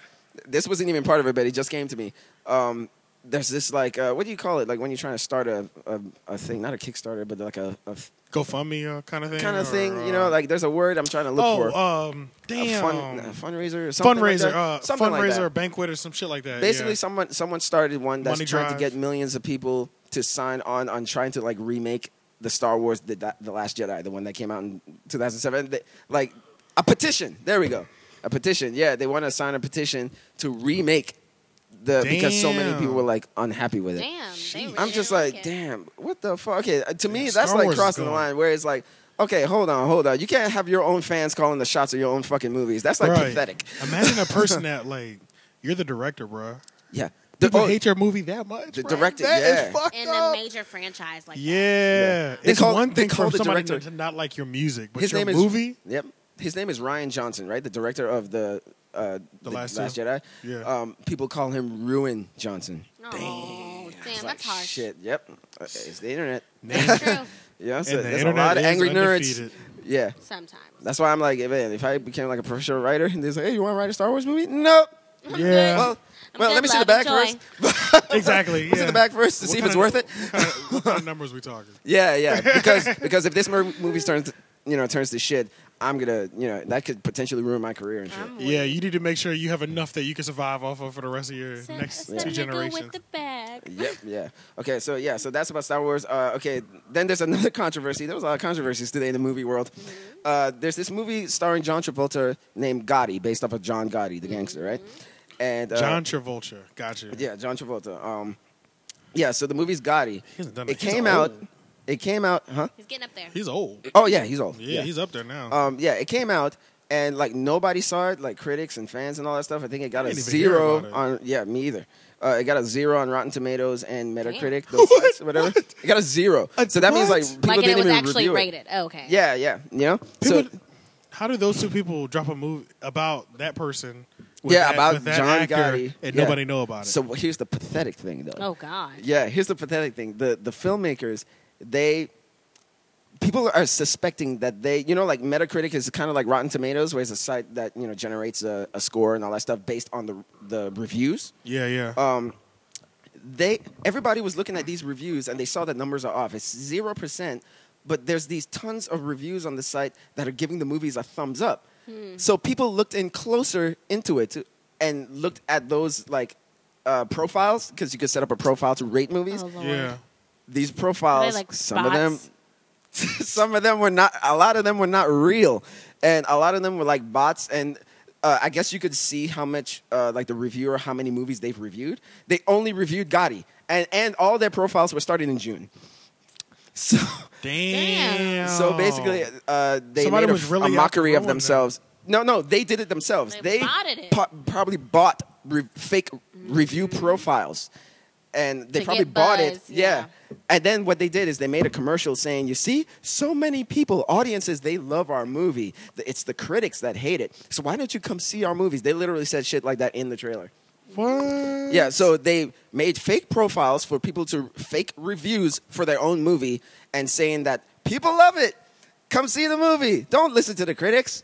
Speaker 2: this wasn't even part of it, but it just came to me. Um, there's this like, uh, what do you call it? Like when you're trying to start a a, a thing, not a Kickstarter, but like a, a
Speaker 3: GoFundMe uh, kind of thing,
Speaker 2: kind of
Speaker 3: or,
Speaker 2: thing. You
Speaker 3: uh,
Speaker 2: know, like there's a word I'm trying to look for.
Speaker 3: oh, um,
Speaker 2: a,
Speaker 3: damn,
Speaker 2: fun, uh, a fundraiser or something. like
Speaker 3: fundraiser,
Speaker 2: that.
Speaker 3: uh,
Speaker 2: Something like
Speaker 3: fundraiser,
Speaker 2: that.
Speaker 3: or banquet, or some shit like that.
Speaker 2: Basically,
Speaker 3: yeah.
Speaker 2: someone someone started one that's
Speaker 3: Money
Speaker 2: trying to
Speaker 3: drive.
Speaker 2: get millions of people to sign on on trying to like remake the Star Wars the Da- the Last Jedi, the one that came out in 2007. They- like a petition. There we go. A petition. Yeah, they want to sign a petition to remake the because so many
Speaker 3: Damn.
Speaker 2: people were like unhappy with it.
Speaker 4: Damn. They really
Speaker 2: I'm just
Speaker 4: didn't
Speaker 2: like,
Speaker 4: it.
Speaker 2: damn, what the fuck? Okay, uh, to me,
Speaker 3: Yeah,
Speaker 2: that's
Speaker 3: Star
Speaker 2: like
Speaker 3: Wars is
Speaker 2: crossing the
Speaker 3: going-
Speaker 2: line where it's like, okay, hold on, hold on. You can't have your own fans calling the shots of your own fucking movies. That's like
Speaker 3: Right.
Speaker 2: pathetic.
Speaker 3: Imagine a person that like you're the director, bro.
Speaker 2: Yeah. The-
Speaker 3: People
Speaker 2: oh,
Speaker 3: hate your movie that much.
Speaker 2: The
Speaker 3: bruh?
Speaker 2: director,
Speaker 3: That is
Speaker 2: yeah.
Speaker 3: fucked
Speaker 4: In
Speaker 3: up.
Speaker 4: a major franchise like that.
Speaker 3: yeah,
Speaker 2: They
Speaker 3: it's
Speaker 2: call-
Speaker 3: one
Speaker 2: they
Speaker 3: thing
Speaker 2: call
Speaker 3: for
Speaker 2: the
Speaker 3: somebody
Speaker 2: director-
Speaker 3: to not like your music, but
Speaker 2: his
Speaker 3: your
Speaker 2: name is
Speaker 3: movie.
Speaker 2: Yep. His name is Ryan Johnson, right? The director of the uh,
Speaker 3: The Last Two?
Speaker 2: Jedi.
Speaker 3: Yeah.
Speaker 2: Um, people call him Ruin Johnson.
Speaker 4: Oh, damn,
Speaker 2: It's
Speaker 4: that's
Speaker 2: like,
Speaker 4: harsh.
Speaker 2: Shit. Yep. Uh, It's the internet.
Speaker 4: That's true.
Speaker 2: Yeah. So
Speaker 3: and the
Speaker 2: there's a
Speaker 3: internet
Speaker 2: lot of
Speaker 3: is
Speaker 2: angry nerds.
Speaker 3: undefeated.
Speaker 2: Yeah.
Speaker 4: Sometimes.
Speaker 2: That's why I'm like, man, if I became like a professional writer and they're like, hey, you want to write a Star Wars movie? No.
Speaker 3: Yeah,
Speaker 2: Well,
Speaker 4: I'm
Speaker 2: well,
Speaker 4: good,
Speaker 2: let me see the
Speaker 4: love,
Speaker 2: back
Speaker 4: enjoy.
Speaker 2: first.
Speaker 3: exactly.
Speaker 2: Let's
Speaker 3: yeah.
Speaker 2: see the back first to
Speaker 3: What
Speaker 2: see if
Speaker 3: kind
Speaker 2: it's
Speaker 3: of-
Speaker 2: worth it.
Speaker 3: What kind, of, what kind of numbers we talking?
Speaker 2: Yeah, yeah. Because because if this mer- movie turns you know turns to shit, I'm gonna you know that could potentially ruin my career and shit.
Speaker 4: I'm with
Speaker 3: Yeah, you need to make sure you have enough that you can survive off of for the rest of your
Speaker 4: Send
Speaker 3: next
Speaker 4: us that
Speaker 3: two
Speaker 4: nigga
Speaker 3: generations.
Speaker 4: With the bag.
Speaker 2: Yep. Yeah. Okay. So yeah. So that's about Star Wars. Uh, okay. Then there's another controversy. There was a lot of controversies today in the movie world.
Speaker 4: Mm-hmm.
Speaker 2: Uh, there's this movie starring John Travolta named Gotti, based off of John Gotti, the gangster, right?
Speaker 4: Mm-hmm.
Speaker 2: And uh,
Speaker 3: John Travolta, gotcha.
Speaker 2: Yeah, John Travolta. Um, yeah. So the movie's Gotti.
Speaker 3: hasn't done
Speaker 2: It
Speaker 3: that. He's
Speaker 2: came out.
Speaker 3: old.
Speaker 2: It came out. Huh.
Speaker 4: He's getting up there.
Speaker 3: He's old.
Speaker 2: Oh yeah, he's old.
Speaker 3: Yeah, he's up there now.
Speaker 2: Um, yeah, it came out and like nobody saw it, like critics and fans and all that stuff. I think it got
Speaker 3: I
Speaker 2: a
Speaker 3: didn't even hear
Speaker 2: zero
Speaker 3: about it.
Speaker 2: on yeah, me either. Uh, it got a zero on Rotten Tomatoes and Metacritic,
Speaker 4: Damn.
Speaker 2: those sites, whatever. It got a zero. so that means like
Speaker 3: what?
Speaker 2: people
Speaker 4: like, and
Speaker 2: didn't
Speaker 4: it was
Speaker 2: even
Speaker 4: actually
Speaker 2: review
Speaker 4: rated.
Speaker 2: it.
Speaker 4: Oh, okay.
Speaker 2: Yeah, yeah, you know.
Speaker 3: People-
Speaker 2: so
Speaker 3: how do those two people drop a movie about that person? With
Speaker 2: Yeah,
Speaker 3: that,
Speaker 2: about
Speaker 3: with that
Speaker 2: John
Speaker 3: actor,
Speaker 2: Gotti.
Speaker 3: and
Speaker 2: Yeah.
Speaker 3: nobody know about it.
Speaker 2: so here's the pathetic thing though.
Speaker 4: Oh God.
Speaker 2: Yeah, here's the pathetic thing. The the filmmakers, they people are suspecting that they, you know, like Metacritic is kind of like Rotten Tomatoes, where it's a site that, you know, generates a, a score and all that stuff based on the the reviews.
Speaker 3: yeah, yeah.
Speaker 2: um, they everybody was looking at these reviews and they saw that numbers are off. It's zero percent, but there's these tons of reviews on the site that are giving the movies a thumbs up. So people looked in closer into it to, and looked at those like uh, profiles because you could set up a profile to rate movies.
Speaker 4: Oh Lord.
Speaker 3: yeah.
Speaker 2: These profiles,
Speaker 4: like
Speaker 2: some of them,
Speaker 4: bots?
Speaker 2: some of them were not. A lot of them were not real, and a lot of them were like bots. And uh, I guess you could see how much, uh, like the reviewer, how many movies they've reviewed. They only reviewed Gotti, and and all their profiles were started in June. So
Speaker 3: Damn.
Speaker 2: so basically, uh, they
Speaker 3: Somebody
Speaker 2: made a,
Speaker 3: was
Speaker 2: f-
Speaker 3: really
Speaker 2: a
Speaker 3: out to
Speaker 2: mockery of
Speaker 3: ruin that.
Speaker 2: themselves. No, no, they did it themselves. They,
Speaker 4: They botted it.
Speaker 2: po- probably bought re- fake review profiles, and they
Speaker 4: To
Speaker 2: probably
Speaker 4: get
Speaker 2: bought it.
Speaker 4: buzz,
Speaker 2: Yeah. And then what they did is they made a commercial saying, "You see, so many people, audiences, they love our movie. The- It's the critics that hate it. So why don't you come see our movies?" They literally said shit like that in the trailer.
Speaker 3: what?
Speaker 2: Yeah, so they made fake profiles for people to fake reviews for their own movie and saying that people love it. Come see the movie. Don't listen to the critics.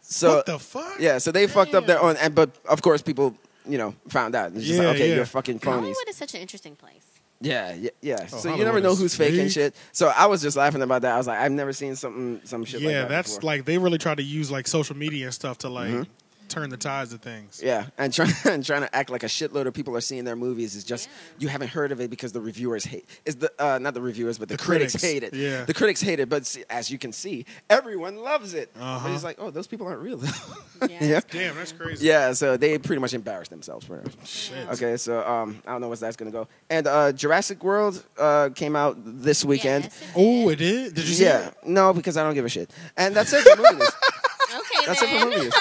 Speaker 2: So
Speaker 3: what the fuck?
Speaker 2: yeah, so they fucked up their own and but of course people, you know, found out. It's just
Speaker 3: Yeah,
Speaker 2: like, okay,
Speaker 3: yeah.
Speaker 2: you're fucking phonies.
Speaker 4: Hollywood is such an interesting place.
Speaker 2: Yeah, yeah, yeah.
Speaker 3: Oh,
Speaker 2: so you never
Speaker 3: Hollywood
Speaker 2: know
Speaker 3: is
Speaker 2: who's faking
Speaker 3: big.
Speaker 2: shit. So I was just laughing about that. I was like, I've never seen something some shit like
Speaker 3: yeah,
Speaker 2: that.
Speaker 3: that's
Speaker 2: before. Mm-hmm.
Speaker 3: like they really try to use like social media and stuff to like turn the tides of things.
Speaker 2: Yeah, and trying and trying to act like a shitload of people are seeing their movies is just
Speaker 4: Yeah.
Speaker 2: you haven't heard of it because the reviewers hate. Is the uh, not the reviewers but the,
Speaker 3: The
Speaker 2: critics,
Speaker 3: critics,
Speaker 2: hate it.
Speaker 3: yeah.
Speaker 2: the critics hate it. But see, as you can see, everyone loves it.
Speaker 3: Uh-huh.
Speaker 2: But it's like, oh, those people aren't real.
Speaker 4: Yeah.
Speaker 2: yeah.
Speaker 3: Damn, that's crazy.
Speaker 2: Yeah, so they pretty much embarrassed themselves for it. Okay, so um, I don't know where that's gonna go. And uh, Jurassic World uh, came out this weekend.
Speaker 4: Yes, it
Speaker 3: Oh,
Speaker 4: is.
Speaker 3: it is. Did you see
Speaker 2: Yeah,
Speaker 3: it?
Speaker 2: no, because I don't give a shit. And that's it for movie news.
Speaker 4: Okay,
Speaker 2: That's it
Speaker 4: then.
Speaker 2: for movie news.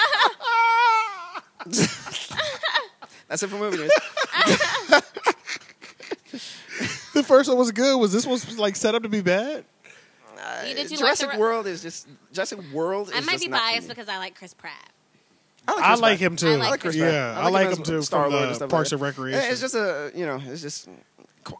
Speaker 2: That's it for movie news.
Speaker 3: The first one was good. Was this one like set up to be bad?
Speaker 2: Uh,
Speaker 4: You- did you like
Speaker 2: Jurassic
Speaker 4: the-
Speaker 2: World is just Jurassic World. Is
Speaker 4: I might
Speaker 2: just
Speaker 4: be
Speaker 2: not for
Speaker 4: biased
Speaker 2: me.
Speaker 4: because I like Chris Pratt.
Speaker 3: I like
Speaker 2: Chris Pratt.
Speaker 3: him too.
Speaker 4: I like Chris
Speaker 3: yeah,
Speaker 4: Pratt.
Speaker 3: I like him
Speaker 2: as
Speaker 3: too.
Speaker 2: Star-Lord
Speaker 3: From the
Speaker 2: uh, and stuff like
Speaker 3: Parks
Speaker 2: that.
Speaker 3: and Recreation.
Speaker 2: It's just a you know, it's just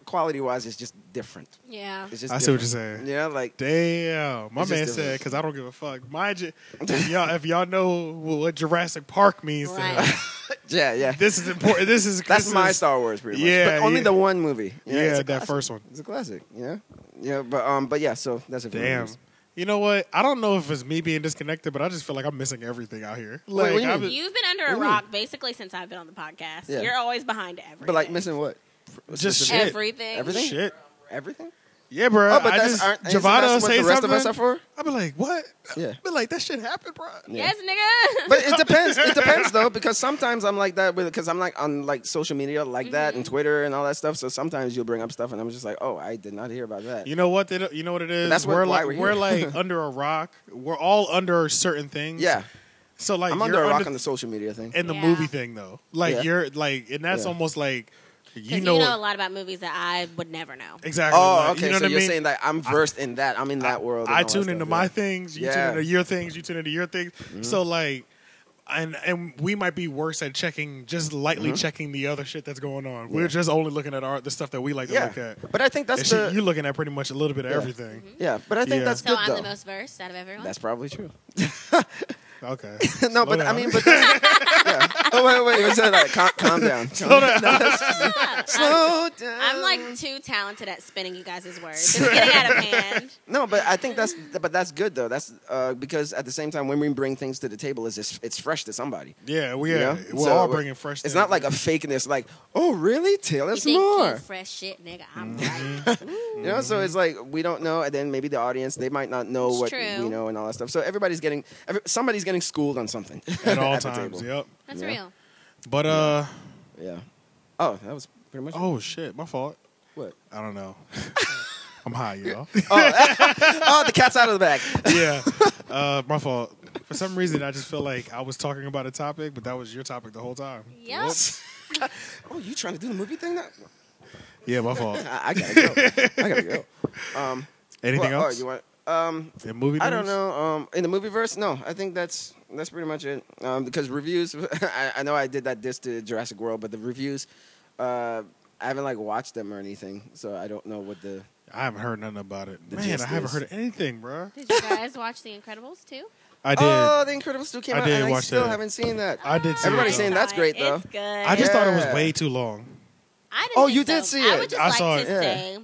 Speaker 2: quality wise, it's just different.
Speaker 4: Yeah.
Speaker 2: It's just
Speaker 3: I see what you're saying.
Speaker 2: different. Yeah, like
Speaker 3: Damn, my
Speaker 2: It's just
Speaker 3: man
Speaker 2: different.
Speaker 3: said because I don't give a fuck. Mind you, if y'all, if y'all know what Jurassic Park means, to him,
Speaker 4: Right.
Speaker 2: yeah, yeah.
Speaker 3: this is important. This is
Speaker 2: That's
Speaker 3: this
Speaker 2: my
Speaker 3: is-
Speaker 2: Star Wars, pretty much.
Speaker 3: Yeah,
Speaker 2: but only
Speaker 3: yeah.
Speaker 2: the one movie. You know,
Speaker 3: Yeah,
Speaker 2: it's a
Speaker 3: that
Speaker 2: classic.
Speaker 3: first one.
Speaker 2: It's a classic. Yeah, yeah, but um, but yeah. So that's it. For
Speaker 3: Damn.
Speaker 2: movies.
Speaker 3: You know what? I don't know if it's me being disconnected, but I just feel like I'm missing everything out here.
Speaker 2: Wait,
Speaker 3: Like,
Speaker 2: what do you
Speaker 3: I've-
Speaker 2: mean?
Speaker 4: You've been under a rock basically since I've been on the podcast.
Speaker 2: Yeah.
Speaker 4: You're always behind everything.
Speaker 2: But like missing what?
Speaker 3: just shit.
Speaker 4: everything.
Speaker 2: Everything?
Speaker 3: Shit.
Speaker 2: Everything?
Speaker 3: Yeah, bro.
Speaker 2: Oh, but
Speaker 3: I
Speaker 2: that's
Speaker 3: just,
Speaker 2: aren't- isn't
Speaker 3: Javada
Speaker 2: that's
Speaker 3: will
Speaker 2: what
Speaker 3: say
Speaker 2: the rest
Speaker 3: something.
Speaker 2: of us are for?
Speaker 3: I'll be like, what?
Speaker 2: Yeah.
Speaker 3: But like that shit happened, bro.
Speaker 4: Yes, nigga.
Speaker 2: But it depends. It depends though, because sometimes I'm like that with because I'm like on like social media like that
Speaker 4: Mm-hmm.
Speaker 2: and Twitter and all that stuff. So sometimes you'll bring up stuff and I'm just like, oh, I did not hear about that.
Speaker 3: You know what? They don't, you know what it is.
Speaker 2: that's what-
Speaker 3: we're
Speaker 2: why
Speaker 3: like
Speaker 2: we're here.
Speaker 3: we're like under a rock. We're all under certain things.
Speaker 2: yeah,
Speaker 3: So like
Speaker 2: I'm
Speaker 3: you're
Speaker 2: under a rock on the social media thing.
Speaker 3: and the
Speaker 4: Yeah.
Speaker 3: movie thing though. Like
Speaker 2: Yeah.
Speaker 3: you're like, and that's
Speaker 2: Yeah.
Speaker 3: almost like you
Speaker 4: 'Cause
Speaker 3: know,
Speaker 4: a lot about movies that I would never know.
Speaker 3: exactly.
Speaker 2: Oh,
Speaker 3: like,
Speaker 2: okay.
Speaker 3: You know
Speaker 2: so
Speaker 3: what
Speaker 2: you're
Speaker 3: I mean?
Speaker 2: saying that I'm versed in that. I'm in that world. and
Speaker 3: I
Speaker 2: all that
Speaker 3: tune
Speaker 2: stuff,
Speaker 3: into
Speaker 2: yeah.
Speaker 3: my things. You
Speaker 2: Yeah. Mm-hmm.
Speaker 3: tune into your things. You tune into your things. So like, and and we might be worse at checking, just lightly
Speaker 2: Mm-hmm.
Speaker 3: checking the other shit that's going on. We're just only looking at our the stuff that we like to look
Speaker 2: Yeah,
Speaker 3: at.
Speaker 2: but I think
Speaker 3: And
Speaker 2: that's
Speaker 3: shit,
Speaker 2: the
Speaker 3: you're looking at pretty much a little bit of
Speaker 2: Yeah.
Speaker 3: everything.
Speaker 2: yeah. But I think
Speaker 3: Yeah.
Speaker 2: that's
Speaker 4: So
Speaker 2: good
Speaker 4: I'm
Speaker 2: though.
Speaker 4: the most versed out of everyone.
Speaker 2: that's probably true.
Speaker 3: Okay.
Speaker 2: no,
Speaker 3: Slow
Speaker 2: but I
Speaker 3: down.
Speaker 2: mean, but yeah. oh, wait, wait, wait, so, like, calm, calm down. Slow down. Slow down.
Speaker 4: I'm like too talented at spinning you guys' words. It's getting out of hand.
Speaker 2: No, but I think that's but that's good though. That's uh, because at the same time, when we bring things to the table, is it's, it's fresh to somebody.
Speaker 3: yeah, we
Speaker 2: you
Speaker 3: are.
Speaker 2: know?
Speaker 3: We're
Speaker 2: So
Speaker 3: all bringing fresh.
Speaker 2: It's not like a fakeness. Like, oh, really? Tell
Speaker 4: You
Speaker 2: us
Speaker 4: think you
Speaker 2: more.
Speaker 4: fresh shit, nigga. I'm right.
Speaker 2: You know, so it's like we don't know, and then maybe the audience they might not know
Speaker 4: It's
Speaker 2: what
Speaker 4: true.
Speaker 2: we know and all that stuff. So everybody's getting every, somebody's getting schooled on something
Speaker 3: at all
Speaker 2: the
Speaker 3: times.
Speaker 2: table.
Speaker 3: Yep.
Speaker 4: That's
Speaker 2: Yeah.
Speaker 4: real.
Speaker 3: But uh,
Speaker 2: Yeah. Oh, that was pretty much.
Speaker 3: oh shit, my fault.
Speaker 2: What?
Speaker 3: I don't know. I'm high, y'all.
Speaker 2: oh, the cat's out of the bag.
Speaker 3: yeah, uh, my fault. For some reason, I just feel like I was talking about a topic, but that was your topic the whole time.
Speaker 4: Yep.
Speaker 2: Oh, you trying to do the movie thing now?
Speaker 3: Yeah, my fault.
Speaker 2: I, I gotta go. I gotta go. Um,
Speaker 3: Anything
Speaker 2: well,
Speaker 3: else?
Speaker 2: Oh, you want? Um,
Speaker 3: In movie
Speaker 2: I don't
Speaker 3: news?
Speaker 2: know. Um, in the movie verse, no. I think that's that's pretty much it. Um, because reviews, I, I know I did that diss to Jurassic World, but the reviews, uh, I haven't like watched them or anything, so I don't know what the.
Speaker 3: I haven't heard nothing about it.
Speaker 2: The
Speaker 3: Man,
Speaker 2: gist
Speaker 3: I haven't
Speaker 2: is-
Speaker 3: heard anything, bro.
Speaker 4: Did you guys watch The Incredibles too?
Speaker 3: I did.
Speaker 2: Oh, The Incredibles two came
Speaker 3: I
Speaker 2: out,
Speaker 3: did
Speaker 2: and I
Speaker 3: watch
Speaker 2: still
Speaker 3: that.
Speaker 2: haven't seen that.
Speaker 3: I did see
Speaker 2: Everybody's
Speaker 3: it.
Speaker 2: saying
Speaker 4: I
Speaker 2: that's
Speaker 4: saw
Speaker 2: great,
Speaker 4: it.
Speaker 2: though.
Speaker 4: It's good.
Speaker 3: I just thought it was
Speaker 2: Yeah.
Speaker 3: way too long.
Speaker 4: I didn't
Speaker 2: Oh,
Speaker 4: think
Speaker 2: you
Speaker 4: so.
Speaker 2: did see
Speaker 4: I
Speaker 2: it.
Speaker 4: would just
Speaker 3: I
Speaker 4: like
Speaker 3: saw
Speaker 4: to
Speaker 3: it.
Speaker 2: Yeah.
Speaker 4: say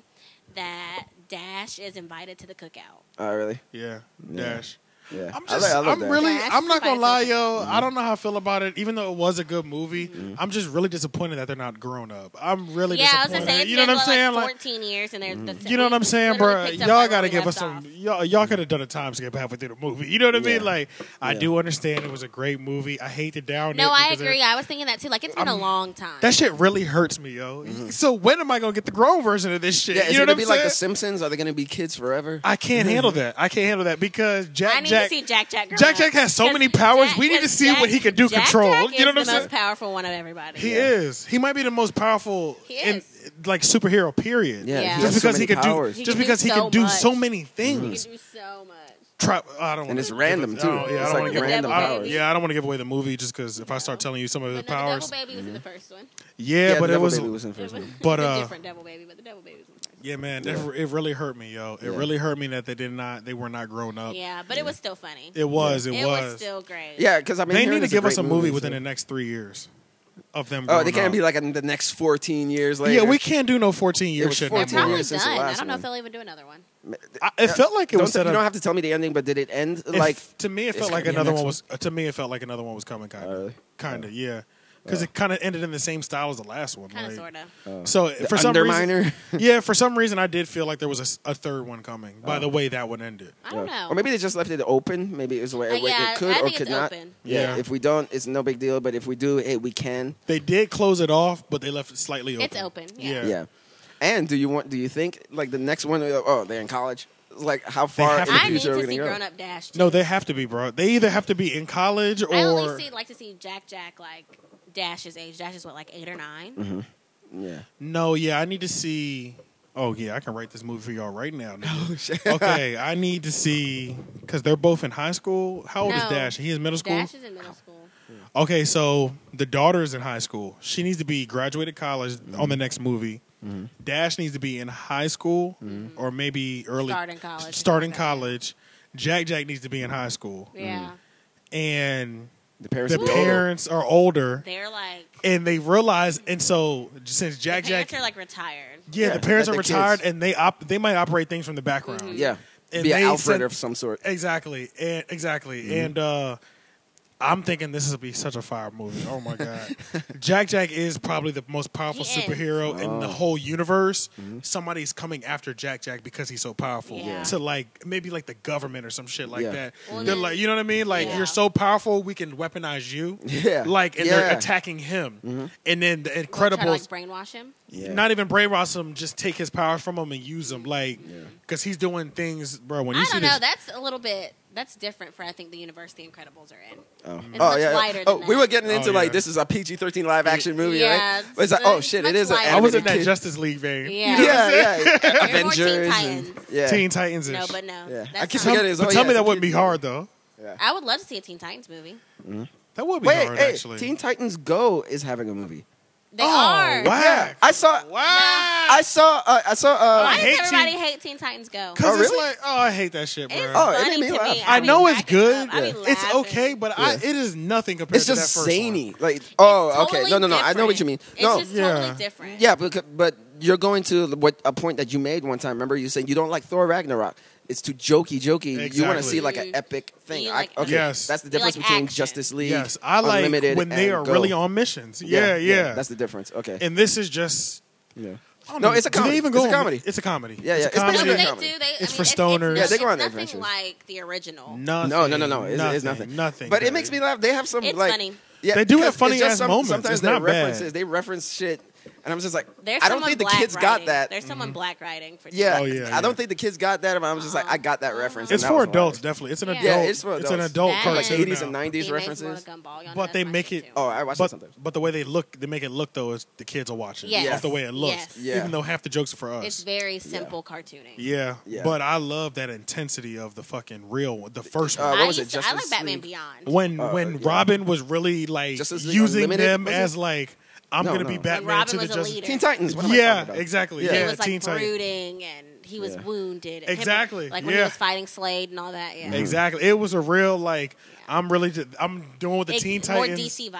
Speaker 4: that Dash is invited to the cookout.
Speaker 2: Oh, really?
Speaker 3: Yeah,
Speaker 2: Yeah.
Speaker 3: Dash.
Speaker 2: Yeah.
Speaker 3: I'm
Speaker 2: I
Speaker 3: just,
Speaker 2: li- I
Speaker 3: I
Speaker 2: love Mm-hmm.
Speaker 3: am
Speaker 2: that.
Speaker 3: really,
Speaker 4: Yeah,
Speaker 3: I'm not gonna
Speaker 4: everybody's
Speaker 3: lie,
Speaker 4: like-
Speaker 3: yo. I don't know how I feel about it, even though it was a good movie.
Speaker 2: Mm-hmm.
Speaker 3: I'm just really disappointed that they're not grown up. I'm really
Speaker 4: yeah, I was
Speaker 3: disappointed.
Speaker 4: gonna say it's
Speaker 3: you know
Speaker 4: been
Speaker 3: what I'm
Speaker 4: like
Speaker 3: saying? Like,
Speaker 4: 14 years, and they're the
Speaker 3: you know what I'm
Speaker 4: we
Speaker 3: saying,
Speaker 4: literally
Speaker 3: bro?
Speaker 4: picked up
Speaker 3: y'all
Speaker 4: where
Speaker 3: gotta
Speaker 4: we
Speaker 3: give us
Speaker 4: left off.
Speaker 3: some. Y'all, y'all could have done a time skip halfway through the movie. You know what I mean?
Speaker 2: Yeah.
Speaker 3: Like, I
Speaker 2: Yeah.
Speaker 3: do understand it was a great movie. I hate to down it.
Speaker 4: No, I
Speaker 3: because it-
Speaker 4: agree. I was thinking that too. Like it's been a long time.
Speaker 3: That shit really hurts me, yo. So when am I gonna get the grown version of this shit?
Speaker 2: Mm-hmm. Yeah, is
Speaker 3: you
Speaker 2: it
Speaker 3: know what
Speaker 2: gonna
Speaker 3: I'm
Speaker 2: be
Speaker 3: saying?
Speaker 2: like Mm-hmm. The Simpsons? Are they gonna be kids forever?
Speaker 3: I can't handle that. I can't handle that because Jack
Speaker 4: I need
Speaker 3: Jack
Speaker 4: to see Jack Jack. grow
Speaker 3: Jack
Speaker 4: up.
Speaker 3: Jack has so
Speaker 4: 'Cause
Speaker 3: many powers. We need to
Speaker 4: 'cause
Speaker 3: see what he can do
Speaker 4: Jack
Speaker 3: control.
Speaker 4: Jack
Speaker 3: You know what I'm
Speaker 4: is the
Speaker 3: saying?
Speaker 4: most powerful one of everybody.
Speaker 3: he is. He might be the most powerful
Speaker 4: He
Speaker 3: in
Speaker 4: is.
Speaker 3: like superhero period.
Speaker 2: Yeah,
Speaker 4: he Yeah. has
Speaker 3: just
Speaker 2: so
Speaker 3: because
Speaker 2: many
Speaker 3: he could
Speaker 2: powers. Mm-hmm.
Speaker 3: do
Speaker 2: He
Speaker 3: just
Speaker 4: can do
Speaker 3: because he
Speaker 4: so
Speaker 3: could do
Speaker 4: much.
Speaker 3: so many
Speaker 4: He
Speaker 3: things.
Speaker 4: can do so much.
Speaker 3: Try- I don't
Speaker 2: And
Speaker 3: wanna
Speaker 2: it's
Speaker 3: give
Speaker 2: random,
Speaker 3: it- I
Speaker 2: too.
Speaker 3: don't- Yeah, I
Speaker 2: It's
Speaker 3: don't
Speaker 2: like
Speaker 3: want to give
Speaker 2: random
Speaker 3: I don't-
Speaker 2: powers.
Speaker 3: Yeah, I don't want to give away the movie just because if I start telling you some of his
Speaker 4: But no, the
Speaker 3: powers,
Speaker 4: devil baby was in the first one.
Speaker 3: yeah,
Speaker 2: the
Speaker 3: but it
Speaker 2: Devil
Speaker 3: was,
Speaker 2: Baby was in the
Speaker 4: It
Speaker 2: first
Speaker 4: was
Speaker 2: one.
Speaker 3: But,
Speaker 4: a
Speaker 3: uh,
Speaker 4: different devil baby, but the devil baby was in the first.
Speaker 3: yeah, man, that- it really hurt me, yo. It
Speaker 2: Yeah.
Speaker 3: really hurt me that they did not, they were not grown up.
Speaker 4: one. Yeah, but it was still funny.
Speaker 3: It was, it,
Speaker 4: It was still great.
Speaker 2: Yeah, because I mean,
Speaker 3: they
Speaker 2: hearing
Speaker 3: need to
Speaker 2: it's
Speaker 3: give
Speaker 2: a
Speaker 3: us a
Speaker 2: great
Speaker 3: movie
Speaker 2: so-
Speaker 3: within the next three years. of them.
Speaker 2: Oh, they
Speaker 3: growing
Speaker 2: can't
Speaker 3: up.
Speaker 2: be like in the next 14 years later.
Speaker 3: Yeah, we can't do no fourteen year
Speaker 2: was
Speaker 3: shit.
Speaker 4: They're
Speaker 3: No
Speaker 2: 14
Speaker 3: more.
Speaker 4: probably
Speaker 2: years since
Speaker 4: done.
Speaker 2: the
Speaker 4: I
Speaker 2: last
Speaker 4: don't know if
Speaker 2: one.
Speaker 4: they'll even do another one.
Speaker 3: I, it felt like it
Speaker 2: Don't
Speaker 3: was
Speaker 2: th-
Speaker 3: set
Speaker 2: you
Speaker 3: up.
Speaker 2: don't have to tell me the ending, but did it end
Speaker 3: it
Speaker 2: like?
Speaker 3: f- to me, it
Speaker 2: it's
Speaker 3: felt
Speaker 2: gonna
Speaker 3: like
Speaker 2: be a
Speaker 3: another
Speaker 2: next
Speaker 3: one was. uh, To me, it felt like another one was coming. Kind
Speaker 2: Oh,
Speaker 3: of,
Speaker 2: really?
Speaker 3: kind of, yeah. Because it kind of ended in the same style as the last one.
Speaker 4: Kind of,
Speaker 3: like-
Speaker 4: sort of.
Speaker 3: So
Speaker 2: Oh. The
Speaker 3: for some
Speaker 2: Underminer?
Speaker 3: reason, yeah, for some reason, I did feel like there was a s- a, third one coming. By the
Speaker 2: Oh.
Speaker 3: way, that one ended.
Speaker 4: I don't know.
Speaker 2: Or maybe they just left it open. Maybe it was where
Speaker 4: Uh,
Speaker 2: it, where
Speaker 4: yeah,
Speaker 2: it could
Speaker 4: I
Speaker 2: or
Speaker 4: think
Speaker 2: could
Speaker 4: it's
Speaker 2: not.
Speaker 4: open.
Speaker 3: Yeah.
Speaker 2: Yeah. If we don't, it's no big deal. But if we do, hey, we can.
Speaker 3: They did close it off, but they left it slightly open.
Speaker 4: It's open, yeah.
Speaker 2: Yeah. And do you want? Do you think like the next one? uh, Oh, they're in college. Like how far in
Speaker 3: have
Speaker 2: the
Speaker 3: to
Speaker 4: I
Speaker 3: be.
Speaker 4: need
Speaker 2: future are we
Speaker 4: to see
Speaker 2: going
Speaker 4: Grown
Speaker 2: to
Speaker 4: Up Dash.
Speaker 3: No,
Speaker 4: too.
Speaker 3: they have to be, bro. They either have to be in college
Speaker 4: I
Speaker 3: or
Speaker 4: only see like to see Jack Jack like Dash's age. Dash is what like eight or 9
Speaker 2: go? Yeah.
Speaker 3: no. Yeah, I need to see. Oh yeah, I can write this movie for y'all right now. nigga.
Speaker 2: Oh, shit.
Speaker 3: okay, I need to see because they're both in high school. How old is
Speaker 4: No.
Speaker 3: Dash? He is middle school.
Speaker 4: Dash is in middle school.
Speaker 3: Okay, so the daughter is in high school. She needs to be graduated college on
Speaker 2: Mm-hmm.
Speaker 3: the next movie. Dash needs to be in high school
Speaker 2: Mm-hmm.
Speaker 3: or maybe early
Speaker 4: Starting college.
Speaker 3: Starting college. Jack Jack needs to be in high school,
Speaker 4: Yeah,
Speaker 3: and
Speaker 2: The parents.
Speaker 3: the
Speaker 2: will be older.
Speaker 3: parents are older,
Speaker 4: they're like
Speaker 3: and they realize. And so since Jack
Speaker 4: parents
Speaker 3: Jack,
Speaker 4: are like retired.
Speaker 3: yeah,
Speaker 2: Yeah,
Speaker 3: the parents
Speaker 2: like
Speaker 3: are
Speaker 2: the kids.
Speaker 3: retired, and they op- they might operate things from the background.
Speaker 4: Mm-hmm.
Speaker 2: Yeah.
Speaker 3: And
Speaker 2: be an
Speaker 3: they
Speaker 2: Alfred
Speaker 3: said-
Speaker 2: of some sort.
Speaker 3: Exactly. And exactly.
Speaker 2: Mm-hmm.
Speaker 3: And uh I'm thinking this will be such a fire movie. Oh my god. Jack Jack is probably the most powerful
Speaker 4: He is.
Speaker 3: superhero in the whole universe.
Speaker 2: Mm-hmm.
Speaker 3: Somebody's coming after Jack Jack because he's so powerful.
Speaker 4: Yeah.
Speaker 3: To like maybe like the government or some shit like
Speaker 2: Yeah.
Speaker 3: that.
Speaker 4: Well,
Speaker 3: they're
Speaker 4: then-
Speaker 3: like you know what I mean? Like
Speaker 4: Yeah.
Speaker 3: you're so powerful we can weaponize you.
Speaker 2: Yeah.
Speaker 3: Like and they're
Speaker 2: Yeah. Mm-hmm.
Speaker 3: attacking him. And then the
Speaker 4: What,
Speaker 3: Incredibles
Speaker 4: Try to like brainwash him.
Speaker 2: Yeah.
Speaker 3: not even brainwash him, just take his powers from him and use him. Like because he's doing things, bro. When you
Speaker 4: I
Speaker 3: see
Speaker 4: don't
Speaker 3: this,
Speaker 4: know. That's a little bit. That's different for I think the universe the Incredibles are in.
Speaker 2: Oh,
Speaker 4: It's much lighter
Speaker 2: oh,
Speaker 4: than
Speaker 2: we
Speaker 4: that.
Speaker 2: were getting into
Speaker 3: Oh,
Speaker 2: like
Speaker 3: yeah.
Speaker 2: this is a PG thirteen live action movie,
Speaker 4: Yeah,
Speaker 2: right?
Speaker 4: it's-
Speaker 2: But it's like, oh
Speaker 4: it's
Speaker 2: shit,
Speaker 4: much
Speaker 2: it is. An
Speaker 4: lighter.
Speaker 3: I was in
Speaker 2: animated
Speaker 3: that
Speaker 2: kid.
Speaker 3: Justice League vein.
Speaker 4: Yeah.
Speaker 2: Yeah, yeah.
Speaker 4: You're more Teen
Speaker 2: Avengers.
Speaker 4: Titans.
Speaker 2: And, yeah.
Speaker 3: Teen Titans and
Speaker 4: No,
Speaker 3: sh-
Speaker 4: but no.
Speaker 2: Yeah.
Speaker 4: That's
Speaker 2: I keep
Speaker 4: not-
Speaker 2: forgetting his-
Speaker 3: But
Speaker 2: oh,
Speaker 3: tell
Speaker 2: yeah,
Speaker 3: me that
Speaker 2: it's
Speaker 3: wouldn't
Speaker 2: a
Speaker 3: be hard though.
Speaker 4: I would love to see a Teen Titans movie.
Speaker 3: That would be
Speaker 2: Wait,
Speaker 3: hard
Speaker 2: hey,
Speaker 3: actually.
Speaker 2: Teen Titans Go is having a movie.
Speaker 4: They
Speaker 3: oh,
Speaker 4: are.
Speaker 3: Wow.
Speaker 2: Yeah, I saw.
Speaker 3: Oh,
Speaker 2: I saw. Uh, I saw.
Speaker 4: Why
Speaker 2: Uh,
Speaker 3: hate
Speaker 4: does everybody
Speaker 3: Teen-
Speaker 4: hate Teen Titans Go?
Speaker 3: Cause
Speaker 2: Oh,
Speaker 3: it's
Speaker 2: really?
Speaker 3: like, oh, I hate that shit, bro.
Speaker 4: It's
Speaker 2: Oh, it
Speaker 4: funny
Speaker 2: made me
Speaker 4: to
Speaker 2: laugh.
Speaker 4: me.
Speaker 3: I,
Speaker 4: be
Speaker 3: know it's
Speaker 4: cracking
Speaker 3: good.
Speaker 4: up. I be
Speaker 3: It's
Speaker 4: laughing.
Speaker 3: okay, but I, it is nothing compared
Speaker 2: it's
Speaker 3: to
Speaker 2: just
Speaker 3: that first
Speaker 2: zany.
Speaker 3: one.
Speaker 2: Like, oh,
Speaker 4: Totally
Speaker 2: okay, no, no, no. I know what you mean.
Speaker 4: different.
Speaker 2: no,
Speaker 4: It's just
Speaker 3: Yeah.
Speaker 4: totally different.
Speaker 2: yeah, but but you're going to what a point that you made one time. Remember, you said you don't like Thor Ragnarok. It's too jokey, jokey. You want
Speaker 3: Exactly.
Speaker 2: to see like an epic thing.
Speaker 4: You
Speaker 2: I-
Speaker 4: like-
Speaker 2: okay,
Speaker 3: Yes.
Speaker 2: that's the
Speaker 4: You like
Speaker 2: difference between
Speaker 4: action.
Speaker 2: Justice League.
Speaker 3: Yes, I like
Speaker 2: Unlimited
Speaker 3: when they
Speaker 2: and
Speaker 3: are
Speaker 2: Go.
Speaker 3: really on missions. Yeah, yeah.
Speaker 2: That's the difference. Okay.
Speaker 3: and this is just.
Speaker 2: yeah.
Speaker 3: I don't
Speaker 2: No,
Speaker 3: know,
Speaker 2: it's a
Speaker 3: do they
Speaker 2: comedy.
Speaker 3: even
Speaker 2: It's
Speaker 3: go
Speaker 2: a
Speaker 3: on-
Speaker 2: comedy.
Speaker 3: It's a comedy.
Speaker 2: Yeah, yeah,
Speaker 3: It's a
Speaker 2: it's basically
Speaker 4: No,
Speaker 3: comedy.
Speaker 4: but they
Speaker 2: Yeah.
Speaker 4: do. They, I mean,
Speaker 3: It's for
Speaker 4: it's,
Speaker 3: stoners.
Speaker 2: Yeah,
Speaker 4: It's,
Speaker 2: they go on
Speaker 4: it's nothing
Speaker 2: adventures.
Speaker 4: like the original.
Speaker 3: Nothing,
Speaker 2: No, no, no, no. It's
Speaker 3: Nothing.
Speaker 2: nothing. It's nothing.
Speaker 3: Nothing.
Speaker 2: But
Speaker 3: baby.
Speaker 2: it makes me laugh. They have some
Speaker 4: It's
Speaker 2: like
Speaker 4: funny.
Speaker 2: Yeah,
Speaker 3: They do
Speaker 2: because
Speaker 3: have funny
Speaker 2: it's just
Speaker 3: ass
Speaker 2: some-
Speaker 3: moments.
Speaker 2: Sometimes
Speaker 3: It's
Speaker 2: they
Speaker 3: not bad.
Speaker 2: references. They reference shit, and I'm just like,
Speaker 4: There's
Speaker 2: I don't
Speaker 4: someone
Speaker 2: think the
Speaker 4: black
Speaker 2: kids
Speaker 4: writing.
Speaker 2: got that.
Speaker 4: There's someone black writing for. Teen
Speaker 2: Yeah,
Speaker 3: Oh, Mm-hmm. yeah,
Speaker 2: I don't
Speaker 3: yeah.
Speaker 2: think the kids got that. But I'm just like, I got that reference.
Speaker 3: It's
Speaker 2: and that
Speaker 3: for
Speaker 2: was hilarious.
Speaker 3: adults, definitely. It's an
Speaker 4: Yeah.
Speaker 3: adult.
Speaker 4: Yeah,
Speaker 2: it's for
Speaker 3: It's an
Speaker 2: adults.
Speaker 3: adult
Speaker 4: That
Speaker 2: For like
Speaker 4: Cartoon
Speaker 2: 80s
Speaker 3: now.
Speaker 2: and
Speaker 4: Titans.
Speaker 2: 90s
Speaker 4: He makes
Speaker 2: references.
Speaker 4: Mortal Gumball. Y'all know
Speaker 3: But
Speaker 4: that's
Speaker 3: they
Speaker 4: my
Speaker 3: make
Speaker 4: shit,
Speaker 3: it-
Speaker 4: too.
Speaker 2: Oh, I watch it
Speaker 3: But
Speaker 2: sometimes.
Speaker 3: but the way they look, they make it look though is the kids are watching.
Speaker 4: Yes.
Speaker 3: Yeah, That's the way it looks.
Speaker 4: Yes.
Speaker 2: Yeah.
Speaker 3: Even though half the jokes are for us.
Speaker 4: It's very simple cartooning.
Speaker 3: yeah.
Speaker 2: Yeah.
Speaker 3: But I love that intensity of the fucking real one, the first
Speaker 2: Uh,
Speaker 3: one.
Speaker 4: I
Speaker 2: was
Speaker 4: used
Speaker 2: it,
Speaker 4: to, I like
Speaker 2: Justice
Speaker 4: Batman
Speaker 2: League?
Speaker 4: Beyond.
Speaker 3: when
Speaker 2: uh,
Speaker 3: when
Speaker 2: yeah.
Speaker 3: Robin was really like
Speaker 2: Justice League
Speaker 3: using
Speaker 2: Unlimited,
Speaker 3: them
Speaker 2: was it?
Speaker 3: as like I'm
Speaker 2: No,
Speaker 3: gonna
Speaker 2: no.
Speaker 3: be
Speaker 2: When
Speaker 3: Batman
Speaker 4: Robin
Speaker 3: to the
Speaker 4: was a
Speaker 3: Justice.
Speaker 4: leader.
Speaker 2: Teen Titans. What am I talking
Speaker 3: Yeah,
Speaker 2: about?
Speaker 3: exactly.
Speaker 2: Yeah.
Speaker 3: Yeah,
Speaker 4: he was like
Speaker 3: Teen Titans.
Speaker 4: brooding and he was
Speaker 2: Yeah.
Speaker 4: wounded. and him-
Speaker 3: Exactly,
Speaker 4: like when he
Speaker 3: yeah.
Speaker 4: was fighting Slade and all that.
Speaker 2: Mm-hmm.
Speaker 4: Yeah.
Speaker 3: Exactly. It was a real like I'm really just, I'm doing what the
Speaker 4: It-
Speaker 3: Teen
Speaker 4: more
Speaker 3: Titans.
Speaker 4: DC vibes.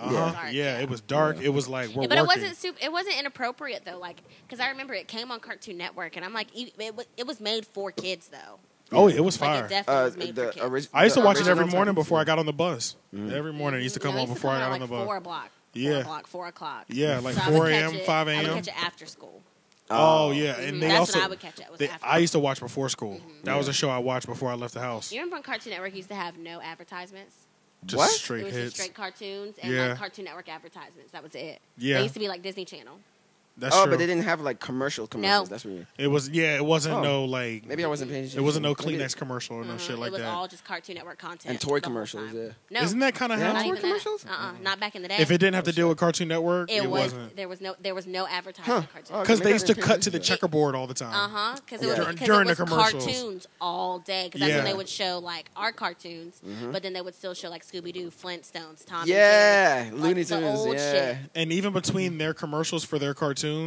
Speaker 3: Uh-huh.
Speaker 4: Dark,
Speaker 3: Yeah, it was dark. It was like we're
Speaker 4: but it
Speaker 3: working.
Speaker 4: wasn't super, it wasn't inappropriate though, like because I remember it came on Cartoon Network, and I'm like, e- it, was, it was made for kids though.
Speaker 3: Oh, it was
Speaker 4: Like
Speaker 3: fire.
Speaker 4: it definitely
Speaker 2: Uh,
Speaker 4: was made
Speaker 2: the
Speaker 4: for kids.
Speaker 2: orig-
Speaker 3: I used to
Speaker 2: the
Speaker 3: watch it every
Speaker 2: original
Speaker 3: morning
Speaker 2: Titans.
Speaker 3: before I got on the bus.
Speaker 2: Mm-hmm.
Speaker 3: Every morning it used to come
Speaker 4: No, it
Speaker 3: on
Speaker 4: used to
Speaker 3: before I
Speaker 4: come
Speaker 3: got
Speaker 4: on
Speaker 3: on the
Speaker 4: like
Speaker 3: bus.
Speaker 4: four o'clock.
Speaker 3: Yeah.
Speaker 4: Four o'clock. Four o'clock.
Speaker 3: Yeah, like
Speaker 4: So I would
Speaker 3: 4
Speaker 4: catch
Speaker 3: a.m.,
Speaker 4: it-
Speaker 3: 5
Speaker 4: I would
Speaker 3: a.m.
Speaker 4: catch it after school.
Speaker 3: Oh yeah, and they
Speaker 4: Mm-hmm. That's
Speaker 3: also
Speaker 4: when I would catch it. Was
Speaker 3: they-
Speaker 4: after Mm-hmm.
Speaker 3: I used to watch before school. That was a show I watched before I left the house.
Speaker 4: You remember on Cartoon Network used to have no advertisements?
Speaker 3: Just
Speaker 2: What?
Speaker 4: it
Speaker 3: straight
Speaker 4: was
Speaker 3: hits.
Speaker 4: just straight cartoons and
Speaker 3: Yeah.
Speaker 4: like Cartoon Network advertisements. That was it.
Speaker 3: Yeah.
Speaker 4: They used to be like Disney Channel.
Speaker 3: That's
Speaker 2: Oh,
Speaker 3: true.
Speaker 2: but they didn't have like commercial commercials. That's what you mean.
Speaker 3: It was yeah. It wasn't
Speaker 2: Oh.
Speaker 3: no like.
Speaker 2: Maybe I wasn't paying attention.
Speaker 3: It wasn't no
Speaker 2: Maybe-
Speaker 3: Kleenex commercial or no
Speaker 4: Uh-huh.
Speaker 3: shit
Speaker 4: it
Speaker 3: like
Speaker 4: was
Speaker 3: that.
Speaker 4: all just Cartoon Network content
Speaker 2: And toy
Speaker 4: the whole
Speaker 2: commercials,
Speaker 4: time.
Speaker 2: yeah.
Speaker 4: No,
Speaker 3: Isn't that kind of
Speaker 4: not
Speaker 3: how?
Speaker 2: toy
Speaker 4: even that.
Speaker 2: commercials?
Speaker 4: Uh-uh, not back in the day.
Speaker 3: If it didn't have to deal with Cartoon Network,
Speaker 4: it,
Speaker 3: it,
Speaker 4: was
Speaker 3: wasn't.
Speaker 4: there was no there was no advertising cartoon.
Speaker 2: Okay.
Speaker 3: Because they
Speaker 2: Maybe I
Speaker 3: used to
Speaker 2: didn't pay
Speaker 3: cut to the
Speaker 2: attention to that.
Speaker 3: checkerboard all the time.
Speaker 4: Uh huh. Because
Speaker 2: Yeah.
Speaker 4: it was,
Speaker 2: During-
Speaker 4: 'cause
Speaker 3: during
Speaker 4: it was
Speaker 3: the commercials.
Speaker 4: cartoons all day. Because that's
Speaker 3: Yeah.
Speaker 4: when they would show like our cartoons,
Speaker 2: Mm-hmm.
Speaker 4: but then they would still show like Scooby Doo, Flintstones, Tom.
Speaker 2: Yeah,
Speaker 4: and Jerry,
Speaker 2: Looney
Speaker 4: like, the
Speaker 2: Tunes.
Speaker 4: old
Speaker 2: Yeah.
Speaker 4: shit.
Speaker 3: And even between their commercials for their cartoons,
Speaker 4: You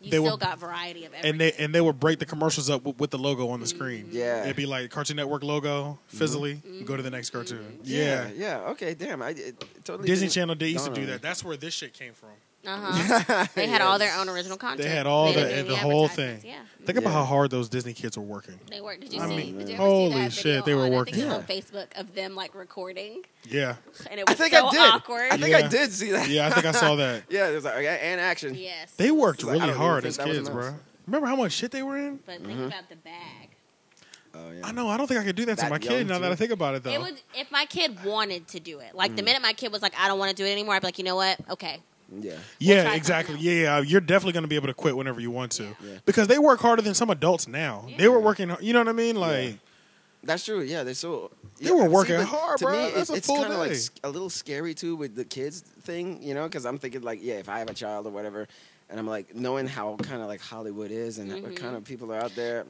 Speaker 3: They
Speaker 4: still
Speaker 3: were-
Speaker 4: got variety of everything.
Speaker 3: and they and they would break the commercials up with, with the logo on the screen.
Speaker 2: Yeah. Mm-hmm.
Speaker 3: it'd be like Cartoon Network logo, fizzly. Go to the next cartoon.
Speaker 2: yeah,
Speaker 3: Yeah,
Speaker 2: yeah. Okay, damn. I it, it totally.
Speaker 3: Disney
Speaker 2: didn't
Speaker 3: Channel they used
Speaker 2: dawn
Speaker 3: to do
Speaker 2: on me.
Speaker 3: that. That's where this shit came from.
Speaker 4: uh-huh. they had all their own original content.
Speaker 3: They had all
Speaker 4: didn't
Speaker 3: the,
Speaker 4: do
Speaker 3: and
Speaker 4: any
Speaker 3: the whole thing.
Speaker 4: advertisements. Yeah.
Speaker 3: Think about how hard those Disney kids were working.
Speaker 4: They worked. Did you
Speaker 3: I
Speaker 4: see?
Speaker 3: mean,
Speaker 4: did you ever
Speaker 3: holy
Speaker 4: see that
Speaker 3: shit,
Speaker 4: video
Speaker 3: they were
Speaker 4: on-
Speaker 3: working.
Speaker 4: I think it was on Facebook of them like recording,
Speaker 3: Yeah,
Speaker 4: and it
Speaker 2: I
Speaker 4: was
Speaker 2: think
Speaker 4: so
Speaker 2: I did.
Speaker 4: awkward.
Speaker 2: I think I
Speaker 3: Yeah.
Speaker 2: did see that.
Speaker 3: yeah. I think I saw that.
Speaker 2: Yeah, it was like okay, and action.
Speaker 4: yes,
Speaker 3: They worked
Speaker 2: Like, I
Speaker 3: really
Speaker 2: don't even
Speaker 3: hard
Speaker 2: think
Speaker 3: as
Speaker 2: that was
Speaker 3: kids,
Speaker 2: announced.
Speaker 3: bro. Remember how much shit they were in?
Speaker 4: But think about the bag.
Speaker 2: Oh yeah.
Speaker 3: I know. I don't think I could do that, to
Speaker 2: That
Speaker 3: my
Speaker 2: young
Speaker 3: kid. Now that
Speaker 2: too.
Speaker 3: I think about it, though,
Speaker 4: It would if my kid wanted to do it.
Speaker 3: Mm.
Speaker 4: Like the minute my kid was like, "I don't want to do it anymore," I'd be like, "You know what? Okay,
Speaker 2: Yeah.
Speaker 4: try
Speaker 3: yeah,
Speaker 4: something
Speaker 3: exactly.
Speaker 4: else.
Speaker 3: Yeah, yeah, you're definitely going to be able to quit whenever you want to
Speaker 2: Yeah.
Speaker 3: because they work harder than some adults now. They were working. You know what I mean? Like.
Speaker 2: That's true. Yeah, they're so
Speaker 3: They
Speaker 2: yeah,
Speaker 3: were
Speaker 2: see,
Speaker 3: working
Speaker 2: but
Speaker 3: hard,
Speaker 2: to
Speaker 3: bro.
Speaker 2: Me,
Speaker 3: That's
Speaker 2: it's-
Speaker 3: a
Speaker 2: it's
Speaker 3: full
Speaker 2: kinda, like
Speaker 3: day.
Speaker 2: s- a little scary too with the kids thing, you know, because I'm thinking like, yeah, if I have a child or whatever, and I'm like knowing how kind of like Hollywood is and
Speaker 4: Mm-hmm.
Speaker 2: what kind of people are out there,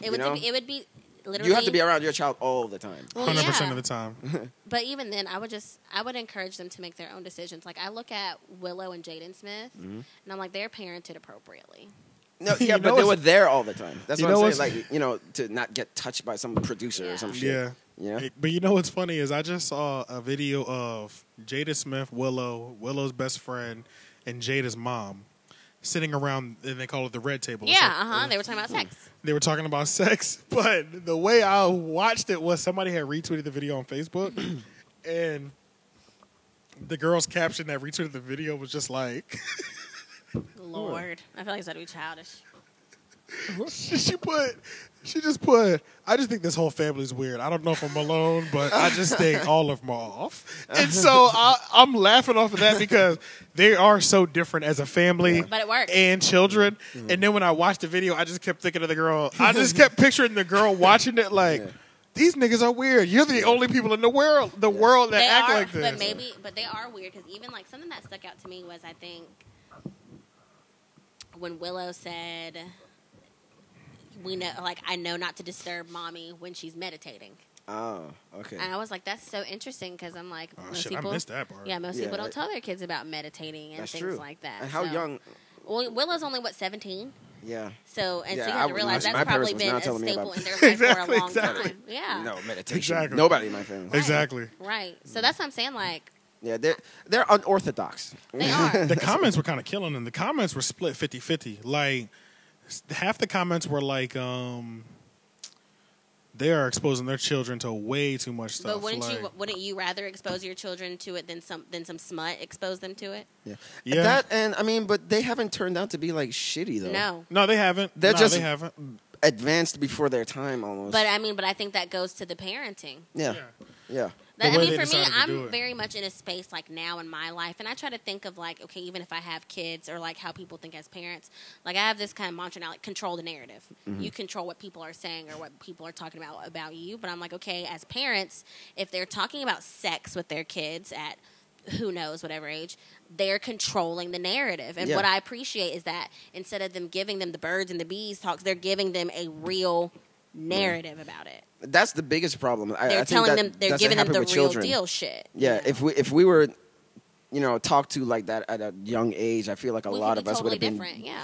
Speaker 4: it
Speaker 2: you
Speaker 4: would
Speaker 2: know,
Speaker 4: it would be literally
Speaker 2: you have to be around your child all the time.
Speaker 4: Well,
Speaker 3: Hundred percent of
Speaker 4: yeah.
Speaker 3: the time.
Speaker 4: But even then, I would just I would encourage them to make their own decisions. Like I look at Willow and Jaden Smith,
Speaker 3: Mm-hmm.
Speaker 4: and I'm like, they're parented appropriately.
Speaker 2: No,
Speaker 3: You
Speaker 2: yeah,
Speaker 3: know
Speaker 2: but they
Speaker 3: what's-
Speaker 2: were there all the time. That's
Speaker 3: You
Speaker 2: what
Speaker 3: know
Speaker 2: I'm saying.
Speaker 3: what's-
Speaker 2: Like, you know, to not get touched by some producer
Speaker 4: Yeah.
Speaker 2: or some shit.
Speaker 3: Yeah.
Speaker 2: You know?
Speaker 3: Hey, But you know what's funny is I just saw a video of Jada Smith, Willow, Willow's best friend, and Jada's mom sitting around, and they call it the red table. or
Speaker 4: Yeah, uh
Speaker 3: something.
Speaker 4: huh. They were talking about sex.
Speaker 3: They were talking about sex, but the way I watched it was somebody had retweeted the video on Facebook, and the girl's caption that retweeted the video was just like,
Speaker 4: Lord, I feel like it's got to be childish.
Speaker 3: she put, she just put, I just think this whole family's weird. I don't know if I'm alone, but I just think all of them are off. And so I, I'm laughing off of that because they are so different as a family.
Speaker 4: But Mm. it works.
Speaker 3: And children. And then when I watched the video, I just kept thinking of the girl. I just kept picturing the girl watching it like, these niggas are weird. You're the only people in the world, the world that
Speaker 4: they
Speaker 3: act
Speaker 4: are,
Speaker 3: like this.
Speaker 4: But maybe, but they are weird because even like something that stuck out to me was I think when Willow said, "We know, like I know not to disturb mommy when she's meditating,"
Speaker 2: Oh, okay.
Speaker 4: and I was like, "That's so interesting," because I'm like,
Speaker 3: Oh,
Speaker 4: most
Speaker 3: shit,
Speaker 4: people,
Speaker 3: I missed that part.
Speaker 4: yeah, most
Speaker 2: Yeah,
Speaker 4: people don't
Speaker 2: that-
Speaker 4: tell their kids about meditating and
Speaker 2: That's
Speaker 4: things
Speaker 2: true.
Speaker 4: like that.
Speaker 2: And how
Speaker 4: so-
Speaker 2: young?
Speaker 4: Well, Willow's only what 17.
Speaker 2: Yeah.
Speaker 4: So and
Speaker 2: Yeah,
Speaker 4: so you
Speaker 2: I
Speaker 4: have to
Speaker 2: would-
Speaker 4: realize
Speaker 2: my-
Speaker 4: that's
Speaker 2: my parents
Speaker 4: probably
Speaker 2: was
Speaker 4: been
Speaker 2: not
Speaker 4: a
Speaker 2: telling me
Speaker 4: staple
Speaker 2: about
Speaker 4: in their life for
Speaker 3: Exactly,
Speaker 4: a long
Speaker 3: exactly.
Speaker 4: time. Yeah.
Speaker 2: No meditation.
Speaker 3: Exactly.
Speaker 2: Nobody in my family.
Speaker 3: Exactly.
Speaker 4: Right. So that's what I'm saying. Like
Speaker 2: Yeah, they're they're unorthodox.
Speaker 4: they are.
Speaker 3: the comments were kind of killing them. The comments were split 50 50. Like, s- half the comments were like, um, they are exposing their children to way too much stuff.
Speaker 4: But wouldn't you
Speaker 3: Like,
Speaker 4: wouldn't you rather expose your children to it than some than some smut expose them to it?
Speaker 2: Yeah.
Speaker 3: Yeah.
Speaker 2: That and I mean, but they haven't turned out to be like shitty though.
Speaker 4: No.
Speaker 3: No, they haven't.
Speaker 2: They're
Speaker 3: No,
Speaker 2: just-
Speaker 3: they haven't.
Speaker 2: Advanced before their time almost.
Speaker 4: But uh, I mean, but I think that goes to the parenting.
Speaker 2: yeah.
Speaker 3: Yeah.
Speaker 2: Yeah.
Speaker 4: That, I
Speaker 3: way
Speaker 4: mean,
Speaker 3: they
Speaker 4: for me,
Speaker 3: decided to do
Speaker 4: I'm
Speaker 3: it.
Speaker 4: very much in a space like now in my life, and I try to think of like, okay, even if I have kids or like how people think as parents, like I have this kind of mantra now, like control the narrative.
Speaker 3: Mm-hmm.
Speaker 4: You control what people are saying or what people are talking about about you. But I'm like, okay, as parents, if they're talking about sex with their kids at who knows whatever age they're controlling the narrative and
Speaker 2: Yeah.
Speaker 4: what i appreciate is that instead of them giving them the birds and the bees talks they're giving them a real narrative about it
Speaker 2: That's the biggest problem. I, I
Speaker 4: they're
Speaker 2: think that-
Speaker 4: telling them they're
Speaker 2: that's what
Speaker 4: giving them
Speaker 2: happened
Speaker 4: the real
Speaker 2: with children.
Speaker 4: deal shit.
Speaker 2: Yeah, if we if we were, you know, talked to like that at a young age, I feel like a
Speaker 4: we
Speaker 2: lot
Speaker 4: could
Speaker 2: of
Speaker 4: be
Speaker 2: us
Speaker 4: totally
Speaker 2: would have been
Speaker 4: different. yeah.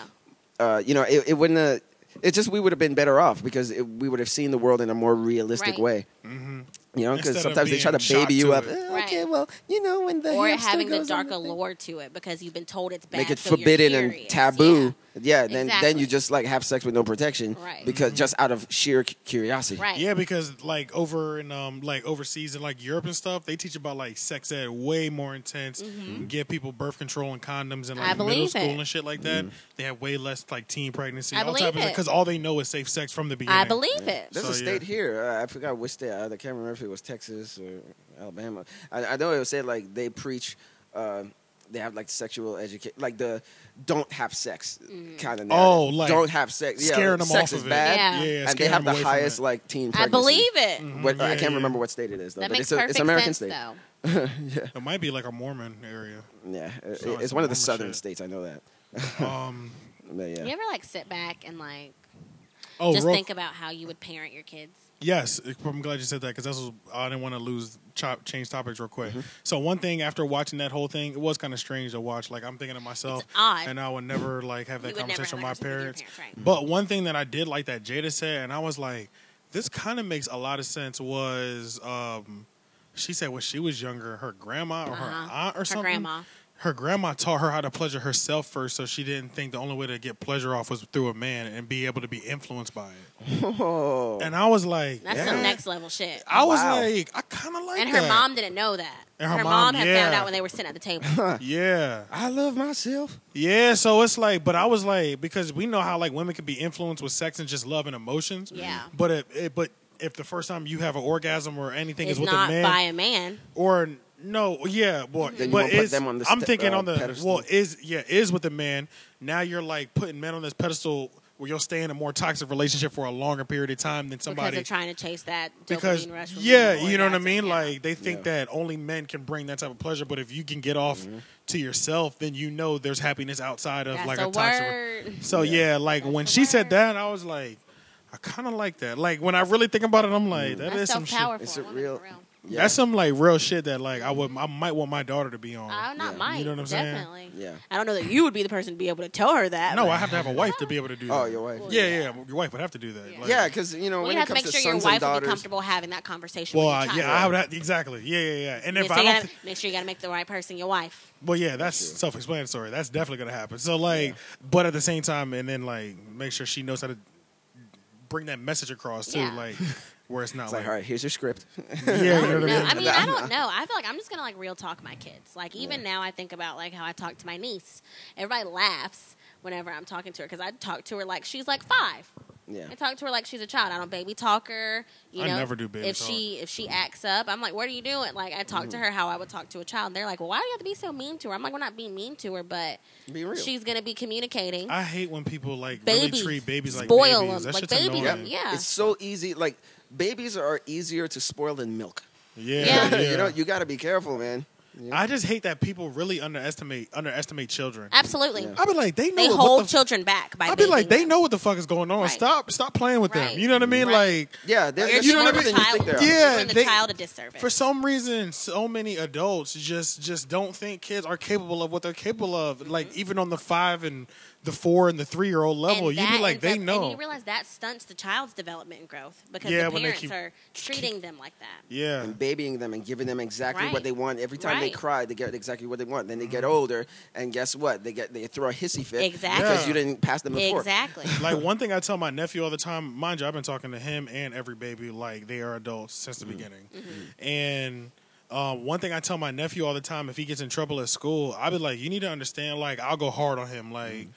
Speaker 2: uh, you know, it, it wouldn't have. It's just we would have been better off because it, we would have seen the world in a more realistic
Speaker 4: Right.
Speaker 2: way. You know,
Speaker 3: Mm-hmm. Instead
Speaker 2: because
Speaker 3: of
Speaker 2: sometimes they try
Speaker 3: being
Speaker 2: to
Speaker 3: shot
Speaker 2: baby you
Speaker 3: to
Speaker 2: up.
Speaker 3: it.
Speaker 2: "Eh,
Speaker 4: Right.
Speaker 2: Okay, well, you know, when the
Speaker 4: Or
Speaker 2: hamster
Speaker 4: having the
Speaker 2: goes on
Speaker 4: dark
Speaker 2: thing."
Speaker 4: allure to it because you've been told it's bad.
Speaker 2: make it
Speaker 4: so you're
Speaker 2: forbidden and
Speaker 4: curious.
Speaker 2: taboo. Yeah, then then
Speaker 4: Exactly.
Speaker 2: you just like have sex with no protection,
Speaker 4: Right.
Speaker 2: Because just out of sheer cu- curiosity,
Speaker 4: Yeah. Right.
Speaker 3: Yeah, because like over in um like overseas in like Europe and stuff, they teach about like sex ed way more intense. Give people birth control and condoms and
Speaker 4: Mm-hmm. I
Speaker 3: like middle
Speaker 4: believe
Speaker 3: school
Speaker 4: it.
Speaker 3: and shit like that.
Speaker 2: Mm-hmm.
Speaker 3: They have way less like teen pregnancy.
Speaker 4: I
Speaker 3: all
Speaker 4: believe it.
Speaker 3: because all they know is safe sex from the beginning.
Speaker 4: I believe it.
Speaker 2: There's
Speaker 3: So,
Speaker 2: a state
Speaker 3: yeah.
Speaker 2: here. Uh, I forgot which state. I I can't remember if it was Texas or Alabama. I, I know it was said like they preach. Uh, they have like sexual education, like the don't have sex kind of.
Speaker 3: Oh, like,
Speaker 2: don't have sex. Yeah,
Speaker 3: scaring them
Speaker 2: sex
Speaker 3: off
Speaker 2: is
Speaker 3: of it.
Speaker 2: bad.
Speaker 4: Mm-hmm. Yeah.
Speaker 3: Yeah,
Speaker 2: and they
Speaker 3: scaring them
Speaker 2: have the
Speaker 3: away from
Speaker 2: highest
Speaker 3: it. Mm-hmm.
Speaker 2: like teen.
Speaker 4: I
Speaker 2: Pregnancy.
Speaker 4: believe it.
Speaker 2: What, I
Speaker 3: Yeah,
Speaker 2: can't
Speaker 3: yeah.
Speaker 2: remember what state it is though.
Speaker 4: That
Speaker 2: Mm-hmm. but
Speaker 4: makes
Speaker 2: it's, a,
Speaker 4: perfect
Speaker 2: it's an American
Speaker 4: sense,
Speaker 2: state.
Speaker 4: though.
Speaker 3: It might be like a Mormon area.
Speaker 2: Yeah, it-
Speaker 3: So it's
Speaker 2: it's one of
Speaker 3: warmer
Speaker 2: the southern
Speaker 3: shit.
Speaker 2: states. I know that.
Speaker 3: Um,
Speaker 2: But yeah.
Speaker 4: You ever like sit back and like
Speaker 3: Oh,
Speaker 4: just
Speaker 3: real-
Speaker 4: think about how you would parent your kids.
Speaker 3: Yes, I'm glad you said that because that's what, I didn't want to lose chop change topics real quick. So one thing after watching that whole thing, it was kind of strange to watch. Like I'm thinking to myself,
Speaker 4: It's odd.
Speaker 3: and I would never like have that
Speaker 4: You would never
Speaker 3: conversation with my
Speaker 4: have that
Speaker 3: parents.
Speaker 4: conversation with your parents,
Speaker 3: But one thing that I did like that Jada said, and I was like, this kind of makes a lot of sense. Was um, she said when she was younger, her grandma or her
Speaker 4: Uh-huh.
Speaker 3: aunt or
Speaker 4: Her
Speaker 3: something.
Speaker 4: grandma.
Speaker 3: Her grandma taught her how to pleasure herself first, so she didn't think the only way to get pleasure off was through a man and be able to be influenced by it.
Speaker 2: Oh,
Speaker 3: And I was like,
Speaker 4: That's
Speaker 3: yeah.
Speaker 4: some next level shit.
Speaker 3: I was
Speaker 2: Wow.
Speaker 3: like, I kind of like
Speaker 4: and her
Speaker 3: that.
Speaker 4: mom didn't know that.
Speaker 3: And her
Speaker 4: mom,
Speaker 3: mom,
Speaker 4: had
Speaker 3: yeah.
Speaker 4: found out when they were sitting at the table.
Speaker 3: Yeah,
Speaker 2: I love myself.
Speaker 3: yeah. So it's like, but I was like, because we know how like women can be influenced with sex and just love and emotions.
Speaker 4: Yeah.
Speaker 2: Mm-hmm.
Speaker 3: But if it, but if the first time you have an orgasm or anything
Speaker 4: it's
Speaker 3: is with
Speaker 4: not
Speaker 3: a man
Speaker 4: by a man.
Speaker 3: or no, yeah, boy.
Speaker 2: Then you
Speaker 3: but
Speaker 2: won't put
Speaker 3: is-
Speaker 2: them on the
Speaker 3: I'm
Speaker 2: ste-
Speaker 3: thinking
Speaker 2: uh,
Speaker 3: on the
Speaker 2: pedestal.
Speaker 3: well is yeah is with a man. Now you're like putting men on this pedestal where you'll stay in a more toxic relationship for a longer period of time than
Speaker 4: Because
Speaker 3: somebody
Speaker 4: they're trying to chase that dopamine
Speaker 3: because
Speaker 4: rush. from
Speaker 3: yeah,
Speaker 4: being
Speaker 3: you know what I
Speaker 4: orgasmic,
Speaker 3: mean.
Speaker 4: yeah.
Speaker 3: Like they think that only men can bring that type of pleasure, but if you can get off
Speaker 2: Mm-hmm.
Speaker 3: to yourself, then you know there's happiness outside of
Speaker 4: that's
Speaker 3: like
Speaker 4: a,
Speaker 3: a toxic. re-
Speaker 4: word.
Speaker 3: So yeah, like when
Speaker 4: the
Speaker 3: she said
Speaker 4: word.
Speaker 3: that, I was like, I kind of like that. Like when I really think about it, I'm
Speaker 2: Mm-hmm.
Speaker 3: like, that is
Speaker 4: That's so
Speaker 3: some shit.
Speaker 4: powerful.
Speaker 2: Is it
Speaker 4: woman, for
Speaker 2: real?
Speaker 4: real.
Speaker 2: Yeah.
Speaker 3: That's some like real shit that like I would I might want my daughter to be on.
Speaker 4: I Uh, not
Speaker 2: Mm. Yeah.
Speaker 4: mine.
Speaker 3: You know what I'm saying?
Speaker 4: definitely.
Speaker 2: Yeah.
Speaker 4: I don't know that you would be the person to be able to tell her that.
Speaker 3: no,
Speaker 4: but-
Speaker 3: I have to have a wife to be able to do.
Speaker 2: Oh,
Speaker 3: that.
Speaker 2: your wife.
Speaker 3: Yeah, yeah, your wife would have to do that.
Speaker 4: Yeah.
Speaker 3: Like-
Speaker 2: Yeah, because you know
Speaker 4: Well,
Speaker 2: when
Speaker 4: you
Speaker 2: it
Speaker 4: have to
Speaker 2: comes
Speaker 4: make
Speaker 2: to
Speaker 4: sure your
Speaker 2: sons
Speaker 4: wife
Speaker 2: and
Speaker 4: will be
Speaker 2: daughters,
Speaker 4: comfortable having that conversation.
Speaker 3: Well,
Speaker 4: with
Speaker 3: I,
Speaker 4: your child.
Speaker 3: yeah, I would have, exactly. Yeah, yeah, yeah. And if
Speaker 4: So
Speaker 3: I
Speaker 4: you
Speaker 3: don't,
Speaker 4: gotta
Speaker 3: thi-
Speaker 4: make sure you got to make the right person your wife.
Speaker 3: Well, yeah, that's self-explanatory. That's definitely gonna happen. So, like, but at the same time, and then like, make sure she knows how to bring that message across too,
Speaker 4: Yeah.
Speaker 3: like, where it's not
Speaker 2: it's
Speaker 3: like,
Speaker 2: like, all right, here's your script.
Speaker 3: yeah, you know what
Speaker 4: No,
Speaker 3: I
Speaker 4: I
Speaker 3: mean.
Speaker 4: mean, I don't know. I feel like I'm just gonna like real talk my kids. Like even now, I think about like how I talk to my niece. Everybody laughs whenever I'm talking to her because I talk to her like she's like five.
Speaker 2: yeah,
Speaker 4: I talk to her like she's a child. I don't baby talk her. You
Speaker 3: I
Speaker 4: know,
Speaker 3: never do baby Mm.
Speaker 4: if she if she acts up, I'm like, what are you doing? Like I talk to her how I would talk to a child. And they're like, well, why do you have to be so mean to her? I'm like, we're not being mean to her, but
Speaker 2: be real.
Speaker 4: she's gonna be communicating.
Speaker 3: I hate when people like
Speaker 4: babies
Speaker 3: really treat babies like
Speaker 4: spoil
Speaker 3: babies.
Speaker 4: them
Speaker 3: That
Speaker 4: like
Speaker 3: shit's
Speaker 4: babies.
Speaker 3: annoying.
Speaker 4: Yeah.
Speaker 2: It's so easy. Like babies are easier to spoil than milk.
Speaker 3: yeah,
Speaker 4: Yeah.
Speaker 3: yeah.
Speaker 2: you know, you got to be careful, man.
Speaker 3: I just hate that people really underestimate underestimate children.
Speaker 4: Absolutely,
Speaker 2: Yeah.
Speaker 3: I'd be like, they know
Speaker 4: they
Speaker 3: what
Speaker 4: hold
Speaker 3: the.
Speaker 4: children back by.
Speaker 3: I'd be like,
Speaker 4: babying
Speaker 3: they
Speaker 4: them.
Speaker 3: know what the fuck is going on.
Speaker 4: Right.
Speaker 3: Stop, stop playing with
Speaker 4: Right.
Speaker 3: them. You know what I mean?
Speaker 4: Right.
Speaker 3: Like,
Speaker 2: Yeah, they're,
Speaker 4: You're
Speaker 2: they're
Speaker 3: know what I
Speaker 2: smarter than
Speaker 4: doing the
Speaker 2: you think they
Speaker 4: child-
Speaker 2: are.
Speaker 3: Yeah.
Speaker 4: doing the
Speaker 3: they-
Speaker 4: child a disservice.
Speaker 3: for some reason so many adults just just don't think kids are capable of what they're capable of like even on the five and the four and the three year old level
Speaker 4: Mm-hmm. And
Speaker 3: you'd be
Speaker 4: that
Speaker 3: like
Speaker 4: ends
Speaker 3: they
Speaker 4: up-
Speaker 3: know
Speaker 4: And you realize that stunts the child's development and growth because
Speaker 3: Yeah,
Speaker 4: the
Speaker 3: when they
Speaker 4: parents
Speaker 3: keep-
Speaker 4: are treating them like that.
Speaker 3: yeah
Speaker 2: and babying them and giving them exactly
Speaker 4: Right.
Speaker 2: what they want. Every time they
Speaker 4: Right.
Speaker 2: cry, they get exactly what they want. Then they
Speaker 3: Mm-hmm.
Speaker 2: get older, and guess what? They get they throw a hissy fit
Speaker 4: Exactly.
Speaker 2: because
Speaker 3: Yeah.
Speaker 2: you didn't pass them before.
Speaker 4: Exactly.
Speaker 3: like one thing i tell my nephew all the time mind you i've been talking to him and every baby like they are adults since the beginning
Speaker 4: Mm-hmm.
Speaker 3: and um, one thing I tell my nephew all the time, if he gets in trouble at school, I'll be like, "You need to understand. Like, I'll go hard on him. Like,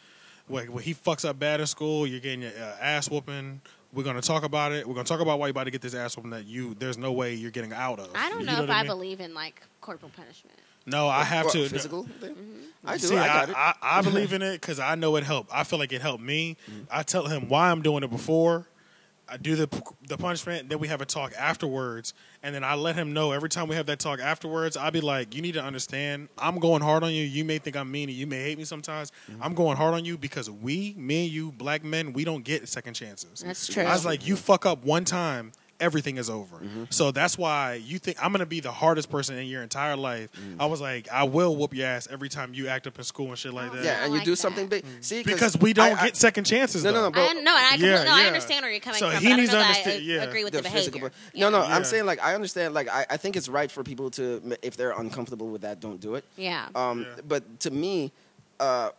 Speaker 3: like when he fucks up bad in school, you're getting your uh, ass whooping. We're gonna talk about it. We're gonna talk about why you about to get this ass whooping that you there's no way you're getting out of.
Speaker 4: I don't
Speaker 3: You
Speaker 4: know, if
Speaker 3: what
Speaker 4: I,
Speaker 3: mean?
Speaker 4: believe in like corporal punishment.
Speaker 3: No, I have
Speaker 2: What,
Speaker 3: to.
Speaker 2: physical. thing?
Speaker 4: Mm-hmm.
Speaker 2: I do.
Speaker 3: See,
Speaker 2: I
Speaker 3: I,
Speaker 2: got it.
Speaker 3: I, I believe in it because I know it helped. I feel like it helped me.
Speaker 2: Mm-hmm.
Speaker 3: I tell him why I'm doing it before. I do the the punishment. Then we have a talk afterwards, and then I let him know every time we have that talk afterwards. I'll be like, "You need to understand. I'm going hard on you. You may think I'm mean, and you may hate me sometimes.
Speaker 2: Mm-hmm.
Speaker 3: I'm going hard on you because we, me and you, black men, we don't get second chances.
Speaker 4: That's true.
Speaker 3: I was like, you fuck up one time, everything is over.
Speaker 2: Mm-hmm.
Speaker 3: So that's why you think I'm gonna be the hardest person in your entire life.
Speaker 2: Mm.
Speaker 3: I was like, I will whoop your ass every time you act up in school and shit like that.
Speaker 4: I
Speaker 2: yeah,
Speaker 4: don't
Speaker 2: and you
Speaker 4: like
Speaker 2: do
Speaker 4: that.
Speaker 2: something big. See,
Speaker 3: Mm. Because we don't
Speaker 2: I- I-
Speaker 3: get second chances.
Speaker 2: No, no,
Speaker 3: though.
Speaker 2: no, but-
Speaker 4: I, no, and I, completely
Speaker 3: Yeah,
Speaker 4: no, I
Speaker 3: yeah.
Speaker 4: understand where you're coming
Speaker 3: So
Speaker 4: from.
Speaker 3: he
Speaker 4: but I don't
Speaker 3: needs
Speaker 4: know
Speaker 3: to
Speaker 4: that I
Speaker 3: understand- yeah.
Speaker 4: agree with the, behavior.
Speaker 2: physical-
Speaker 4: Yeah.
Speaker 2: No, no,
Speaker 3: Yeah.
Speaker 2: I'm saying like I understand. Like I, I think it's right for people to m- if they're uncomfortable with that, don't do it.
Speaker 4: Yeah.
Speaker 2: Um,
Speaker 3: Yeah.
Speaker 2: But to me, uh,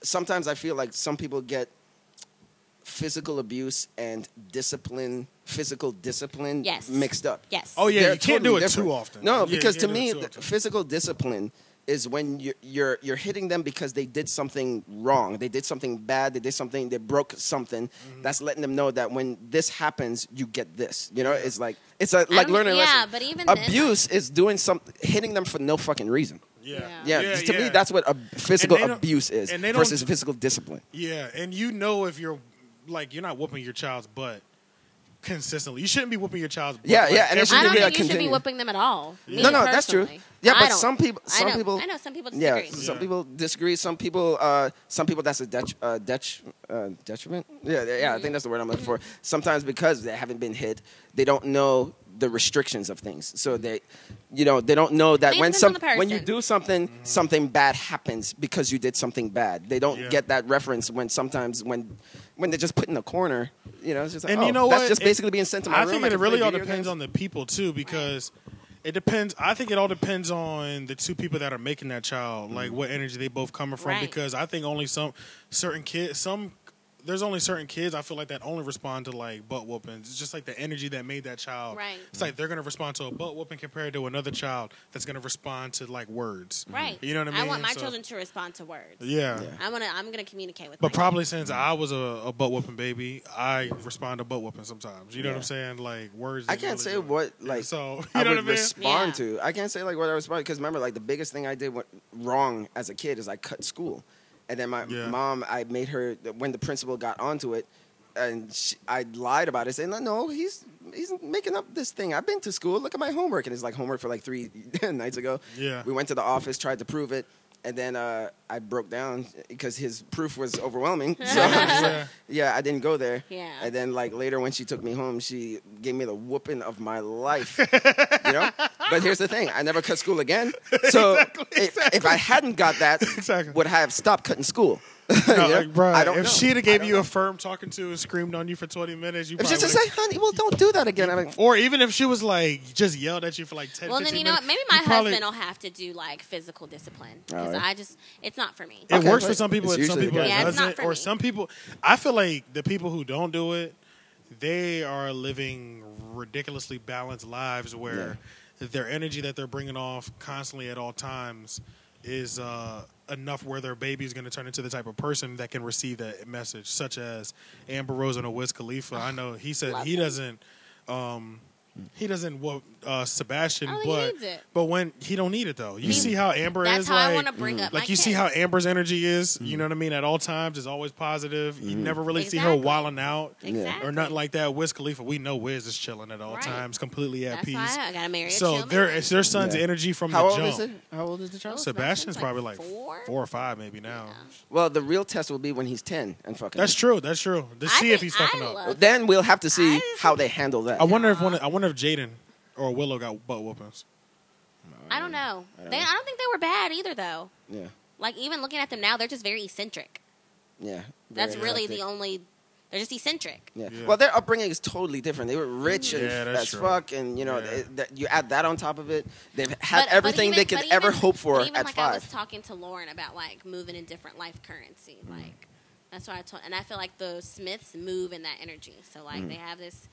Speaker 2: sometimes I feel like some people get physical abuse and discipline, physical discipline,
Speaker 4: Yes.
Speaker 2: mixed up.
Speaker 4: yes.
Speaker 3: Oh, yeah,
Speaker 2: They're
Speaker 3: you can't
Speaker 2: totally
Speaker 3: do it
Speaker 2: different.
Speaker 3: too often.
Speaker 2: No,
Speaker 3: Yeah,
Speaker 2: because
Speaker 3: you
Speaker 2: to
Speaker 3: can't do it
Speaker 2: me,
Speaker 3: too
Speaker 2: th-
Speaker 3: often.
Speaker 2: physical discipline is when you're, you're you're hitting them because they did something wrong. They did something bad. They did something. They broke something.
Speaker 3: Mm-hmm.
Speaker 2: That's letting them know that when this happens, you get this. You know, it's like it's a, like
Speaker 4: don't-
Speaker 2: learning. a
Speaker 4: yeah,
Speaker 2: lesson.
Speaker 4: but even then, like-
Speaker 2: abuse is doing something, hitting them for no fucking reason.
Speaker 3: Yeah.
Speaker 2: Yeah, to me, that's what a physical
Speaker 3: And they don't-
Speaker 2: abuse is
Speaker 3: and they don't-
Speaker 2: versus physical discipline.
Speaker 3: Yeah, and you know if you're like you're not whooping your child's butt, consistently. You shouldn't be whooping your child's butt.
Speaker 2: Yeah,
Speaker 3: like,
Speaker 2: yeah, and
Speaker 3: every
Speaker 2: it
Speaker 4: I
Speaker 2: shouldn't
Speaker 4: don't
Speaker 2: be
Speaker 4: think
Speaker 2: a
Speaker 3: day.
Speaker 4: you should be
Speaker 2: continue.
Speaker 4: whipping them at all. Me
Speaker 2: No, no, that's true.
Speaker 4: personally.
Speaker 2: Yeah,
Speaker 4: I
Speaker 2: but
Speaker 4: don't.
Speaker 2: some people-
Speaker 4: I
Speaker 2: some
Speaker 4: know-
Speaker 2: people-
Speaker 4: I know some people
Speaker 2: Yeah,
Speaker 4: disagree.
Speaker 2: some
Speaker 3: Yeah.
Speaker 2: people disagree. Some people, uh, some people, that's a det- uh, det- uh, detriment. Yeah, yeah, yeah, I
Speaker 4: Mm-hmm.
Speaker 2: think that's the word I'm looking for. Sometimes because they haven't been hit, they don't know the restrictions of things. So they, you know, they don't know that
Speaker 4: It
Speaker 2: when
Speaker 4: depends
Speaker 2: some
Speaker 4: on the
Speaker 2: when you
Speaker 4: person.
Speaker 2: do something,
Speaker 3: Mm-hmm.
Speaker 2: something bad happens because you did something bad. They don't
Speaker 3: Yeah.
Speaker 2: get that reference when sometimes when when they're just put in a corner. You know, it's just like,
Speaker 3: and
Speaker 2: oh,
Speaker 3: you know
Speaker 2: that's
Speaker 3: what?
Speaker 2: just
Speaker 3: It-
Speaker 2: basically being sent to my
Speaker 3: I
Speaker 2: room.
Speaker 3: think
Speaker 2: can
Speaker 3: it
Speaker 2: play
Speaker 3: really all
Speaker 2: video
Speaker 3: depends
Speaker 2: games.
Speaker 3: on the people too, because it depends. I think it all depends on the two people that are making that child, like
Speaker 2: Mm-hmm.
Speaker 3: what energy they both coming from.
Speaker 4: Right.
Speaker 3: Because I think only some certain kids, some there's only certain kids I feel like that only respond to like butt whoopings. It's just like the energy that made that child.
Speaker 4: Right.
Speaker 3: It's like they're gonna respond to a butt whooping compared to another child that's gonna respond to like words.
Speaker 4: Right.
Speaker 3: You know what I mean?
Speaker 4: I want my
Speaker 3: So-
Speaker 4: children to respond to words.
Speaker 3: Yeah.
Speaker 4: I want to. I'm going to communicate with.
Speaker 3: But
Speaker 4: my
Speaker 3: probably since I was a, a butt whooping baby, I respond to butt whooping sometimes. You know what I'm saying? Like words.
Speaker 2: I
Speaker 3: didn't
Speaker 2: can't
Speaker 3: really
Speaker 2: say
Speaker 3: do it.
Speaker 2: what like
Speaker 3: so you
Speaker 2: I
Speaker 3: know
Speaker 2: would
Speaker 3: what I mean?
Speaker 2: respond
Speaker 4: Yeah.
Speaker 2: to. I can't say like what I respond because remember, like the biggest thing I did wa- wrong as a kid is I cut school, and then my
Speaker 3: Yeah.
Speaker 2: mom, I made her when the principal got onto it, and she, I lied about it, saying no, no, he's he's making up this thing. I've been to school. Look at my homework, and it's like homework for like three nights ago.
Speaker 3: Yeah.
Speaker 2: we went to the office, tried to prove it. And then uh, I broke down because his proof was overwhelming. So I'm just like,
Speaker 3: Yeah.
Speaker 2: yeah, I didn't go there.
Speaker 4: Yeah.
Speaker 2: And then like later when she took me home, she gave me the whooping of my life. you know? But here's the thing, I never cut school again. So if, if I hadn't got that,
Speaker 3: Exactly.
Speaker 2: would I have stopped cutting school?
Speaker 3: No,
Speaker 2: You know?
Speaker 3: like, bruh,
Speaker 2: I don't
Speaker 3: if
Speaker 2: know.
Speaker 3: she'd have
Speaker 2: I
Speaker 3: gave
Speaker 2: don't
Speaker 3: you
Speaker 2: know.
Speaker 3: a firm talking to and screamed on you for 20 minutes, you
Speaker 2: It was
Speaker 3: probably
Speaker 2: just to
Speaker 3: would've-
Speaker 2: say, honey, well, don't do that again. I mean,
Speaker 3: Or even if she was like, just yelled at you for like 10
Speaker 4: Well, then
Speaker 3: 15
Speaker 4: you know what? Maybe
Speaker 3: minutes,
Speaker 4: my
Speaker 3: you probably-
Speaker 4: husband will have to do like physical discipline because
Speaker 2: Alright.
Speaker 4: I just it's not for me.
Speaker 3: It
Speaker 2: Okay,
Speaker 3: works for
Speaker 2: but
Speaker 3: some people
Speaker 2: it's
Speaker 3: and some
Speaker 2: usually
Speaker 3: people
Speaker 2: the
Speaker 3: it
Speaker 2: case.
Speaker 4: Yeah, it's not
Speaker 3: doesn't. Or
Speaker 4: for me.
Speaker 3: some people, I feel like the people who don't do it, they are living ridiculously balanced lives where their energy that they're bringing off constantly at all times is uh, enough where their baby is going to turn into the type of person that can receive that message, such as Amber Rose and a Wiz Khalifa. I know he said
Speaker 4: love
Speaker 3: he
Speaker 4: him.
Speaker 3: doesn't. Um, he doesn't whoop uh, Sebastian,
Speaker 4: I don't think Oh, he
Speaker 3: but
Speaker 4: needs it.
Speaker 3: but when he don't need it though, you see how Amber
Speaker 4: That's
Speaker 3: is
Speaker 4: how I
Speaker 3: like-
Speaker 4: want to bring up.
Speaker 3: like
Speaker 4: my
Speaker 3: you see
Speaker 4: kids.
Speaker 3: how Amber's energy is,
Speaker 2: Mm-hmm.
Speaker 3: you know what I mean? At all times, is always positive. You never really see her
Speaker 4: Exactly.
Speaker 3: wilding out
Speaker 4: exactly.
Speaker 3: or nothing like that. Wiz Khalifa, we know Wiz is chilling at all
Speaker 4: Right.
Speaker 3: times, completely at
Speaker 4: That's
Speaker 3: peace.
Speaker 4: why I got to marry a
Speaker 3: so
Speaker 4: chill
Speaker 3: their
Speaker 4: man.
Speaker 3: it's their son's
Speaker 2: Yeah.
Speaker 3: energy from
Speaker 2: how
Speaker 3: the
Speaker 2: old
Speaker 3: jump.
Speaker 2: is it? How old is the child?
Speaker 4: Oh,
Speaker 3: Sebastian's
Speaker 4: Sebastian's
Speaker 3: probably
Speaker 4: like
Speaker 3: like
Speaker 4: four?
Speaker 3: four or five, maybe now.
Speaker 2: Well, the real test will be when he's 10 and fucking.
Speaker 3: That's true. That's true. To
Speaker 4: I
Speaker 3: see if
Speaker 4: think
Speaker 3: he's
Speaker 4: I
Speaker 3: fucking up.
Speaker 4: love-
Speaker 2: Well, Then we'll have to see
Speaker 4: I-
Speaker 2: how they handle that.
Speaker 3: I wonder if one. I wonder if Jaden or Willow got butt whoopings.
Speaker 4: I don't know.
Speaker 2: I don't
Speaker 4: they
Speaker 2: know.
Speaker 4: I don't think they were bad either though.
Speaker 2: yeah.
Speaker 4: Like even looking at them now, they're just very eccentric.
Speaker 2: Yeah.
Speaker 4: That's
Speaker 2: Very
Speaker 4: really
Speaker 2: hectic.
Speaker 4: the only. They're just eccentric.
Speaker 2: Yeah.
Speaker 3: Yeah.
Speaker 2: Well, their upbringing is totally different. They were rich and
Speaker 3: Yeah, that's
Speaker 2: as
Speaker 3: true.
Speaker 2: fuck, and you know,
Speaker 3: Yeah.
Speaker 2: they- that- you add that on top of it, they've had
Speaker 4: But- but
Speaker 2: everything
Speaker 4: even-
Speaker 2: they could
Speaker 4: but
Speaker 2: ever
Speaker 4: even-
Speaker 2: hope for
Speaker 4: but even
Speaker 2: at
Speaker 4: like I was
Speaker 2: five.
Speaker 4: talking to Lauren about like moving in different life currency.
Speaker 2: Mm.
Speaker 4: Like that's why I told, and I feel like the Smiths move in that energy. So
Speaker 2: Mm.
Speaker 4: like they have this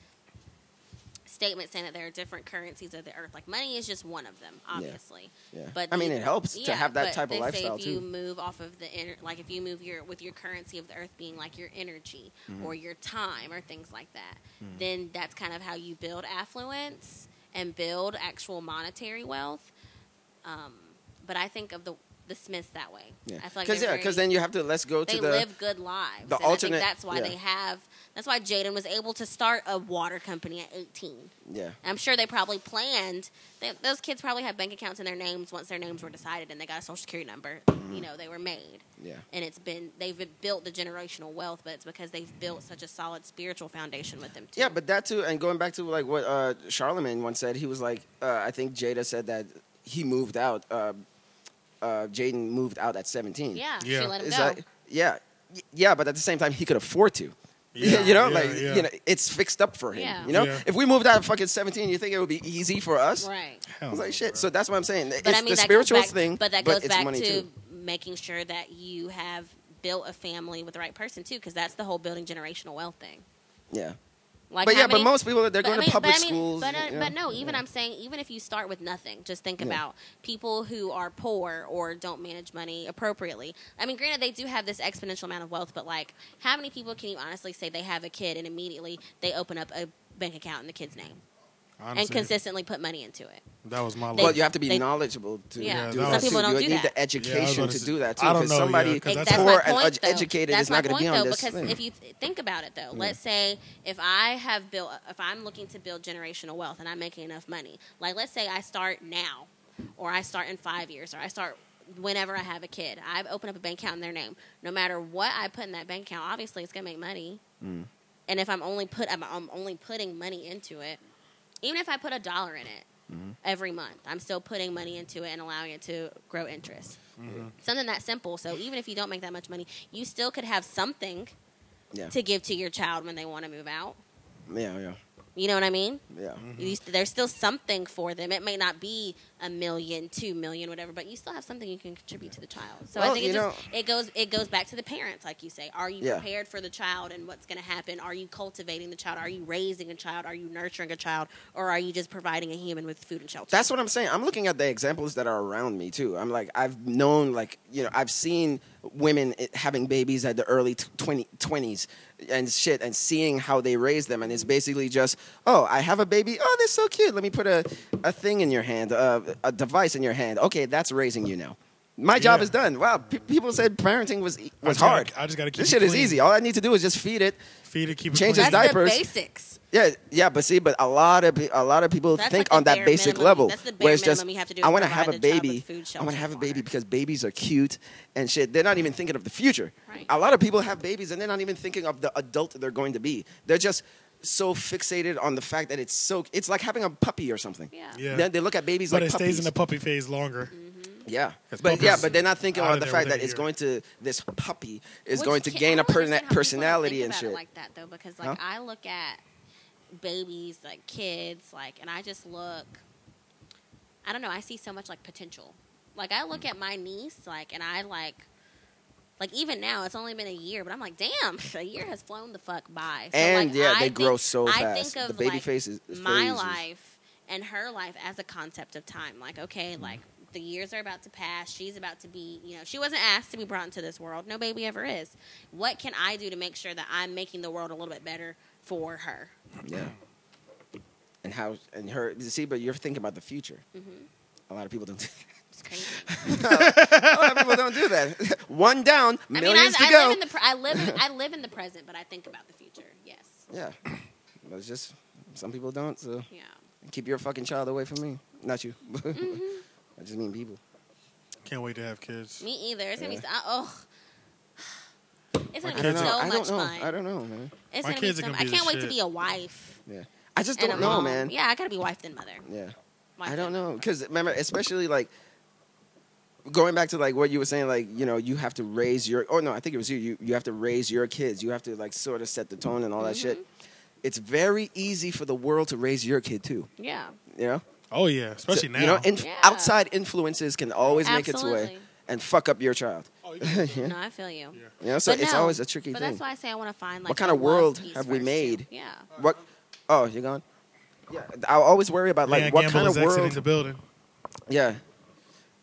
Speaker 4: statement saying that there are different currencies of the earth. Like money is just one of them, obviously.
Speaker 2: Yeah.
Speaker 4: But
Speaker 2: I mean,
Speaker 4: the-
Speaker 2: it helps to
Speaker 4: yeah,
Speaker 2: have that
Speaker 4: but
Speaker 2: type of
Speaker 4: they say
Speaker 2: lifestyle
Speaker 4: if you
Speaker 2: too.
Speaker 4: move off of the inner, like if you move your with your currency of the earth being like your energy
Speaker 2: Mm-hmm.
Speaker 4: or your time or things like that, then that's kind of how you build affluence and build actual monetary wealth. Um, but I think of the the Smiths that way. I feel like
Speaker 2: because
Speaker 4: they're
Speaker 2: yeah, because
Speaker 4: very-
Speaker 2: then you have to let's go
Speaker 4: they
Speaker 2: to the
Speaker 4: live good lives.
Speaker 2: the
Speaker 4: and
Speaker 2: alternate-
Speaker 4: I think that's why
Speaker 2: yeah.
Speaker 4: they have. That's why Jaden was able to start a water company at eighteen.
Speaker 2: yeah.
Speaker 4: I'm sure they probably planned. They, those kids probably had bank accounts in their names once their names were decided and they got a social security number.
Speaker 2: Mm-hmm.
Speaker 4: You know, they were made,
Speaker 2: Yeah,
Speaker 4: and it's been they've been- built the generational wealth, but it's because they've built such a solid spiritual foundation with them too.
Speaker 2: yeah, but that too, and going back to like what uh, Charlemagne once said, he was like, uh, I think Jada said that he moved out. Uh, uh, Jaden moved out at seventeen.
Speaker 4: yeah,
Speaker 3: Yeah.
Speaker 4: she let him
Speaker 2: It's
Speaker 4: go.
Speaker 2: like- yeah, Y- yeah, but at the same time, he could afford to.
Speaker 3: Yeah.
Speaker 2: you know,
Speaker 3: Yeah,
Speaker 2: like
Speaker 3: yeah.
Speaker 2: you know, it's fixed up for him.
Speaker 4: Yeah.
Speaker 2: You know,
Speaker 3: Yeah.
Speaker 2: if we moved out at fucking seventeen, you think it would be easy for us?
Speaker 4: right.
Speaker 2: I
Speaker 3: Oh,
Speaker 2: was like, shit. So that's what I'm saying. It's
Speaker 4: But I mean,
Speaker 2: the
Speaker 4: that
Speaker 2: spiritual
Speaker 4: goes back,
Speaker 2: thing,
Speaker 4: But that goes
Speaker 2: it's
Speaker 4: back
Speaker 2: money
Speaker 4: to
Speaker 2: too.
Speaker 4: making sure that you have built a family with the right person too, because that's the whole building generational wealth thing.
Speaker 2: Yeah,
Speaker 4: Like,
Speaker 2: but
Speaker 4: how
Speaker 2: yeah, but
Speaker 4: many-
Speaker 2: most people they're going
Speaker 4: I mean-
Speaker 2: to public
Speaker 4: but I mean-
Speaker 2: schools.
Speaker 4: But, uh,
Speaker 2: you know.
Speaker 4: but no, even I'm saying, even if you start with nothing, just think about people who are poor or don't manage money appropriately. I mean, granted, they do have this exponential amount of wealth, but like, how many people can you honestly say they have a kid and immediately they open up a bank account in the kid's name?
Speaker 3: Honestly.
Speaker 4: and consistently put money into it.
Speaker 3: That was my.
Speaker 2: Well,
Speaker 3: life.
Speaker 2: you have to be
Speaker 4: They-
Speaker 2: knowledgeable to
Speaker 4: Yeah. Yeah,
Speaker 3: that
Speaker 2: do that.
Speaker 3: was-
Speaker 4: Some people
Speaker 2: too.
Speaker 4: don't
Speaker 2: you
Speaker 4: do
Speaker 2: need
Speaker 4: that.
Speaker 2: the education
Speaker 3: about
Speaker 2: to
Speaker 3: to
Speaker 2: do that
Speaker 3: say-
Speaker 2: too.
Speaker 3: I don't
Speaker 2: Because
Speaker 3: know, yeah,
Speaker 2: somebody
Speaker 3: 'cause
Speaker 4: Ex-
Speaker 3: that's
Speaker 4: that's
Speaker 3: how-
Speaker 4: my
Speaker 2: poor
Speaker 4: point,
Speaker 2: and
Speaker 4: though.
Speaker 2: uneducated
Speaker 4: that's
Speaker 2: is not
Speaker 4: my
Speaker 2: going to be
Speaker 4: point,
Speaker 2: on
Speaker 4: though,
Speaker 2: this
Speaker 4: because
Speaker 2: thing.
Speaker 4: if you th- think about it, though, let's say if I have built, if I'm looking to build generational wealth and I'm making enough money, like let's say I start now, or I start in five years, or I start whenever I have a kid, I open up a bank account in their name. No matter what I put in that bank account, obviously it's gonna make money.
Speaker 2: Mm.
Speaker 4: And if I'm only put, I'm, I'm only putting money into it. Even if I put a dollar in it,
Speaker 2: Mm-hmm.
Speaker 4: every month. I'm still putting money into it and allowing it to grow interest. Something that simple. So even if you don't make that much money, you still could have something
Speaker 2: Yeah.
Speaker 4: to give to your child when they want to move out.
Speaker 2: yeah, yeah,
Speaker 4: You know what I mean?
Speaker 2: yeah.
Speaker 4: You, there's still something for them. It may not be a million, two million, whatever, but you still have something you can contribute to the child. So
Speaker 2: Well,
Speaker 4: I think it
Speaker 2: you
Speaker 4: just it goes it goes back to the parents, like you say. Are you
Speaker 2: Yeah.
Speaker 4: prepared for the child and what's going to happen? Are you cultivating the child? Are you raising a child? Are you nurturing a child? Or are you just providing a human with food and shelter?
Speaker 2: That's what I'm saying. I'm looking at the examples that are around me too. I'm like, I've known, like, you know, I've seen women eh, having babies at the early t- 20, 20s and shit, and seeing how they raise them, and it's basically just, oh, I have a baby. Oh, they're so cute. Let me put a, a thing in your hand, a, a device in your hand. Okay, that's raising you now. My job
Speaker 3: Yeah.
Speaker 2: is done. Wow, pe- people said parenting was e- was
Speaker 3: just gotta-
Speaker 2: hard.
Speaker 3: I just gotta keep
Speaker 2: this
Speaker 3: it
Speaker 2: shit is
Speaker 3: clean.
Speaker 2: easy. All I need to do is just feed it.
Speaker 3: feed it, keep it
Speaker 2: Changes
Speaker 3: clean.
Speaker 2: di-
Speaker 4: That's
Speaker 2: diapers.
Speaker 4: the basics.
Speaker 2: Yeah, yeah, but see, but a lot of pe- a lot of people
Speaker 4: That's
Speaker 2: think
Speaker 4: like the
Speaker 2: on that
Speaker 4: bare
Speaker 2: basic
Speaker 4: minimum.
Speaker 2: level,
Speaker 4: That's the bare
Speaker 2: where it's
Speaker 4: minimum
Speaker 2: just
Speaker 4: you have to do
Speaker 2: I
Speaker 4: is
Speaker 2: want to
Speaker 4: provide
Speaker 2: have a
Speaker 4: the child
Speaker 2: baby.
Speaker 4: with food,
Speaker 2: I want
Speaker 4: shelter,
Speaker 2: to have a
Speaker 4: water.
Speaker 2: baby because babies are cute and shit. They're not even thinking of the future.
Speaker 4: Right.
Speaker 2: A lot of people have babies and they're not even thinking of the adult they're going to be. They're just so fixated on the fact that it's so. It's like having a puppy or something.
Speaker 4: Yeah.
Speaker 3: Yeah.
Speaker 2: Then they look at babies
Speaker 3: but
Speaker 2: like
Speaker 3: it stays in
Speaker 2: puppies.
Speaker 3: the puppy phase longer.
Speaker 2: Yeah,
Speaker 3: 'Cause
Speaker 2: but yeah,
Speaker 3: puppies
Speaker 2: but they're not thinking
Speaker 3: out
Speaker 2: about
Speaker 3: of
Speaker 2: the
Speaker 3: there
Speaker 2: fact
Speaker 3: within
Speaker 2: that
Speaker 3: a
Speaker 2: it's
Speaker 3: year.
Speaker 2: going to this puppy is
Speaker 4: Which
Speaker 2: going to
Speaker 4: can't-
Speaker 2: gain
Speaker 4: I
Speaker 2: a
Speaker 4: don't understand
Speaker 2: perna-
Speaker 4: how people
Speaker 2: personality
Speaker 4: think
Speaker 2: and
Speaker 4: about
Speaker 2: shit.
Speaker 4: It like that though, because like
Speaker 2: Huh?
Speaker 4: I look at babies, like kids, like, and I just look. I don't know. I see so much like potential. Like I look at my niece, like, and I like, like even now it's only been a year, but I'm like, damn, a year has flown the fuck by. So,
Speaker 2: and
Speaker 4: like,
Speaker 2: yeah,
Speaker 4: I
Speaker 2: they grow
Speaker 4: think-
Speaker 2: so
Speaker 4: I
Speaker 2: fast.
Speaker 4: think
Speaker 2: the
Speaker 4: of,
Speaker 2: baby
Speaker 4: like,
Speaker 2: faces.
Speaker 4: my
Speaker 2: phases.
Speaker 4: life and her life as a concept of time. Like, okay,
Speaker 2: Mm-hmm.
Speaker 4: like the years are about to pass. She's about to be, you know, she wasn't asked to be brought into this world. No baby ever is. What can I do to make sure that I'm making the world a little bit better for her?
Speaker 2: Yeah. And how and her you see, but you're thinking about the future. A lot of people don't. Do
Speaker 4: It's crazy.
Speaker 2: that. A lot of people don't do that. One down,
Speaker 4: I mean, I,
Speaker 2: millions
Speaker 4: I
Speaker 2: to go.
Speaker 4: live in the pre- I live in, I live in the present, but I think about the future. Yes.
Speaker 2: yeah, but it's just some people don't. So
Speaker 4: Yeah.
Speaker 2: keep your fucking child away from me. Not you.
Speaker 4: Mm-hmm.
Speaker 2: I just mean people.
Speaker 3: Can't wait to have kids.
Speaker 4: Me either. It's gonna be so,
Speaker 2: Yeah.
Speaker 4: oh. It's
Speaker 3: My
Speaker 4: gonna be
Speaker 3: kids
Speaker 4: so
Speaker 3: are-
Speaker 2: I
Speaker 4: much
Speaker 2: don't know.
Speaker 4: fun.
Speaker 2: I don't know, man.
Speaker 4: It's
Speaker 3: My
Speaker 4: gonna be
Speaker 3: kids are
Speaker 4: so.
Speaker 3: gonna
Speaker 4: I
Speaker 3: be the
Speaker 4: can't wait to
Speaker 3: shit.
Speaker 4: be a wife
Speaker 2: Yeah, I just
Speaker 4: and a
Speaker 2: don't know,
Speaker 4: mom.
Speaker 2: man.
Speaker 4: Yeah, I gotta be wife than mother.
Speaker 2: Yeah.
Speaker 4: Wife
Speaker 2: I
Speaker 4: than
Speaker 2: don't know because remember, especially like going back to like what you were saying, like you know, you have to raise your. Oh no, I think it was you. You you have to raise your kids. You have to like sort of set the tone and all that shit.
Speaker 4: Mm-hmm.
Speaker 2: It's very easy for the world to raise your kid too.
Speaker 4: Yeah.
Speaker 2: You know,
Speaker 3: Oh yeah, especially
Speaker 2: So,
Speaker 3: now.
Speaker 2: You know, inf-
Speaker 4: Yeah.
Speaker 2: outside influences can always make its way
Speaker 4: Absolutely.
Speaker 2: and fuck up your child.
Speaker 3: Oh, you-
Speaker 4: No, I feel you.
Speaker 2: You know, so
Speaker 4: But
Speaker 2: it's
Speaker 4: no,
Speaker 2: always a tricky
Speaker 4: But
Speaker 2: thing.
Speaker 4: that's why I say I want to find like
Speaker 2: What kind of
Speaker 4: the
Speaker 2: world
Speaker 4: love piece
Speaker 2: have we
Speaker 4: first,
Speaker 2: made?
Speaker 4: too. Yeah.
Speaker 2: what? Oh, you gone? Yeah, I always worry about like
Speaker 3: Dan
Speaker 2: what
Speaker 3: Gamble
Speaker 2: kind
Speaker 3: is
Speaker 2: of world.
Speaker 3: exiting the building.
Speaker 2: Yeah.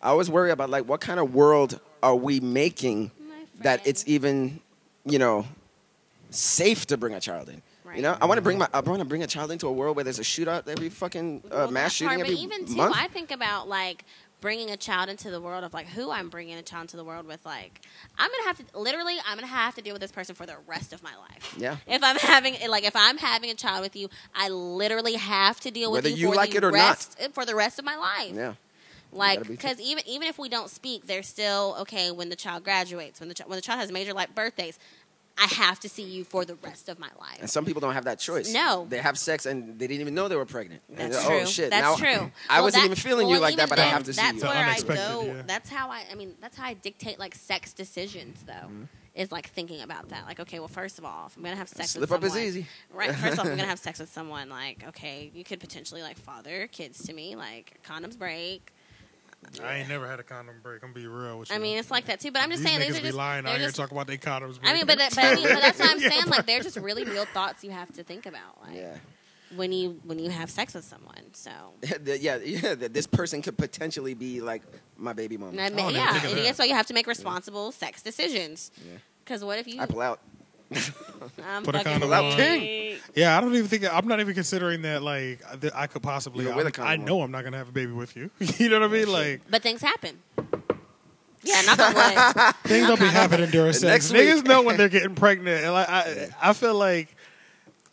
Speaker 2: I always worry about like what kind of world are we making
Speaker 4: My
Speaker 2: that
Speaker 4: friend.
Speaker 2: it's even, you know, safe to bring a child in. You
Speaker 4: Right.
Speaker 2: know, I want to bring my I want to bring a child into a world where there's a shootout every fucking
Speaker 4: Well,
Speaker 2: uh,
Speaker 4: that
Speaker 2: mass shooting
Speaker 4: part,
Speaker 2: every
Speaker 4: But even too,
Speaker 2: month.
Speaker 4: I think about like bringing a child into the world of like who I'm bringing a child into the world with. Like I'm gonna have to literally, I'm gonna have to deal with this person for the rest of my life.
Speaker 2: Yeah.
Speaker 4: If I'm having like if I'm having a child with you, I literally have to deal with
Speaker 2: Whether you
Speaker 4: for
Speaker 2: like
Speaker 4: the
Speaker 2: it or not.
Speaker 4: rest, eh, for the rest of my life.
Speaker 2: yeah.
Speaker 4: like
Speaker 2: gotta be
Speaker 4: because even even if we don't speak they're still okay when the child graduates when the, chi- when the child has major life birthdays i have to see you for the rest of my
Speaker 2: And
Speaker 4: life
Speaker 2: some people don't have that choice.
Speaker 4: No.
Speaker 2: They have sex and they didn't even know they were pregnant. And
Speaker 4: that's
Speaker 2: they're,
Speaker 4: true
Speaker 2: Oh shit.
Speaker 4: that's
Speaker 2: now,
Speaker 4: true
Speaker 2: I
Speaker 4: Well,
Speaker 2: wasn't
Speaker 4: that-
Speaker 2: even feeling you
Speaker 4: well,
Speaker 2: like that,
Speaker 4: even
Speaker 2: but I
Speaker 4: then,
Speaker 2: have to see
Speaker 4: that's
Speaker 2: you.
Speaker 3: The
Speaker 4: where i
Speaker 3: unexpected,
Speaker 4: go
Speaker 3: yeah.
Speaker 4: that's how i i mean that's how i dictate like sex decisions though
Speaker 2: Mm-hmm.
Speaker 4: Is like thinking about that. Like, okay, well, first of all, if I'm gonna have sex
Speaker 2: Slip
Speaker 4: with
Speaker 2: up
Speaker 4: someone,
Speaker 2: is easy.
Speaker 4: right? First off, I'm gonna have sex with someone. Like, okay, you could potentially like father kids to me. Like, condoms break.
Speaker 3: I ain't never had a condom break. I'm gonna be real with you.
Speaker 4: I mean, it's like that too. But I'm just
Speaker 3: These
Speaker 4: saying,
Speaker 3: niggas
Speaker 4: these are
Speaker 3: be
Speaker 4: just
Speaker 3: lying
Speaker 4: they're
Speaker 3: out here
Speaker 4: just
Speaker 3: talking about their condoms.
Speaker 4: I mean, but, that, but, I mean, but that's what I'm saying. Like, they're just really real thoughts you have to think about, like
Speaker 2: Yeah.
Speaker 4: when you when you have sex with someone. So,
Speaker 2: That- yeah, yeah, that this person could potentially be like my baby mama.
Speaker 4: and I
Speaker 3: didn't
Speaker 4: mean, yeah,
Speaker 3: think of
Speaker 4: and
Speaker 3: that.
Speaker 4: that's why you have to make responsible sex decisions.
Speaker 2: Yeah.
Speaker 4: Because what if you? um,
Speaker 2: I pull out.
Speaker 4: I'm
Speaker 3: Put a
Speaker 4: fucking
Speaker 3: condom
Speaker 2: on.
Speaker 4: weak.
Speaker 3: Yeah, I don't even think I'm not even considering that. Like that I could possibly.
Speaker 2: Yeah, with a
Speaker 3: I'm- I
Speaker 2: condom
Speaker 3: know I'm not gonna have a baby with you. you know what I mean? Like
Speaker 4: But things happen. Yeah, knock on wood.
Speaker 3: things don't be happening during sex.
Speaker 2: Next week.
Speaker 3: Niggas know when they're getting pregnant. And like I, I feel like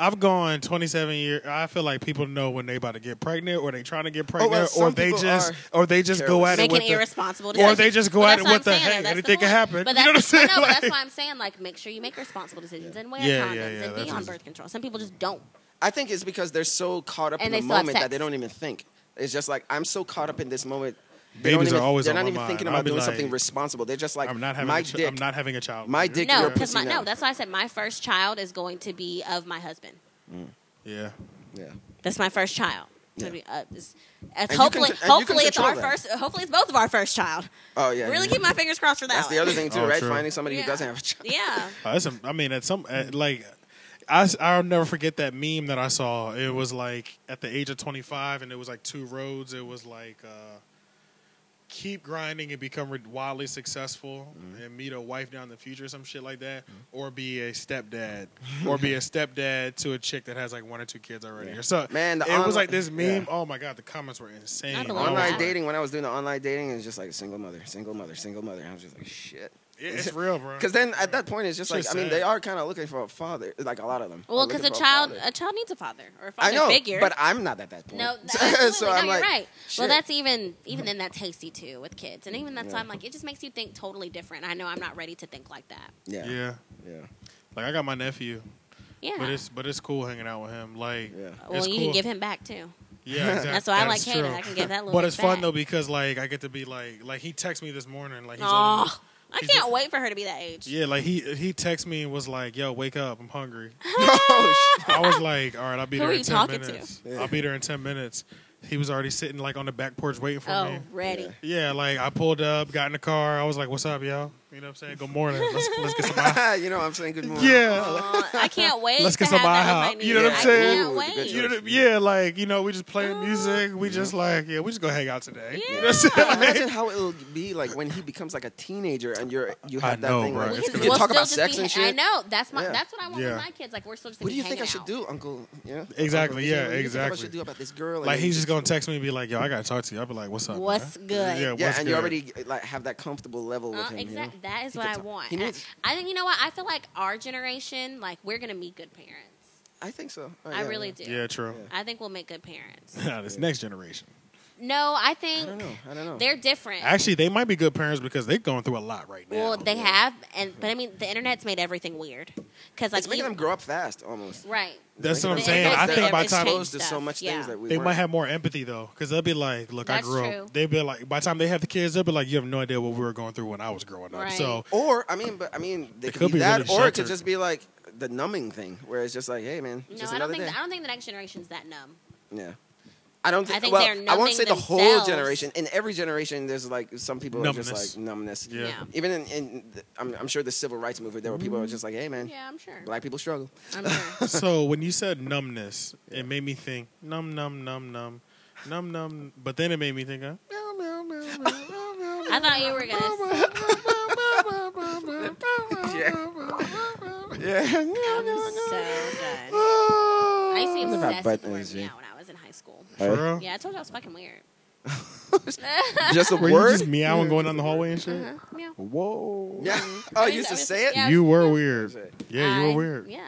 Speaker 3: I've gone 27 years. I feel like people know when they about to get pregnant, or they trying to get
Speaker 2: Oh, well,
Speaker 3: pregnant, or
Speaker 2: some
Speaker 3: they
Speaker 2: people
Speaker 3: just,
Speaker 2: are
Speaker 3: or they just go
Speaker 2: careless.
Speaker 3: at it
Speaker 4: Making
Speaker 3: with the,
Speaker 4: irresponsible
Speaker 3: or
Speaker 4: decisions.
Speaker 3: they just go
Speaker 4: Well,
Speaker 3: at it
Speaker 4: that's what
Speaker 3: with
Speaker 4: I'm
Speaker 3: the
Speaker 4: saying, though.
Speaker 3: hey,
Speaker 4: That's
Speaker 3: anything
Speaker 4: the
Speaker 3: can
Speaker 4: point.
Speaker 3: happen.
Speaker 4: But
Speaker 3: you know what I'm
Speaker 4: that's-
Speaker 3: saying?
Speaker 4: but no, but
Speaker 3: Like-
Speaker 4: that's why I'm saying like make sure you make responsible decisions and wear
Speaker 3: Yeah, yeah,
Speaker 4: condoms
Speaker 3: yeah,
Speaker 4: and be
Speaker 3: that's
Speaker 4: on
Speaker 3: easy.
Speaker 4: birth control. Some people just don't.
Speaker 2: I think it's because they're so caught up
Speaker 4: And
Speaker 2: in
Speaker 4: they
Speaker 2: the
Speaker 4: still have
Speaker 2: moment that
Speaker 4: sex.
Speaker 2: they don't even think. It's just like I'm so caught up in this moment. They don't
Speaker 3: Babies are
Speaker 2: even-
Speaker 3: always
Speaker 2: They're
Speaker 3: on
Speaker 2: not
Speaker 3: my
Speaker 2: even
Speaker 3: mind.
Speaker 2: thinking
Speaker 3: I'll
Speaker 2: about
Speaker 3: be
Speaker 2: doing something
Speaker 3: like,
Speaker 2: responsible. They're just like
Speaker 3: I'm not having.
Speaker 2: my
Speaker 3: a chi-
Speaker 2: dick.
Speaker 3: I'm not having a child.
Speaker 2: My dick-
Speaker 4: No,
Speaker 2: your
Speaker 4: because my
Speaker 2: pussy now.
Speaker 4: no. That's why I said my first child is going to be of my husband.
Speaker 3: Yeah.
Speaker 2: Yeah.
Speaker 4: That's my first child. It's
Speaker 2: Yeah.
Speaker 4: gonna be, uh, it's- it's
Speaker 2: can
Speaker 4: hopefully,
Speaker 2: con- and you
Speaker 4: hopefully
Speaker 2: can
Speaker 4: it's our
Speaker 2: control that.
Speaker 4: first. Hopefully it's both of our first child.
Speaker 2: Oh yeah.
Speaker 4: really
Speaker 2: yeah.
Speaker 4: keep my fingers crossed for that.
Speaker 2: That's the
Speaker 4: one.
Speaker 2: other thing too,
Speaker 3: Oh,
Speaker 2: right?
Speaker 3: true.
Speaker 2: Finding somebody
Speaker 4: Yeah.
Speaker 2: who doesn't have a child.
Speaker 4: Yeah.
Speaker 3: Oh, that's a, I mean, at some at, like, I will never forget that meme that I saw. It was like at the age of twenty five, and it was like two roads. It was like uh, keep grinding and become re- wildly successful,
Speaker 2: Mm-hmm.
Speaker 3: and meet a wife down in the future, some shit like that, or be a stepdad, or be a stepdad to a chick that has like one or two kids already. Or so
Speaker 2: Man, the
Speaker 3: it was
Speaker 2: online-
Speaker 3: like this meme.
Speaker 2: yeah.
Speaker 3: Oh my god, the comments were insane.
Speaker 4: Not the
Speaker 3: I
Speaker 4: one
Speaker 3: was
Speaker 2: Online
Speaker 4: Oh, Wow.
Speaker 3: like,
Speaker 2: dating. When I was doing the online dating, it was just like single mother, single mother, single mother. And I was just like, shit.
Speaker 3: Yeah, it's real, bro.
Speaker 2: Because then at that point, it's just like
Speaker 3: Shit
Speaker 2: I mean,
Speaker 3: sad.
Speaker 2: they are kind of looking for a father. Like a lot of them. are
Speaker 4: Well,
Speaker 2: looking
Speaker 4: because a
Speaker 2: for
Speaker 4: child,
Speaker 2: father.
Speaker 4: a child needs a father or a father
Speaker 2: I know,
Speaker 4: figure.
Speaker 2: but I'm not at that point.
Speaker 4: No, absolutely.
Speaker 2: so
Speaker 4: no,
Speaker 2: I'm
Speaker 4: you're
Speaker 2: like,
Speaker 4: right.
Speaker 2: shit.
Speaker 4: Well, that's even even then that's hasty too with kids, and even that's why I'm like it just makes you think totally different. I know I'm not ready to think like that.
Speaker 2: yeah, yeah,
Speaker 3: yeah,
Speaker 2: yeah.
Speaker 3: like I got my nephew.
Speaker 4: Yeah.
Speaker 3: But it's but it's cool hanging out with him. Like,
Speaker 2: Yeah.
Speaker 4: well,
Speaker 3: it's
Speaker 4: you
Speaker 3: cool.
Speaker 4: can give him back too.
Speaker 3: Yeah, exactly.
Speaker 4: That's why I like
Speaker 3: That's
Speaker 4: Hayden.
Speaker 3: true.
Speaker 4: I can give that little.
Speaker 3: But
Speaker 4: bit
Speaker 3: it's fun
Speaker 4: back.
Speaker 3: though because like I get to be like like he texted me this morning like he's on,
Speaker 4: Aw, Oh, I
Speaker 3: he's
Speaker 4: can't
Speaker 3: a-
Speaker 4: wait for her to be that age.
Speaker 3: yeah like he he texted me and was like yo wake up I'm hungry
Speaker 2: oh shit.
Speaker 3: I was like all right I'll be
Speaker 4: Who
Speaker 3: there
Speaker 4: are
Speaker 3: in
Speaker 4: you
Speaker 3: ten
Speaker 4: talking to?
Speaker 3: minutes
Speaker 2: Yeah.
Speaker 3: I'll be there in ten minutes he was already sitting like on the back porch waiting for
Speaker 4: Oh,
Speaker 3: me
Speaker 4: ready.
Speaker 2: Yeah.
Speaker 3: yeah like I pulled up got in the car I was like what's up yo you know what I'm saying good morning let's let's get some eye-
Speaker 2: you know, what I'm saying good morning.
Speaker 3: yeah
Speaker 4: Aw, Uh, I can't wait.
Speaker 3: Let's get
Speaker 4: to
Speaker 3: some
Speaker 4: have
Speaker 3: IHOP.
Speaker 4: that with my
Speaker 3: You know what
Speaker 4: niece.
Speaker 3: I'm saying?
Speaker 2: Ooh,
Speaker 4: I Oh,
Speaker 2: the good
Speaker 4: can't
Speaker 3: you
Speaker 4: wait.
Speaker 3: know, what I- yeah like you know we just playing music we just like yeah we just gonna hang out today you know what I'm saying?
Speaker 2: Imagine how it'll be like when he becomes like a teenager and you're you
Speaker 3: I
Speaker 2: have that
Speaker 3: know,
Speaker 2: thing.
Speaker 3: bro. It's
Speaker 2: Like, you
Speaker 3: gonna
Speaker 2: can
Speaker 4: We'll
Speaker 2: talk
Speaker 4: still
Speaker 2: about
Speaker 4: just
Speaker 2: sex
Speaker 4: be-
Speaker 2: and shit.
Speaker 4: I know that's my
Speaker 2: Yeah.
Speaker 4: that's what I want
Speaker 3: Yeah.
Speaker 4: with my kids. Like we're still just.
Speaker 2: What do you
Speaker 4: hanging
Speaker 2: think I should
Speaker 4: out.
Speaker 2: do, Uncle? Yeah,
Speaker 3: Exactly,
Speaker 2: Uncle,
Speaker 3: yeah,
Speaker 2: what do you think I
Speaker 3: exactly.
Speaker 2: should do about this girl. And
Speaker 3: Like
Speaker 2: then
Speaker 3: he's
Speaker 2: you
Speaker 3: just gonna text me and be like, "Yo, I gotta talk to you." I'll be like, "What's up?
Speaker 4: What's
Speaker 3: man?"
Speaker 4: good?
Speaker 3: Yeah,
Speaker 2: Yeah,
Speaker 3: what's
Speaker 2: and
Speaker 3: good?
Speaker 2: you already like have that comfortable level with
Speaker 4: Uh,
Speaker 2: him. you know?
Speaker 4: exact- That is
Speaker 2: He
Speaker 4: what
Speaker 2: can
Speaker 4: I
Speaker 2: talk.
Speaker 4: want.
Speaker 2: He needs-
Speaker 4: I, I think you know what I feel like. Our generation, like we're gonna meet good parents.
Speaker 2: I think so. Oh,
Speaker 4: I
Speaker 2: yeah,
Speaker 4: really
Speaker 2: yeah.
Speaker 4: do.
Speaker 3: Yeah, true.
Speaker 4: I think we'll make good parents.
Speaker 3: Nah, this next generation.
Speaker 4: No,
Speaker 2: I
Speaker 4: I
Speaker 2: don't
Speaker 4: think
Speaker 2: know. I don't know.
Speaker 4: they're different.
Speaker 3: Actually, they might be good parents because they're going through a lot right now.
Speaker 4: well, they have, and but I mean, the internet's made everything weird. Because like
Speaker 2: it's making
Speaker 4: even-
Speaker 2: them grow up fast, almost.
Speaker 4: right.
Speaker 3: That's what I'm
Speaker 4: They-
Speaker 3: saying.
Speaker 4: they-
Speaker 3: I
Speaker 4: they-
Speaker 3: think by the
Speaker 4: it's
Speaker 3: time
Speaker 4: changed.
Speaker 2: exposed to so
Speaker 4: stuff,
Speaker 2: much things
Speaker 4: yeah.
Speaker 2: that we
Speaker 3: they
Speaker 2: weren't-
Speaker 3: might have more empathy though, because they'll be like, "Look,
Speaker 4: That's
Speaker 3: I grew
Speaker 4: true.
Speaker 3: up." They'll be like, by the time they have the kids, they'll be like, "You have no idea what we were going through when I was growing up."
Speaker 4: Right.
Speaker 3: So
Speaker 2: Or I mean, but I mean, they
Speaker 3: It
Speaker 2: could,
Speaker 3: could
Speaker 2: be,
Speaker 3: be
Speaker 2: that,
Speaker 3: really
Speaker 2: or it could
Speaker 3: sheltered.
Speaker 2: just be like the numbing thing, where it's just like, hey, man,
Speaker 4: No,
Speaker 2: just
Speaker 4: I don't
Speaker 2: another
Speaker 4: think
Speaker 2: day.
Speaker 4: I don't think the next generation's that numb.
Speaker 2: yeah. I don't think.
Speaker 4: I think
Speaker 2: well,
Speaker 4: they're
Speaker 2: I won't
Speaker 4: numbing
Speaker 2: say the whole
Speaker 4: themselves.
Speaker 2: generation. In every generation, there's like some people are
Speaker 3: Numbness.
Speaker 2: just like numbness.
Speaker 3: Yeah.
Speaker 4: Yeah.
Speaker 2: Even in, in the, I'm, I'm sure the civil rights movement, there were people who were just like, hey, man,
Speaker 4: Yeah, I'm sure.
Speaker 2: black people struggle.
Speaker 4: I'm sure.
Speaker 3: so when you said numbness, it made me think numb, numb, numb, numb, numb, numb. But then it made me think, uh, meow, meow, meow, meow, meow, meow,
Speaker 4: I thought you were gonna. s-
Speaker 2: yeah. yeah.
Speaker 4: I'm so done. I used to be
Speaker 2: What about
Speaker 4: obsessed with the
Speaker 2: butt
Speaker 4: word
Speaker 2: energy?
Speaker 4: meow when I was in high school.
Speaker 3: For real?
Speaker 4: Yeah, I told you I was fucking weird.
Speaker 2: Just a
Speaker 3: Were you
Speaker 2: word.
Speaker 3: just meowing going down the hallway and shit?
Speaker 4: Uh-huh. Meow.
Speaker 3: Whoa.
Speaker 2: yeah. Oh,
Speaker 4: Mm-hmm. I
Speaker 2: you used to say it.
Speaker 4: yeah, I
Speaker 3: You
Speaker 4: was-
Speaker 3: were weird.
Speaker 2: Say it.
Speaker 3: Yeah, you
Speaker 4: I-
Speaker 3: were weird.
Speaker 4: Yeah,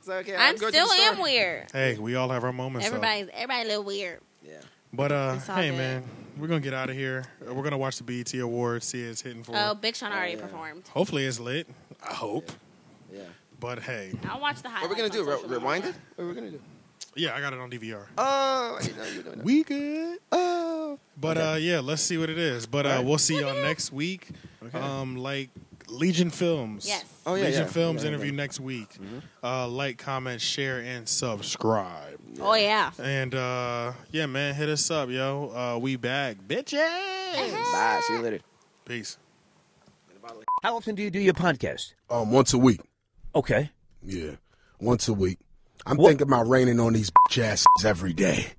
Speaker 2: It's like, okay,
Speaker 4: I'm
Speaker 2: I'll go to
Speaker 4: still
Speaker 2: the
Speaker 4: am
Speaker 2: store.
Speaker 4: weird.
Speaker 3: Hey, we all have our moments. though.
Speaker 4: Everybody's everybody a little weird.
Speaker 2: Yeah.
Speaker 3: But uh,
Speaker 4: It's all
Speaker 3: hey,
Speaker 4: good.
Speaker 3: man, we're gonna get out of here. Uh, We're gonna watch the BET Awards. See it's hitting for.
Speaker 4: Oh, Big Sean already
Speaker 2: yeah.
Speaker 4: performed.
Speaker 3: Hopefully, it's lit. I hope.
Speaker 2: Yeah.
Speaker 3: But hey,
Speaker 4: I'll watch the
Speaker 2: What
Speaker 4: highlights.
Speaker 2: are we gonna
Speaker 4: on
Speaker 2: do? Re-
Speaker 4: social media.
Speaker 2: rewind it? What are we gonna do?
Speaker 3: yeah, I got it on DVR.
Speaker 2: Oh, I didn't know you were doing that.
Speaker 3: We good.
Speaker 2: Oh.
Speaker 3: But uh, yeah, let's see what it is. But uh,
Speaker 2: Alright.
Speaker 3: we'll see y'all next week.
Speaker 2: Okay.
Speaker 3: Um, like Legion Films.
Speaker 4: Yes.
Speaker 2: Oh, yeah,
Speaker 3: Legion
Speaker 2: yeah.
Speaker 3: Films
Speaker 2: Yeah,
Speaker 3: interview
Speaker 2: yeah. Mm-hmm.
Speaker 3: next week. Uh, like, comment, share, and subscribe.
Speaker 4: Oh yeah.
Speaker 3: And uh, yeah, man, hit us up, yo. Uh, we back, bitches.
Speaker 2: Bye. See you later.
Speaker 3: Peace.
Speaker 9: How often do you do your podcast?
Speaker 10: Um, once a week.
Speaker 9: Okay.
Speaker 10: Yeah, once a week. I'm
Speaker 9: What-
Speaker 10: thinking about raining on these bitch asses every day.